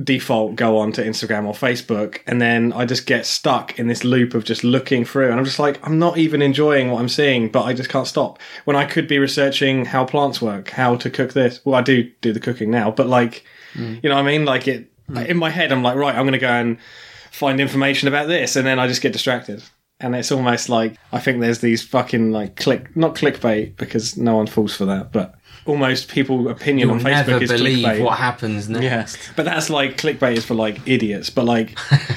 Speaker 3: default go on to Instagram or Facebook, and then I just get stuck in this loop of just looking through, and I'm just like, I'm not even enjoying what I'm seeing, but I just can't stop. When I could be researching how plants work, how to cook this. Well, I do do the cooking now, but like,
Speaker 2: Mm.
Speaker 3: you know what I mean? Like it like, in my head, I'm like, right, I'm going to go and find information about this, and then I just get distracted. and it's almost like I think there's these fucking like click not clickbait because no one falls for that, but almost people opinion
Speaker 2: You'll
Speaker 3: on Facebook
Speaker 2: never
Speaker 3: is
Speaker 2: believe
Speaker 3: clickbait.
Speaker 2: what happens next.
Speaker 3: Yeah, but that's like clickbait is for like idiots. But like,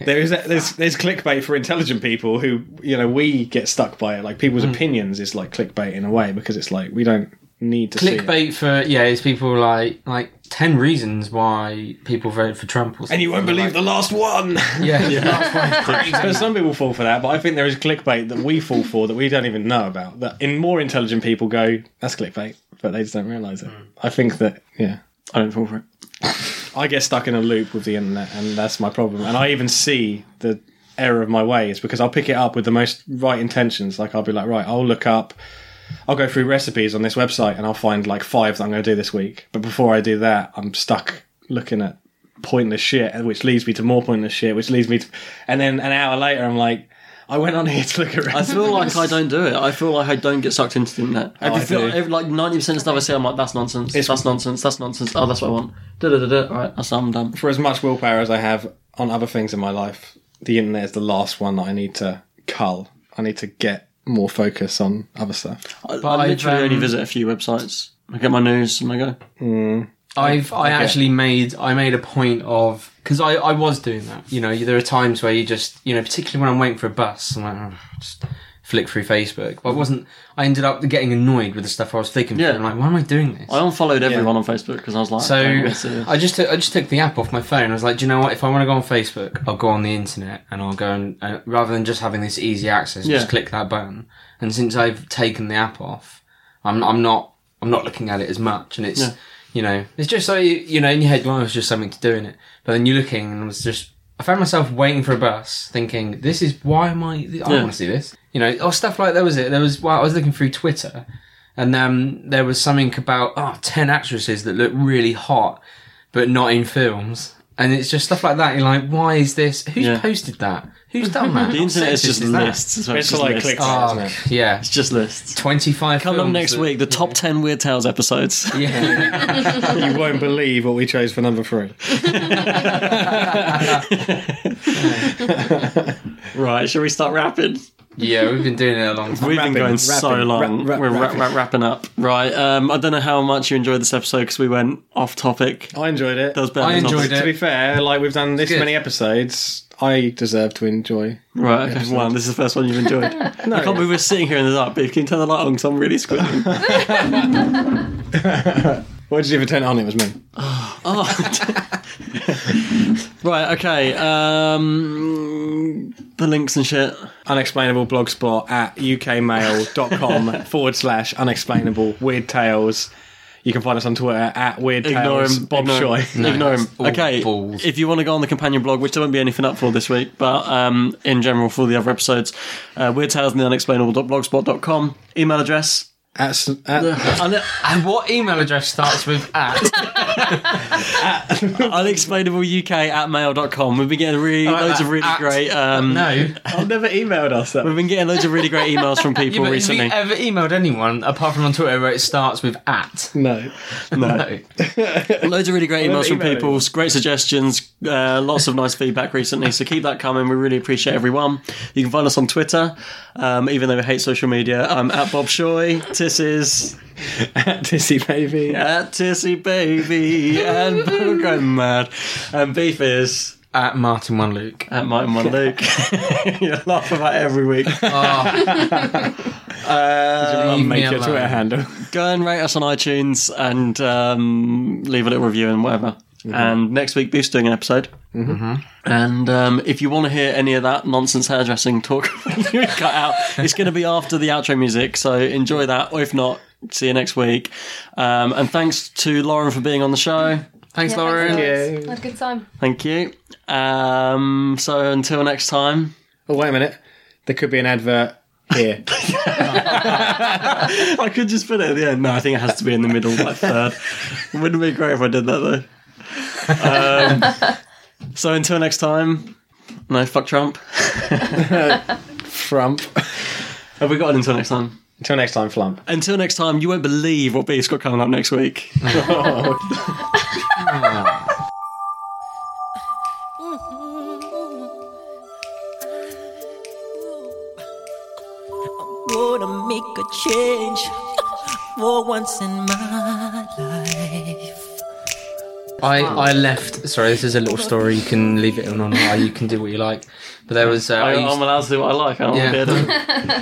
Speaker 3: there is there's there's clickbait for intelligent people who you know we get stuck by it. Like people's
Speaker 2: Hmm.
Speaker 3: opinions is like clickbait in a way because it's like we don't need to see it.
Speaker 2: Clickbait for yeah, it's people like like ten reasons why people voted for Trump. Or
Speaker 3: And you won't believe the last one.
Speaker 2: yeah, yeah.
Speaker 3: but some people fall for that. But I think there is clickbait that we fall for that we don't even know about. That in more intelligent people go, that's clickbait, but they just don't realise it.
Speaker 2: Hmm.
Speaker 3: I think that yeah.
Speaker 4: I don't fall for it.
Speaker 3: I get stuck in a loop with the internet, and that's my problem. And I even see the error of my ways because I'll pick it up with the most right intentions. Like I'll be like, right, I'll look up, I'll go through recipes on this website, and I'll find like five that I'm going to do this week. But before I do that, I'm stuck looking at pointless shit, and which leads me to more pointless shit, which leads me to, and then an hour later, I'm like, I went on here to look at.
Speaker 4: I
Speaker 3: Recipes.
Speaker 4: feel like I don't do it. I feel like I don't get sucked into the internet. Everything,
Speaker 3: do.
Speaker 4: every- like ninety percent of stuff I see, I'm like, that's nonsense. that's nonsense. That's nonsense. Oh, that's what I want. Da da da da. All right, that's I'm done.
Speaker 3: for as much willpower as I have on other things in my life, the internet is the last one that I need to cull. I need to get more focus on other stuff.
Speaker 4: I, I literally
Speaker 2: um,
Speaker 4: only visit a few websites. I get my news and I go. Oh,
Speaker 2: I've I actually made I made a point of because I I was doing that. You know, there are times where you just you know, particularly when I'm waiting for a bus, I'm like, "Oh, just flick through Facebook. But I wasn't. I ended up getting annoyed with the stuff I was flicking
Speaker 4: Yeah.
Speaker 2: through. I'm like, why am I doing this?
Speaker 4: I unfollowed everyone on Facebook because I was uh, like, I don't wanna see
Speaker 2: So
Speaker 4: this.
Speaker 2: I just took, I just took the app off my phone. I was like, do you know what? If I want to go on Facebook, I'll go on the internet and I'll go and uh, rather than just having this easy access,
Speaker 4: Yeah.
Speaker 2: just click that button. And since I've taken the app off, I'm I'm not I'm not looking at it as much, and it's you know it's just so you, you know in your head, well, it's just something to do in it. But then you're looking and it was just. I found myself waiting for a bus, thinking, "This is why am I? I want to see this." You know, or stuff like that was it. There was well, I was looking through Twitter, and um, there was something about oh, 10 actresses that look really hot, but not in films. And it's just stuff like that. You're like, why is this? Who's
Speaker 4: Yeah.
Speaker 2: posted that? Who's done that?
Speaker 4: the internet is
Speaker 2: How sexist
Speaker 4: just
Speaker 2: that?
Speaker 4: lists. as well.
Speaker 3: It's
Speaker 4: just
Speaker 3: like
Speaker 4: lists.
Speaker 3: clickbait.
Speaker 2: Oh,
Speaker 3: Isn't
Speaker 2: yeah.
Speaker 4: It's just lists.
Speaker 2: 25
Speaker 4: Come up
Speaker 2: films
Speaker 4: next
Speaker 2: that-
Speaker 4: week, the top ten Weird Tales episodes.
Speaker 2: Yeah.
Speaker 3: you won't believe what we chose for number three.
Speaker 4: right, shall we start rapping?
Speaker 2: yeah, we've been doing it a long time.
Speaker 4: We've been
Speaker 3: Rapping,
Speaker 4: going so
Speaker 3: rapping,
Speaker 4: long.
Speaker 3: rap- rap-
Speaker 4: We're ra-
Speaker 3: rapping.
Speaker 4: ra- wrapping up. Right. Um, I don't know how much you enjoyed this episode because we went off topic.
Speaker 3: I enjoyed it.
Speaker 4: That was better
Speaker 2: I
Speaker 4: than
Speaker 2: enjoyed
Speaker 4: topic.
Speaker 3: to be fair, like we've done this
Speaker 2: good.
Speaker 3: many episodes, I deserve to enjoy.
Speaker 4: Right. Okay. Wow, this is the first one you've enjoyed. no, I can't believe we're sitting here in the dark, but can you turn the light on because I'm really squinting.
Speaker 3: What did you ever turn it on? It was me.
Speaker 4: right. Okay. Um, the links and shit.
Speaker 3: Unexplainable blogspot at ukmail.com forward slash unexplainable weird tales. You can find us on Twitter at weird
Speaker 4: Ignore
Speaker 3: tales.
Speaker 4: him,
Speaker 3: Bob
Speaker 4: ignore
Speaker 3: Shoy.
Speaker 4: him. Ignore him.
Speaker 2: it's all
Speaker 4: okay,
Speaker 2: balls.
Speaker 4: if you want to go on the companion blog, which there won't be anything up for this week, but um, in general for the other episodes, uh, weird tales in the unexplainable.blogspot.com. Email address.
Speaker 3: At, s- at,
Speaker 4: Un-
Speaker 2: And what email address starts with at?
Speaker 4: unexplainableuk at mail.com. We've been getting really loads of really
Speaker 2: at-
Speaker 4: great. Um,
Speaker 2: No.
Speaker 3: I've never emailed us that.
Speaker 4: We've been getting loads of really great emails from people
Speaker 2: But have you
Speaker 4: recently.
Speaker 2: ever emailed anyone apart from on Twitter where it starts with at?
Speaker 3: No.
Speaker 2: No.
Speaker 4: loads of really great
Speaker 3: I've
Speaker 4: emails from
Speaker 3: emailed
Speaker 4: people, great suggestions, uh, lots of nice feedback recently. So keep that coming. We really appreciate everyone. You can find us on Twitter, um, even though we hate social media. I'm at Bob Shoy, Tisses,
Speaker 3: At Tissy Baby.
Speaker 4: at Tissy Baby, and I'm going mad. And Beef is
Speaker 2: At Martin One Luke.
Speaker 4: at Mike and One Luke. you laugh about it every week.
Speaker 2: Oh, Leave me
Speaker 3: Make your Twitter
Speaker 2: alone.
Speaker 3: handle.
Speaker 4: go and rate us on iTunes and um, leave a little review and whatever. And next week, Beef's doing an episode. Mm-hmm. And um, if you want to hear any of that nonsense hairdressing talk we cut out, it's going to be after the outro music. So enjoy that. Or if not, see you next week. Um, and thanks to Lauren for being on the show.
Speaker 2: Thanks, Lauren.
Speaker 1: Thanks, guys. Had a good time.
Speaker 4: Thank you. Um, so until next time.
Speaker 3: Oh, wait a minute. There could be an advert here.
Speaker 4: I could just put it at the end. No, I think it has to be in the middle, like third. Wouldn't it be great if I did that though. Um, so until next time, no fuck Trump.
Speaker 3: Frump.
Speaker 4: Have we got it until next time?
Speaker 3: Until next time, Flump.
Speaker 4: Until next time, you won't believe what B's got coming up next week.
Speaker 6: change for once in my life.
Speaker 2: I, I left. Sorry, this is a little story. You can leave it in on or you can do what you like. But there was. Uh, I
Speaker 4: I,
Speaker 2: used-
Speaker 4: I'm allowed to do what I like. aren't
Speaker 2: Yeah.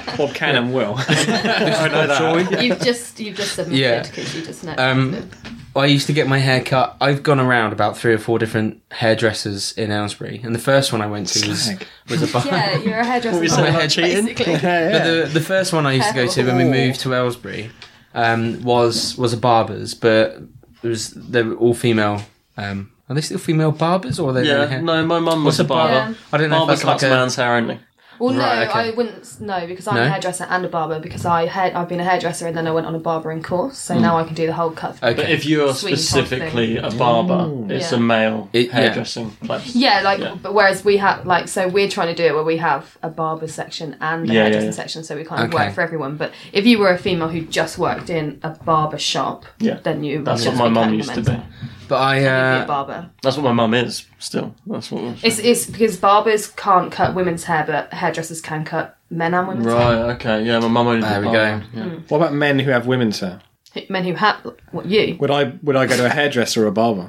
Speaker 4: I
Speaker 3: Bob Cannon will.
Speaker 4: I know that.
Speaker 1: You've just you've just submitted
Speaker 2: Yeah.
Speaker 1: because you just know.
Speaker 2: Um, I used to get my hair cut. I've gone around about three or four different hairdressers in Aylesbury, and the first one I went to was,
Speaker 3: Slag.
Speaker 2: was a bar.
Speaker 1: yeah, you're a hairdresser.
Speaker 4: What were you saying about cheating?
Speaker 2: But the the first one I used to go to when we moved to Aylesbury um, was was a barber's, but it was they were all female. Um, are they still female barbers or are they? only
Speaker 4: Yeah,
Speaker 2: hair-
Speaker 4: no, my mum was
Speaker 2: What's
Speaker 4: a
Speaker 2: a barber?
Speaker 4: barber.
Speaker 2: I don't know if
Speaker 4: Barber
Speaker 2: that's like
Speaker 4: cuts
Speaker 2: a-
Speaker 4: man's hair only.
Speaker 1: Well, no,
Speaker 2: Right, okay.
Speaker 1: I wouldn't. s- No, because I'm
Speaker 2: No?
Speaker 1: a hairdresser and a barber because I had I've been a hairdresser and then I went on a barbering course,
Speaker 2: Hmm.
Speaker 1: so now I can do the whole cut. through.
Speaker 2: Okay.
Speaker 4: But if you are
Speaker 1: Sweet
Speaker 4: specifically a barber, it's a
Speaker 1: Yeah.
Speaker 4: male
Speaker 2: It- yeah.
Speaker 4: hairdressing place.
Speaker 1: Yeah, like
Speaker 4: Yeah.
Speaker 1: but whereas we have like so we're trying to do it where we have a barber section and a
Speaker 4: Yeah, yeah,
Speaker 1: hairdressing
Speaker 4: yeah.
Speaker 1: section, so we kind of
Speaker 2: Okay.
Speaker 1: work for everyone. But if you were a female who just worked in a barber shop,
Speaker 4: Yeah.
Speaker 1: then you would
Speaker 4: That's what
Speaker 1: just
Speaker 4: my
Speaker 1: be
Speaker 4: mum
Speaker 1: cutting
Speaker 4: used to
Speaker 1: men's
Speaker 4: be.
Speaker 1: hair.
Speaker 2: But I
Speaker 1: You'd be a
Speaker 2: uh,
Speaker 1: barber.
Speaker 4: That's what my mum is still. That's what.
Speaker 1: It's it's because barbers can't cut women's hair, but hairdressers can cut men and women's
Speaker 4: Right. Okay. Yeah. My mum only. did
Speaker 2: there we go.
Speaker 4: barber.
Speaker 1: Oh,
Speaker 3: What about men who have women's hair?
Speaker 1: hair. Men who have what you
Speaker 3: Would I would I go to a hairdresser or a barber?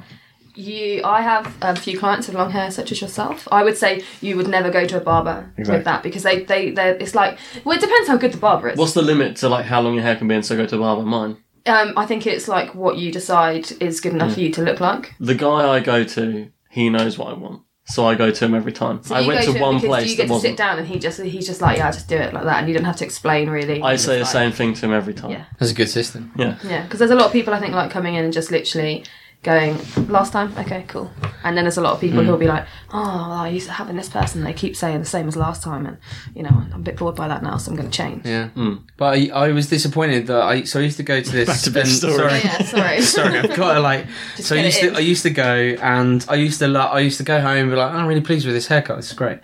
Speaker 1: you I have a few clients with long hair such as yourself. I would say you would never go to a barber
Speaker 3: Exactly.
Speaker 1: with that because they they they it's like well it depends how good the barber is.
Speaker 4: What's the limit to like how long your hair can be? And so go to a barber. Mine.
Speaker 1: Um, I think it's like what you decide is good
Speaker 4: Mm.
Speaker 1: enough for you to look like.
Speaker 4: The guy I go to, he knows what I want, so I go to him every time.
Speaker 1: So
Speaker 4: I
Speaker 1: you
Speaker 4: went
Speaker 1: go
Speaker 4: to,
Speaker 1: it
Speaker 4: one
Speaker 1: because
Speaker 4: place
Speaker 1: You get
Speaker 4: that
Speaker 1: to sit
Speaker 4: wasn't.
Speaker 1: down and he just he's just like yeah, just do it like that, and you don't have to explain really.
Speaker 4: I
Speaker 1: You're
Speaker 4: say the
Speaker 1: just
Speaker 4: same thing to him every time.
Speaker 1: Yeah.
Speaker 2: that's a good system.
Speaker 4: Yeah.
Speaker 1: like- Yeah, because there's a lot of people I think like coming in and just literally going last time okay cool and then there's a lot of people
Speaker 4: Mm.
Speaker 1: who'll be like oh well, i used to having this person they keep saying the same as last time and you know i'm a bit bored by that now so i'm going to change
Speaker 2: Yeah. Hmm. But I, I was disappointed that I so I used to go to this.
Speaker 4: Back to big
Speaker 2: and-
Speaker 4: story.
Speaker 2: Sorry.
Speaker 1: Oh, yeah sorry
Speaker 2: Sorry, I've got to like. so I
Speaker 1: get
Speaker 2: used
Speaker 1: it
Speaker 2: to,
Speaker 1: in.
Speaker 2: I used to go and I used to like, I used to go home and be like, I'm really pleased with this haircut. This is great.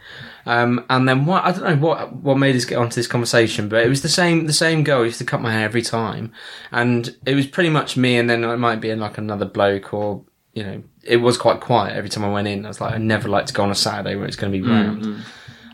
Speaker 2: Um, and then what I don't know what what made us get onto this conversation, but it was the same the same girl used to cut my hair every time, and it was pretty much me. And then it might be like another bloke or you know it was quite quiet every time I went in. I was like, I never like to go on a Saturday where it's going to
Speaker 4: Hmm.
Speaker 2: be round.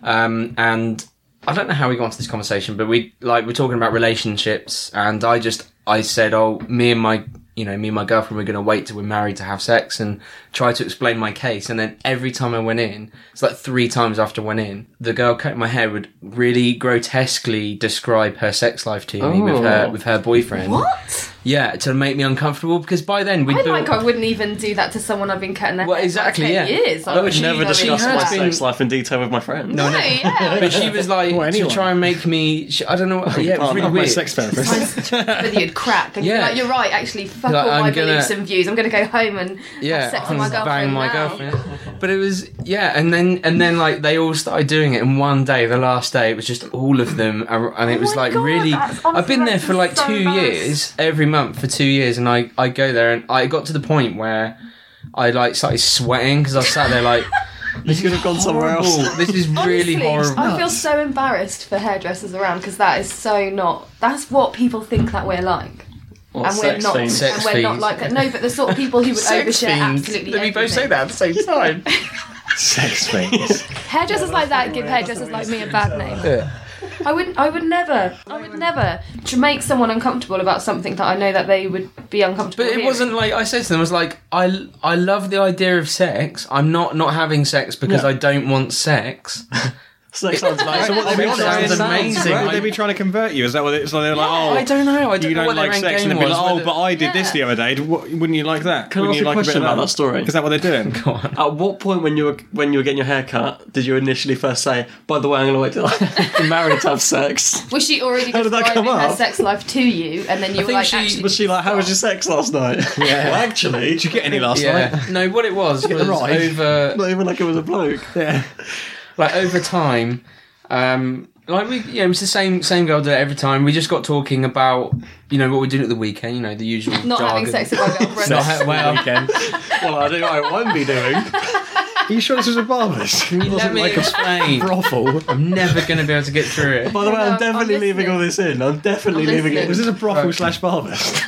Speaker 2: Um, and I don't know how we got into this conversation, but we like we're talking about relationships, and I just I said, oh, me and my you know me and my girlfriend we're going to wait till we're married to have sex, and try to explain my case. And then every time I went in, it's like three times after I went in, the girl cutting my hair would really grotesquely describe her sex life to me with her
Speaker 3: Oh.
Speaker 2: with her boyfriend.
Speaker 1: what
Speaker 2: Yeah, to make me uncomfortable because by then we
Speaker 1: I
Speaker 2: built.
Speaker 1: like I wouldn't even do that to someone I've been cutting their
Speaker 2: Well,
Speaker 1: hair for
Speaker 2: exactly,
Speaker 1: 10
Speaker 2: yeah.
Speaker 1: years.
Speaker 2: I would
Speaker 1: wouldn't
Speaker 4: Never
Speaker 1: even
Speaker 4: discussed
Speaker 1: do
Speaker 4: my
Speaker 1: that.
Speaker 2: been-
Speaker 4: sex life in detail with my friends.
Speaker 1: No, yeah.
Speaker 2: She was like
Speaker 3: Or
Speaker 2: to
Speaker 3: anyone.
Speaker 2: try and make me. She, I don't know. Yeah, it was
Speaker 4: can't.
Speaker 2: really
Speaker 4: I'm
Speaker 3: My
Speaker 2: weird.
Speaker 3: sex therapist.
Speaker 1: Whether you'd crack and you'd be
Speaker 2: Yeah.
Speaker 1: like, you're right, actually, fuck
Speaker 2: Like,
Speaker 1: all
Speaker 2: I'm
Speaker 1: my
Speaker 2: gonna-
Speaker 1: beliefs and views. I'm going to go home and
Speaker 2: yeah,
Speaker 1: have sex with my
Speaker 2: and
Speaker 1: girlfriend.
Speaker 2: bang my
Speaker 1: now.
Speaker 2: girlfriend. But it was yeah, and then and then like they all started doing it, and one day, the last day, it was just all of them, ar- and it was
Speaker 1: Oh my
Speaker 2: like
Speaker 1: God,
Speaker 2: really.
Speaker 1: that's
Speaker 2: I've been there
Speaker 1: honestly
Speaker 2: for like
Speaker 1: so
Speaker 2: two
Speaker 1: bad.
Speaker 2: years, every month for two years, and I I go there, and I got to the point where I like started sweating because I sat there like. This
Speaker 4: could have gone somewhere else.
Speaker 2: horrible. This is really
Speaker 1: Honestly,
Speaker 2: horrible.
Speaker 1: I feel so embarrassed for hairdressers around because that is so not. That's what people think that we're like.
Speaker 4: Or
Speaker 1: and we're
Speaker 4: sex
Speaker 1: not,
Speaker 4: fiends.
Speaker 2: Sex
Speaker 1: and we're not
Speaker 2: fiends.
Speaker 1: like that. No, but the sort of people who would overshare absolutely.
Speaker 2: Let me both say
Speaker 1: everything.
Speaker 2: that at the same time.
Speaker 3: sex things.
Speaker 1: Hairdressers like that give hairdressers like me a bad name. I would I would never I would never to make someone uncomfortable about something that I know that they would be uncomfortable.
Speaker 2: But it
Speaker 1: hearing.
Speaker 2: wasn't like I said to them. I was like, I, I love the idea of sex. I'm not not having sex because
Speaker 4: Yeah.
Speaker 2: I don't want sex.
Speaker 4: Sex sounds like.
Speaker 3: So what they
Speaker 2: It
Speaker 3: be trying
Speaker 2: sounds
Speaker 3: to
Speaker 2: amazing.
Speaker 3: Would they be trying to convert you? Is that what? It, so they're like, oh,
Speaker 2: I don't know. I don't
Speaker 3: you
Speaker 2: know what
Speaker 3: don't like
Speaker 2: their end
Speaker 3: sex, and
Speaker 2: game
Speaker 3: they'd be
Speaker 2: was.
Speaker 3: like, oh,
Speaker 2: whether-
Speaker 3: but I did this the other day. What, wouldn't you like that?
Speaker 4: Can I
Speaker 3: wouldn't
Speaker 4: ask
Speaker 3: you
Speaker 4: a
Speaker 3: like bit
Speaker 4: question
Speaker 3: of
Speaker 4: about that story?
Speaker 3: Is that what they're doing?
Speaker 4: At what point when you were when you were getting your hair cut did you initially first say, "By the way, I'm going to wait till I'm married to have sex"?
Speaker 1: Was she already
Speaker 4: How did that
Speaker 1: describing
Speaker 4: come
Speaker 1: her
Speaker 4: up?
Speaker 1: sex life to you, and then you were
Speaker 2: think
Speaker 1: like,
Speaker 2: she-
Speaker 1: actually,
Speaker 4: Was she like, "How was your sex last night"? Yeah. Well, actually,
Speaker 3: Did you get any last night?
Speaker 2: Yeah. No, what it was was
Speaker 3: right.
Speaker 2: over
Speaker 4: Not even like it was a bloke.
Speaker 3: Yeah.
Speaker 2: like over time, um, like we, yeah, it was the same same girl did it every time. We just got talking about you know what we did at the weekend. You know the usual
Speaker 1: not having
Speaker 2: jargon.
Speaker 1: sex with my girlfriend?
Speaker 2: Not ha- well,
Speaker 3: Again.
Speaker 4: well, I do. I won't be doing.
Speaker 3: Are you sure this was a barber's? It
Speaker 2: let
Speaker 3: wasn't
Speaker 2: me
Speaker 3: like a
Speaker 2: explain.
Speaker 3: brothel.
Speaker 2: I'm never going to be able to get through it.
Speaker 4: By the way,
Speaker 1: No,
Speaker 4: I'm
Speaker 1: I'm
Speaker 4: definitely leaving
Speaker 1: listening.
Speaker 4: all this in. I'm definitely
Speaker 1: I'm
Speaker 4: leaving
Speaker 1: listening.
Speaker 4: it.
Speaker 3: Was this a brothel slash barber's?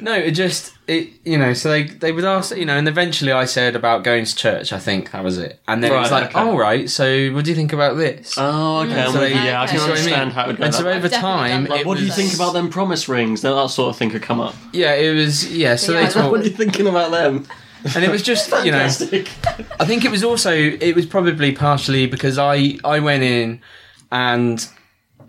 Speaker 2: No, it just it you know. So they they would ask you know, and eventually I said about going to church. I think that was it. And then it's
Speaker 4: Right,
Speaker 2: like,
Speaker 4: okay.
Speaker 2: all right. So what do you think about this?
Speaker 4: Oh, okay. I'm
Speaker 2: So
Speaker 4: with you.
Speaker 2: they-
Speaker 4: yeah, I
Speaker 1: you
Speaker 4: can
Speaker 1: see what I
Speaker 4: understand
Speaker 2: mean?
Speaker 4: how it would go.
Speaker 2: and
Speaker 4: that
Speaker 2: so
Speaker 4: way.
Speaker 2: over
Speaker 1: I've definitely
Speaker 2: time,
Speaker 1: done that.
Speaker 2: it
Speaker 4: what do you
Speaker 2: was-
Speaker 4: think about them promise rings? Now that sort of thing could come up.
Speaker 2: Yeah, it was. Yeah, so
Speaker 1: Yeah,
Speaker 2: they
Speaker 1: that
Speaker 2: talked,
Speaker 4: What are you thinking about them?
Speaker 2: and it was just you know. I think it was also it was probably partially because I I went in and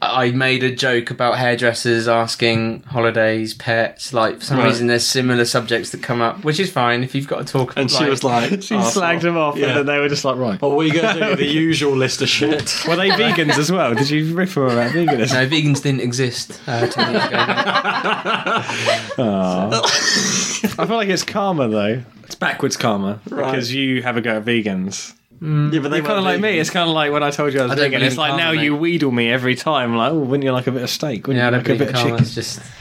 Speaker 2: I made a joke about hairdressers asking holidays, pets. Like for some
Speaker 4: Right.
Speaker 2: reason, there's similar subjects that come up, which is fine if you've got to talk.
Speaker 4: And she was like, "Oh,
Speaker 3: She slagged them off,
Speaker 4: Yeah.
Speaker 3: and then they were just like, right.
Speaker 4: Well, what are you going to do? The usual list of shit.
Speaker 3: Were they vegans as well? Did you riff her about veganism?
Speaker 2: "No, vegans didn't exist." Uh, 10 years ago.
Speaker 3: I feel like it's karma though. It's backwards karma because you have a go at vegans.
Speaker 4: Yeah, but they
Speaker 3: Kind of like me. It's kind of like when I told you I was
Speaker 2: I don't
Speaker 3: vegan.
Speaker 2: believe
Speaker 3: It's like
Speaker 2: in
Speaker 3: now
Speaker 2: karma,
Speaker 3: you
Speaker 2: mate.
Speaker 3: wheedle me every time. Like, oh, wouldn't you like a bit of steak? Wouldn't
Speaker 2: yeah, I
Speaker 3: you
Speaker 2: don't
Speaker 3: like a
Speaker 2: believe
Speaker 3: bit
Speaker 2: in
Speaker 3: of
Speaker 2: karma.
Speaker 3: chicken?
Speaker 2: It's just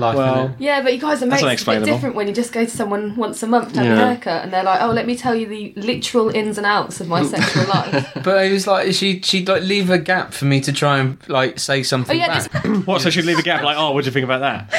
Speaker 2: life.
Speaker 3: Well-
Speaker 2: innit?
Speaker 1: Yeah, but you guys are
Speaker 3: That's
Speaker 1: making it a bit
Speaker 3: unexplainable.
Speaker 1: different when you just go to someone once a month to have
Speaker 4: Yeah.
Speaker 1: a haircut and they're like, oh, let me tell you the literal ins and outs of my sexual life.
Speaker 2: but it was like she she'd like leave a gap for me to try and like say something.
Speaker 1: Oh, yeah,
Speaker 2: back.
Speaker 3: What? So she'd leave a gap like, oh, what do you think about that?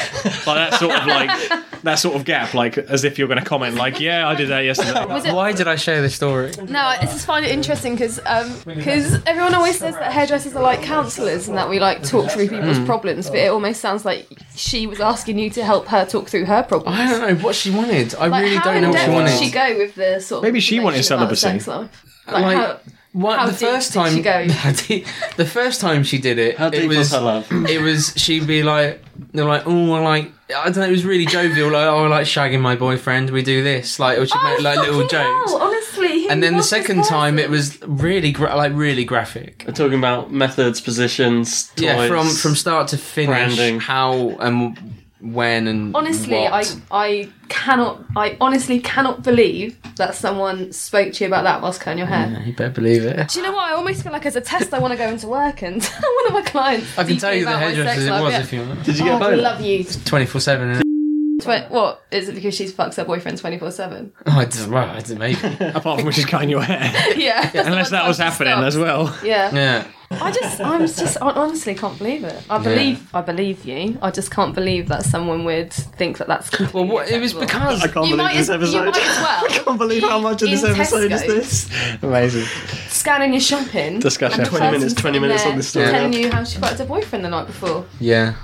Speaker 3: Like that sort of like that sort of gap, like as if you're going to comment, like, yeah, I did that yesterday.
Speaker 1: Was it?
Speaker 2: Why did I share this story?
Speaker 1: No, I just find it interesting because everyone always says that hairdressers are like counsellors and that we like talk through people's
Speaker 2: Mm.
Speaker 1: problems, but it almost sounds like she was asking you to help her talk through her problems.
Speaker 2: I don't know what she wanted. I
Speaker 1: Like,
Speaker 2: really
Speaker 1: how
Speaker 2: don't
Speaker 1: in
Speaker 2: know what
Speaker 1: depth
Speaker 2: she
Speaker 1: did
Speaker 2: wanted.
Speaker 1: she go with the sort of
Speaker 3: Maybe she wanted
Speaker 1: information about the
Speaker 3: celibacy.
Speaker 1: sex life? Like,
Speaker 2: Like,
Speaker 1: how,
Speaker 2: What,
Speaker 1: How
Speaker 2: the
Speaker 1: deep
Speaker 2: first
Speaker 1: did
Speaker 2: time
Speaker 1: she go?
Speaker 2: How deep- the first time she did it,
Speaker 4: How
Speaker 2: it
Speaker 4: deep was,
Speaker 2: was
Speaker 4: her love?
Speaker 2: it was she'd be like they're like oh I like I don't know it was really jovial like oh I like shagging my boyfriend we do this like or she'd
Speaker 1: oh,
Speaker 2: make like little
Speaker 1: fucking hell,
Speaker 2: jokes
Speaker 1: honestly. who
Speaker 2: and then the
Speaker 1: was this
Speaker 2: second time it
Speaker 1: person?
Speaker 2: was really gra- like really graphic
Speaker 4: We're talking about methods, positions, toys.
Speaker 2: yeah from from start to finish
Speaker 4: branding.
Speaker 2: how and when and
Speaker 1: Honestly,
Speaker 2: what.
Speaker 1: I, I cannot, I honestly cannot believe that someone spoke to you about that whilst cutting your hair.
Speaker 2: you better believe it
Speaker 1: Do you know what? I almost feel like as a test, I want to go into work and tell one of my clients.
Speaker 2: I can tell
Speaker 1: deeply
Speaker 2: you the
Speaker 1: about my
Speaker 2: hairdressers
Speaker 1: sex
Speaker 2: it
Speaker 1: life,
Speaker 2: was
Speaker 1: yeah.
Speaker 2: if you want
Speaker 4: Did you
Speaker 1: Oh,
Speaker 4: get
Speaker 1: I
Speaker 4: both?
Speaker 1: love you.
Speaker 2: 24 7
Speaker 1: Tw- what is it? Because she fucks her boyfriend twenty four seven.
Speaker 2: oh, I did, well I did maybe
Speaker 3: Apart from when she's cutting your hair,
Speaker 1: Yeah.
Speaker 3: unless that was happening as well.
Speaker 1: Yeah.
Speaker 2: yeah
Speaker 1: I just, I'm just, I honestly can't believe it. I believe, I believe you. I just can't believe that someone would think that that's.
Speaker 2: well
Speaker 1: completely
Speaker 2: what, it was
Speaker 1: acceptable.
Speaker 2: because
Speaker 4: I can't
Speaker 1: You
Speaker 4: believe
Speaker 1: might
Speaker 4: this
Speaker 1: as- you
Speaker 4: episode.
Speaker 1: might as well.
Speaker 4: I can't believe how much of
Speaker 1: In
Speaker 4: this episode
Speaker 1: Tesco.
Speaker 4: is this.
Speaker 3: Amazing.
Speaker 1: scanning your shopping.
Speaker 3: Discussion.
Speaker 1: and the
Speaker 4: 20 minutes,
Speaker 1: person's
Speaker 4: 20
Speaker 1: in
Speaker 4: minutes
Speaker 1: there
Speaker 4: on this story.
Speaker 1: Telling you how she fucked her boyfriend the night before.
Speaker 2: yeah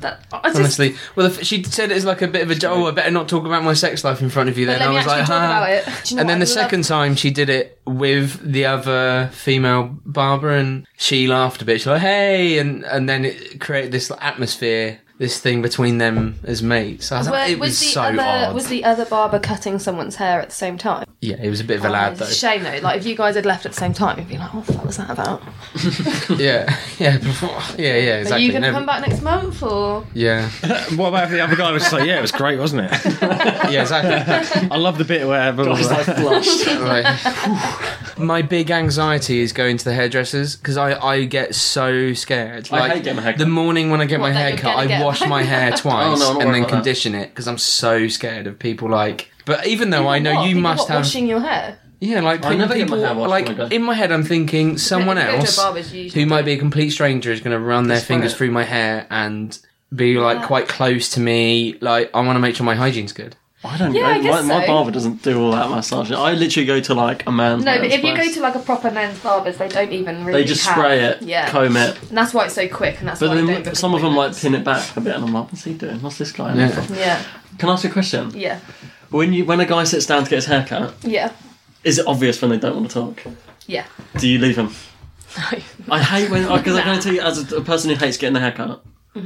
Speaker 1: That I just.
Speaker 2: Honestly, well, the f- she said it as like a bit of a joke. Oh, I better not talk about my sex life in front of you.
Speaker 1: But
Speaker 2: Then
Speaker 1: let
Speaker 2: I
Speaker 1: me
Speaker 2: was
Speaker 1: actually
Speaker 2: like,
Speaker 1: talk
Speaker 2: huh.
Speaker 1: about it. Do you know what
Speaker 2: and then
Speaker 1: I
Speaker 2: the
Speaker 1: love?
Speaker 2: second time she did it with the other female barber, and she laughed a bit. She's like, "Hey," and and then it created this like, atmosphere, this thing between them as mates. I was like,
Speaker 1: Were-
Speaker 2: it was,
Speaker 1: the
Speaker 2: so
Speaker 1: other,
Speaker 2: odd.
Speaker 1: Was the other barber cutting someone's hair at the same time?
Speaker 2: yeah, it was a bit of a lad
Speaker 1: Oh, it's a
Speaker 2: though.
Speaker 1: shame though. Like if you guys had left at the same time, you'd be like, "Oh, "What the fuck was that about?"
Speaker 2: yeah, yeah, before, yeah, yeah,
Speaker 1: Are
Speaker 2: exactly.
Speaker 1: you going to
Speaker 2: Never-
Speaker 1: come back next month or?
Speaker 2: Yeah,
Speaker 3: What about if the other guy was just like, yeah, it was great, wasn't it?
Speaker 2: yeah, exactly.
Speaker 3: I love the bit where
Speaker 4: It's like flushed.
Speaker 2: Right. My big anxiety is going to the hairdressers because I, I get so scared.
Speaker 4: I
Speaker 2: Like
Speaker 4: hate getting my hair cut.
Speaker 2: the morning when I get
Speaker 1: What,
Speaker 2: my
Speaker 1: that
Speaker 2: hair
Speaker 1: you're
Speaker 2: cut,
Speaker 1: gonna
Speaker 2: I
Speaker 1: get Oh,
Speaker 2: wash
Speaker 1: one?
Speaker 2: my hair twice
Speaker 4: no, I'm not
Speaker 2: and
Speaker 4: worried
Speaker 2: then
Speaker 4: about that.
Speaker 2: condition it because I'm so scared of people like. But even though Oh, I know
Speaker 1: What?
Speaker 2: you
Speaker 1: People
Speaker 2: must
Speaker 1: what,
Speaker 2: have
Speaker 1: washing your hair.
Speaker 2: yeah, like
Speaker 4: I never get my
Speaker 2: people
Speaker 4: hair washed
Speaker 2: like
Speaker 4: when I go.
Speaker 2: in my head I'm thinking someone
Speaker 1: if you go to a
Speaker 2: else
Speaker 1: barber's, you usually
Speaker 2: who might
Speaker 1: do.
Speaker 2: be a complete stranger is going to run their fingers
Speaker 4: fine.
Speaker 2: through my hair and be like quite close to me. Like I want to make sure my hygiene's good.
Speaker 4: I don't
Speaker 1: Yeah, I
Speaker 4: know.
Speaker 1: guess
Speaker 4: my, my
Speaker 1: so.
Speaker 4: barber doesn't do all that massage. I literally go to like a man's.
Speaker 1: No, but
Speaker 4: man's
Speaker 1: if you go
Speaker 4: place.
Speaker 1: to like a proper men's barbers, they don't even really.
Speaker 4: they just
Speaker 1: have-
Speaker 4: spray it,
Speaker 1: Yeah.
Speaker 4: comb it.
Speaker 1: And that's why it's so quick, and that's
Speaker 4: But
Speaker 1: why you don't
Speaker 4: then
Speaker 1: book
Speaker 4: some of them like
Speaker 1: appointments.
Speaker 4: pin it back a bit, and I'm like, what's he doing? What's this guy?
Speaker 2: Yeah.
Speaker 1: Yeah,
Speaker 4: Can I ask you a question?
Speaker 1: yeah,
Speaker 4: When you when a guy sits down to get his hair cut,
Speaker 1: yeah,
Speaker 4: is it obvious when they don't want to talk?
Speaker 1: yeah.
Speaker 4: Do you leave him? I hate when because I'm going to tell you as a, a person who hates getting a haircut.
Speaker 1: Mm-hmm.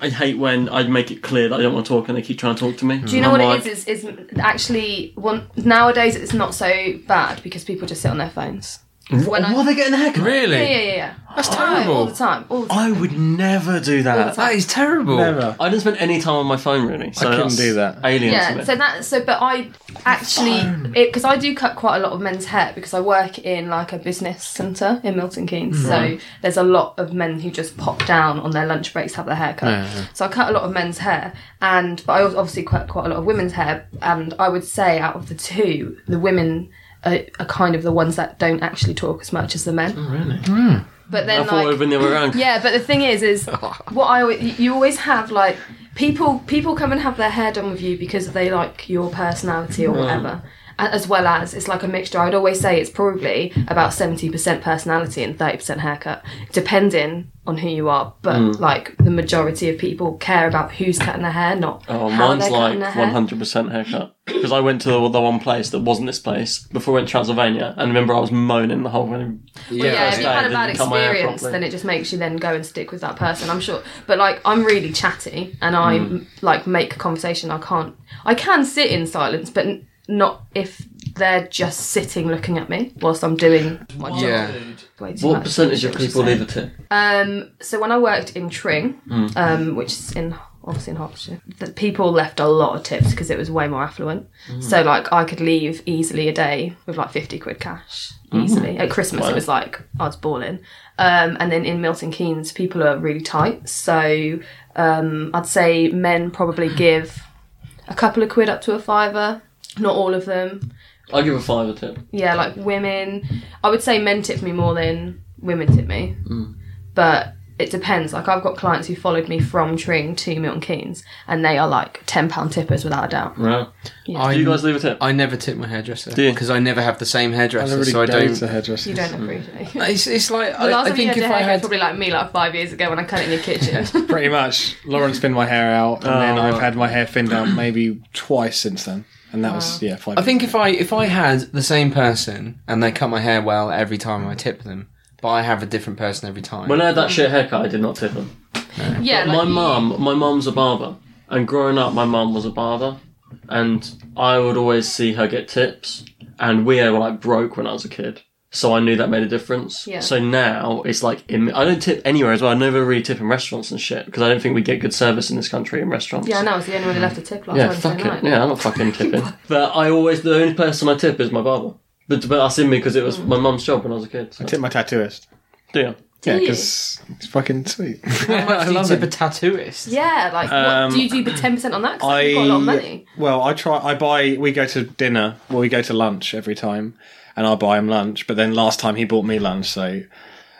Speaker 4: I hate when I make it clear that I don't want to talk and they keep trying to talk to me.
Speaker 1: Do you know what it is? Is is actually one nowadays it's not so bad because people just sit on their phones.
Speaker 4: What,
Speaker 1: I-
Speaker 4: are they getting a haircut?
Speaker 2: Really,
Speaker 1: Yeah, yeah, yeah. yeah. Oh,
Speaker 2: that's
Speaker 1: All
Speaker 2: terrible.
Speaker 1: the time. All the time.
Speaker 4: I would never do that.
Speaker 2: That is terrible.
Speaker 3: Never.
Speaker 4: I don't spend any time on my phone really. So
Speaker 3: couldn't
Speaker 4: that's
Speaker 3: do that.
Speaker 4: Alien to
Speaker 1: Yeah,
Speaker 4: me.
Speaker 1: so that so but I actually because I do cut quite a lot of men's hair because I work in like a business centre in Milton Keynes. So there's a lot of men who just pop down on their lunch breaks to have their hair cut. So I cut a lot of men's hair and but I also obviously cut quite a lot of women's hair and I would say out of the two, the women are, are kind of the ones that don't actually talk as much as the men. really? But then
Speaker 4: I thought
Speaker 1: like
Speaker 4: over the other round.
Speaker 1: yeah, but the thing is, is what I always, you always have like people people come and have their hair done with you because they like your personality or whatever. A- As well as it's like a mixture. I'd always say it's probably about seventy percent personality and thirty percent haircut, depending on who you are. But
Speaker 4: Mm.
Speaker 1: like the majority of people care about who's cutting their hair, not
Speaker 4: Oh,
Speaker 1: how
Speaker 4: mine's
Speaker 1: they're
Speaker 4: like
Speaker 1: cutting their hair.
Speaker 4: 100% haircut. Because I went to the, the one place that wasn't this place before I went to Transylvania, and remember I was moaning the whole way.
Speaker 1: Well, yeah, if
Speaker 4: first
Speaker 1: you've had a
Speaker 4: day,
Speaker 1: bad
Speaker 4: didn't cut my hair
Speaker 1: experience,
Speaker 4: properly.
Speaker 1: then it just makes you then go and stick with that person. I'm sure, but like I'm really chatty and I like make conversation. I can't. I can sit in silence, but n- not if they're just sitting looking at me whilst I'm doing my job.
Speaker 2: Yeah.
Speaker 1: Way too
Speaker 4: What
Speaker 1: much.
Speaker 4: percentage of people leave a tip?
Speaker 1: Um, so when I worked in Tring, um, which is in obviously in Hertfordshire, the people left a lot of tips because it was way more affluent. So like I could leave easily a day with like fifty quid cash easily. At Christmas it was like I was balling. Um, and then in Milton Keynes, people are really tight. So um, I'd say men probably give a couple of quid up to a fiver. Not all of them.
Speaker 4: I give a five a tip.
Speaker 1: Yeah, like women. I would say men tip me more than women tip me, but it depends. Like I've got clients who followed me from Tring to Milton Keynes, and they are like ten pound tippers without a doubt.
Speaker 4: Right. Do you guys leave a tip?
Speaker 2: I never tip my hairdresser
Speaker 4: you?
Speaker 2: because I never have the same
Speaker 3: I
Speaker 2: hairdresser,
Speaker 3: never really
Speaker 2: so I
Speaker 3: go
Speaker 2: don't.
Speaker 3: to hairdressers.
Speaker 1: You don't appreciate. it.
Speaker 2: It's, it's like
Speaker 1: The last
Speaker 2: I,
Speaker 1: time
Speaker 2: I
Speaker 1: you
Speaker 2: think
Speaker 1: had
Speaker 2: if
Speaker 1: your
Speaker 2: I
Speaker 1: haircut
Speaker 2: had
Speaker 1: probably like me like five years ago when I cut it in your kitchen.
Speaker 3: Pretty much, Lauren thinned my hair out, and then
Speaker 2: Oh.
Speaker 3: I've had my hair thinned out maybe twice since then, and that was yeah. Five
Speaker 2: I think if I if I had the same person and they cut my hair well every time I tip them, but I have a different person every time.
Speaker 4: When I had that shit haircut, I did not tip them.
Speaker 1: yeah,
Speaker 4: my
Speaker 1: like,
Speaker 4: mum, my mum's a barber, and growing up, my mum was a barber, and I would always see her get tips, and we were like broke when I was a kid, so I knew that made a difference.
Speaker 1: Yeah.
Speaker 4: So now it's like in, I don't tip anywhere as well. I never really tip in restaurants and shit because I don't think we get good service in this country in restaurants.
Speaker 1: Yeah, I know. I was the only one who left a tip last
Speaker 4: Yeah,
Speaker 1: Wednesday
Speaker 4: fuck
Speaker 1: night.
Speaker 4: it. Yeah, I'm not fucking tipping. but I always the only person I tip is my barber. But but that's in me because it was my mum's job when I was a kid. So.
Speaker 3: I tip my tattooist.
Speaker 4: Yeah.
Speaker 3: Yeah, because it's fucking sweet.
Speaker 2: I love tip a tattooist.
Speaker 1: Yeah, like
Speaker 3: Um,
Speaker 1: what, do you do? But ten percent on that because you've got a lot of money.
Speaker 3: Well, I try. I buy. We go to dinner. Well, we go to lunch every time, and I buy him lunch. But then last time he bought me lunch, so.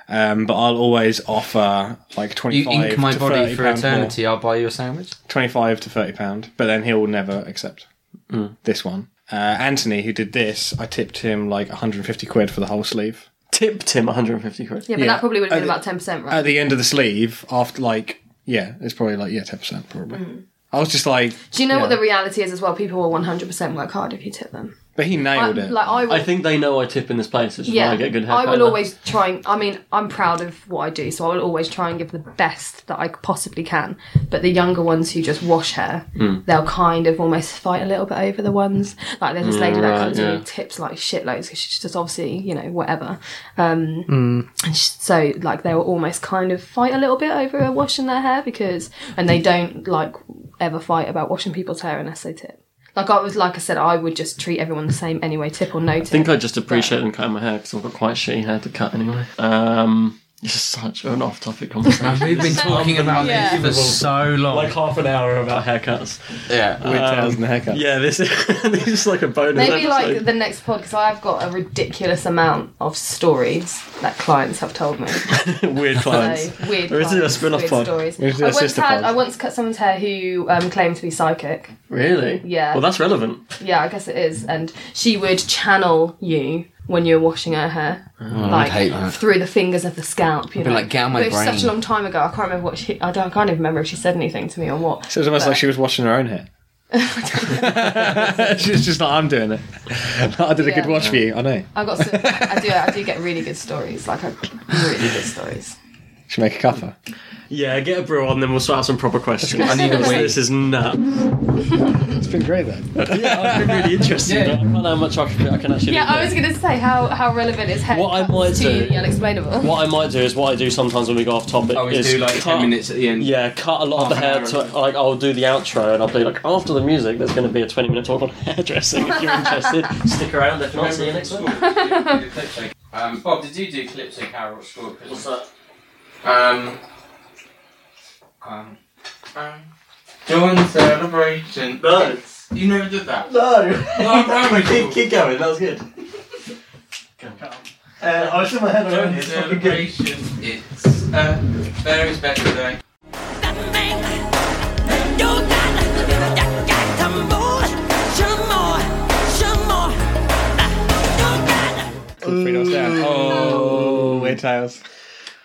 Speaker 3: Um, but I'll always offer like twenty
Speaker 2: You
Speaker 3: five
Speaker 2: ink my
Speaker 3: to
Speaker 2: body
Speaker 3: thirty
Speaker 2: for
Speaker 3: pound more.
Speaker 2: eternity. I'll buy you a sandwich.
Speaker 3: Twenty five to thirty pound. But then he'll never accept
Speaker 2: Mm.
Speaker 3: this one. Uh, Anthony, who did this, I tipped him like one hundred and fifty quid for the whole sleeve.
Speaker 4: Tipped him 150 quid.
Speaker 1: Yeah, but
Speaker 3: yeah.
Speaker 1: that probably would have
Speaker 3: At
Speaker 1: been
Speaker 3: the-
Speaker 1: about ten percent, right?
Speaker 3: At the end of the sleeve, after like yeah, it's probably like yeah, ten percent probably. I was just like,
Speaker 1: Mm. do you know what
Speaker 3: yeah.
Speaker 1: the reality is as well? People will one hundred percent work hard if you tip them.
Speaker 3: but he
Speaker 1: I,
Speaker 3: nailed it.
Speaker 1: like I, will,
Speaker 4: I think they know I tip in this place, which is why I get good haircut.
Speaker 1: I will
Speaker 4: there.
Speaker 1: always try and, I mean, I'm proud of what I do, so I will always try and give the best that I possibly can. But the younger ones who just wash hair,
Speaker 4: Hmm.
Speaker 1: they'll kind of almost fight a little bit over the ones. Like, there's this lady that comes and tips like shitloads because she's just obviously, you know, whatever. Um, and sh- so, like, they will almost kind of fight a little bit over washing their hair because, and they don't like ever fight about washing people's hair unless they tip. Like I was, like I said, I would just treat everyone the same anyway, tip or no tip.
Speaker 4: I think I just appreciate them cutting my hair because I've got quite shitty hair to cut anyway. Um, this is such an off-topic conversation.
Speaker 2: We've been talking about
Speaker 1: Yeah.
Speaker 2: this for so long.
Speaker 4: like half an hour about haircuts.
Speaker 2: yeah.
Speaker 3: Weird
Speaker 2: Um,
Speaker 3: tales and haircuts.
Speaker 4: Yeah, this is, this is like a bonus.
Speaker 1: Maybe
Speaker 4: episode.
Speaker 1: like the next pod because I've got a ridiculous amount of stories that clients have told me.
Speaker 4: weird clients.
Speaker 1: So weird,
Speaker 4: Or is it a
Speaker 1: clients,
Speaker 4: spin-off
Speaker 1: weird
Speaker 4: pod?
Speaker 1: stories.
Speaker 3: We should do
Speaker 1: I
Speaker 3: a
Speaker 1: once
Speaker 3: sister
Speaker 1: had
Speaker 3: pod.
Speaker 1: I once cut someone's hair who um, claimed to be psychic.
Speaker 4: Really?
Speaker 1: Yeah.
Speaker 4: Well, that's relevant.
Speaker 1: Yeah, I guess it is, and she would channel you when you're washing her hair, like
Speaker 2: Oh, hate that.
Speaker 1: through the fingers of the scalp. You know,
Speaker 2: like, get out my
Speaker 1: But it was
Speaker 2: brain.
Speaker 1: such a long time ago. I can't remember what she. I don't. I can't even remember if she said anything to me or what.
Speaker 3: So it was almost like she was washing her own hair. she was just like, I'm doing it. I did a good
Speaker 1: Yeah.
Speaker 3: wash for you. I know.
Speaker 1: I got. Some, I do. I do get really good stories. Like I, really good stories.
Speaker 3: Should make a cuppa.
Speaker 4: Yeah, get a brew on, then we'll start some proper questions. I
Speaker 2: need a wee.
Speaker 4: This is nuts.
Speaker 3: It's been great though.
Speaker 4: Yeah, I've been really interested.
Speaker 2: Yeah.
Speaker 4: I don't know how much I can, I can actually.
Speaker 1: Yeah,
Speaker 4: do.
Speaker 1: I was gonna say how how relevant is hair
Speaker 4: What I might
Speaker 1: to
Speaker 4: do-
Speaker 1: the unexplainable.
Speaker 4: What I might do is what I do sometimes when we go off topic.
Speaker 2: Always
Speaker 4: is
Speaker 2: do like
Speaker 4: cut-
Speaker 2: ten minutes at the end.
Speaker 4: Yeah, cut a lot of the
Speaker 2: Half an
Speaker 4: hair.
Speaker 2: hour
Speaker 4: To, like I'll do the outro and I'll be like, after the music, there's going to be a 20 minute talk on hairdressing. If you're interested, stick around. If not, see you next week.
Speaker 2: Um, Bob, did you do clips of Carol at school?
Speaker 4: What's that?
Speaker 2: Um, um, um, Dawn celebration.
Speaker 4: No.
Speaker 2: You never did that.
Speaker 4: No.
Speaker 2: I'm
Speaker 4: keep, Oh, keep going. That was good. Uh, I was in my head already. It's fucking good.
Speaker 2: uh, It's a very special day.
Speaker 6: You
Speaker 3: Oh, details.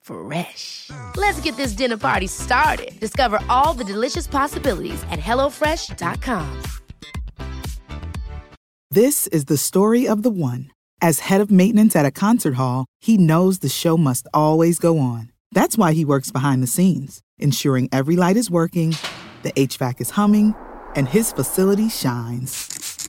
Speaker 7: Fresh. Let's get this dinner party started. Discover all the delicious possibilities at hellofresh.com.
Speaker 2: This is the story of the one. As head of maintenance at a concert hall, he knows the show must always go on. That's why he works behind the scenes, ensuring every light is working, the HVAC is humming, and his facility shines.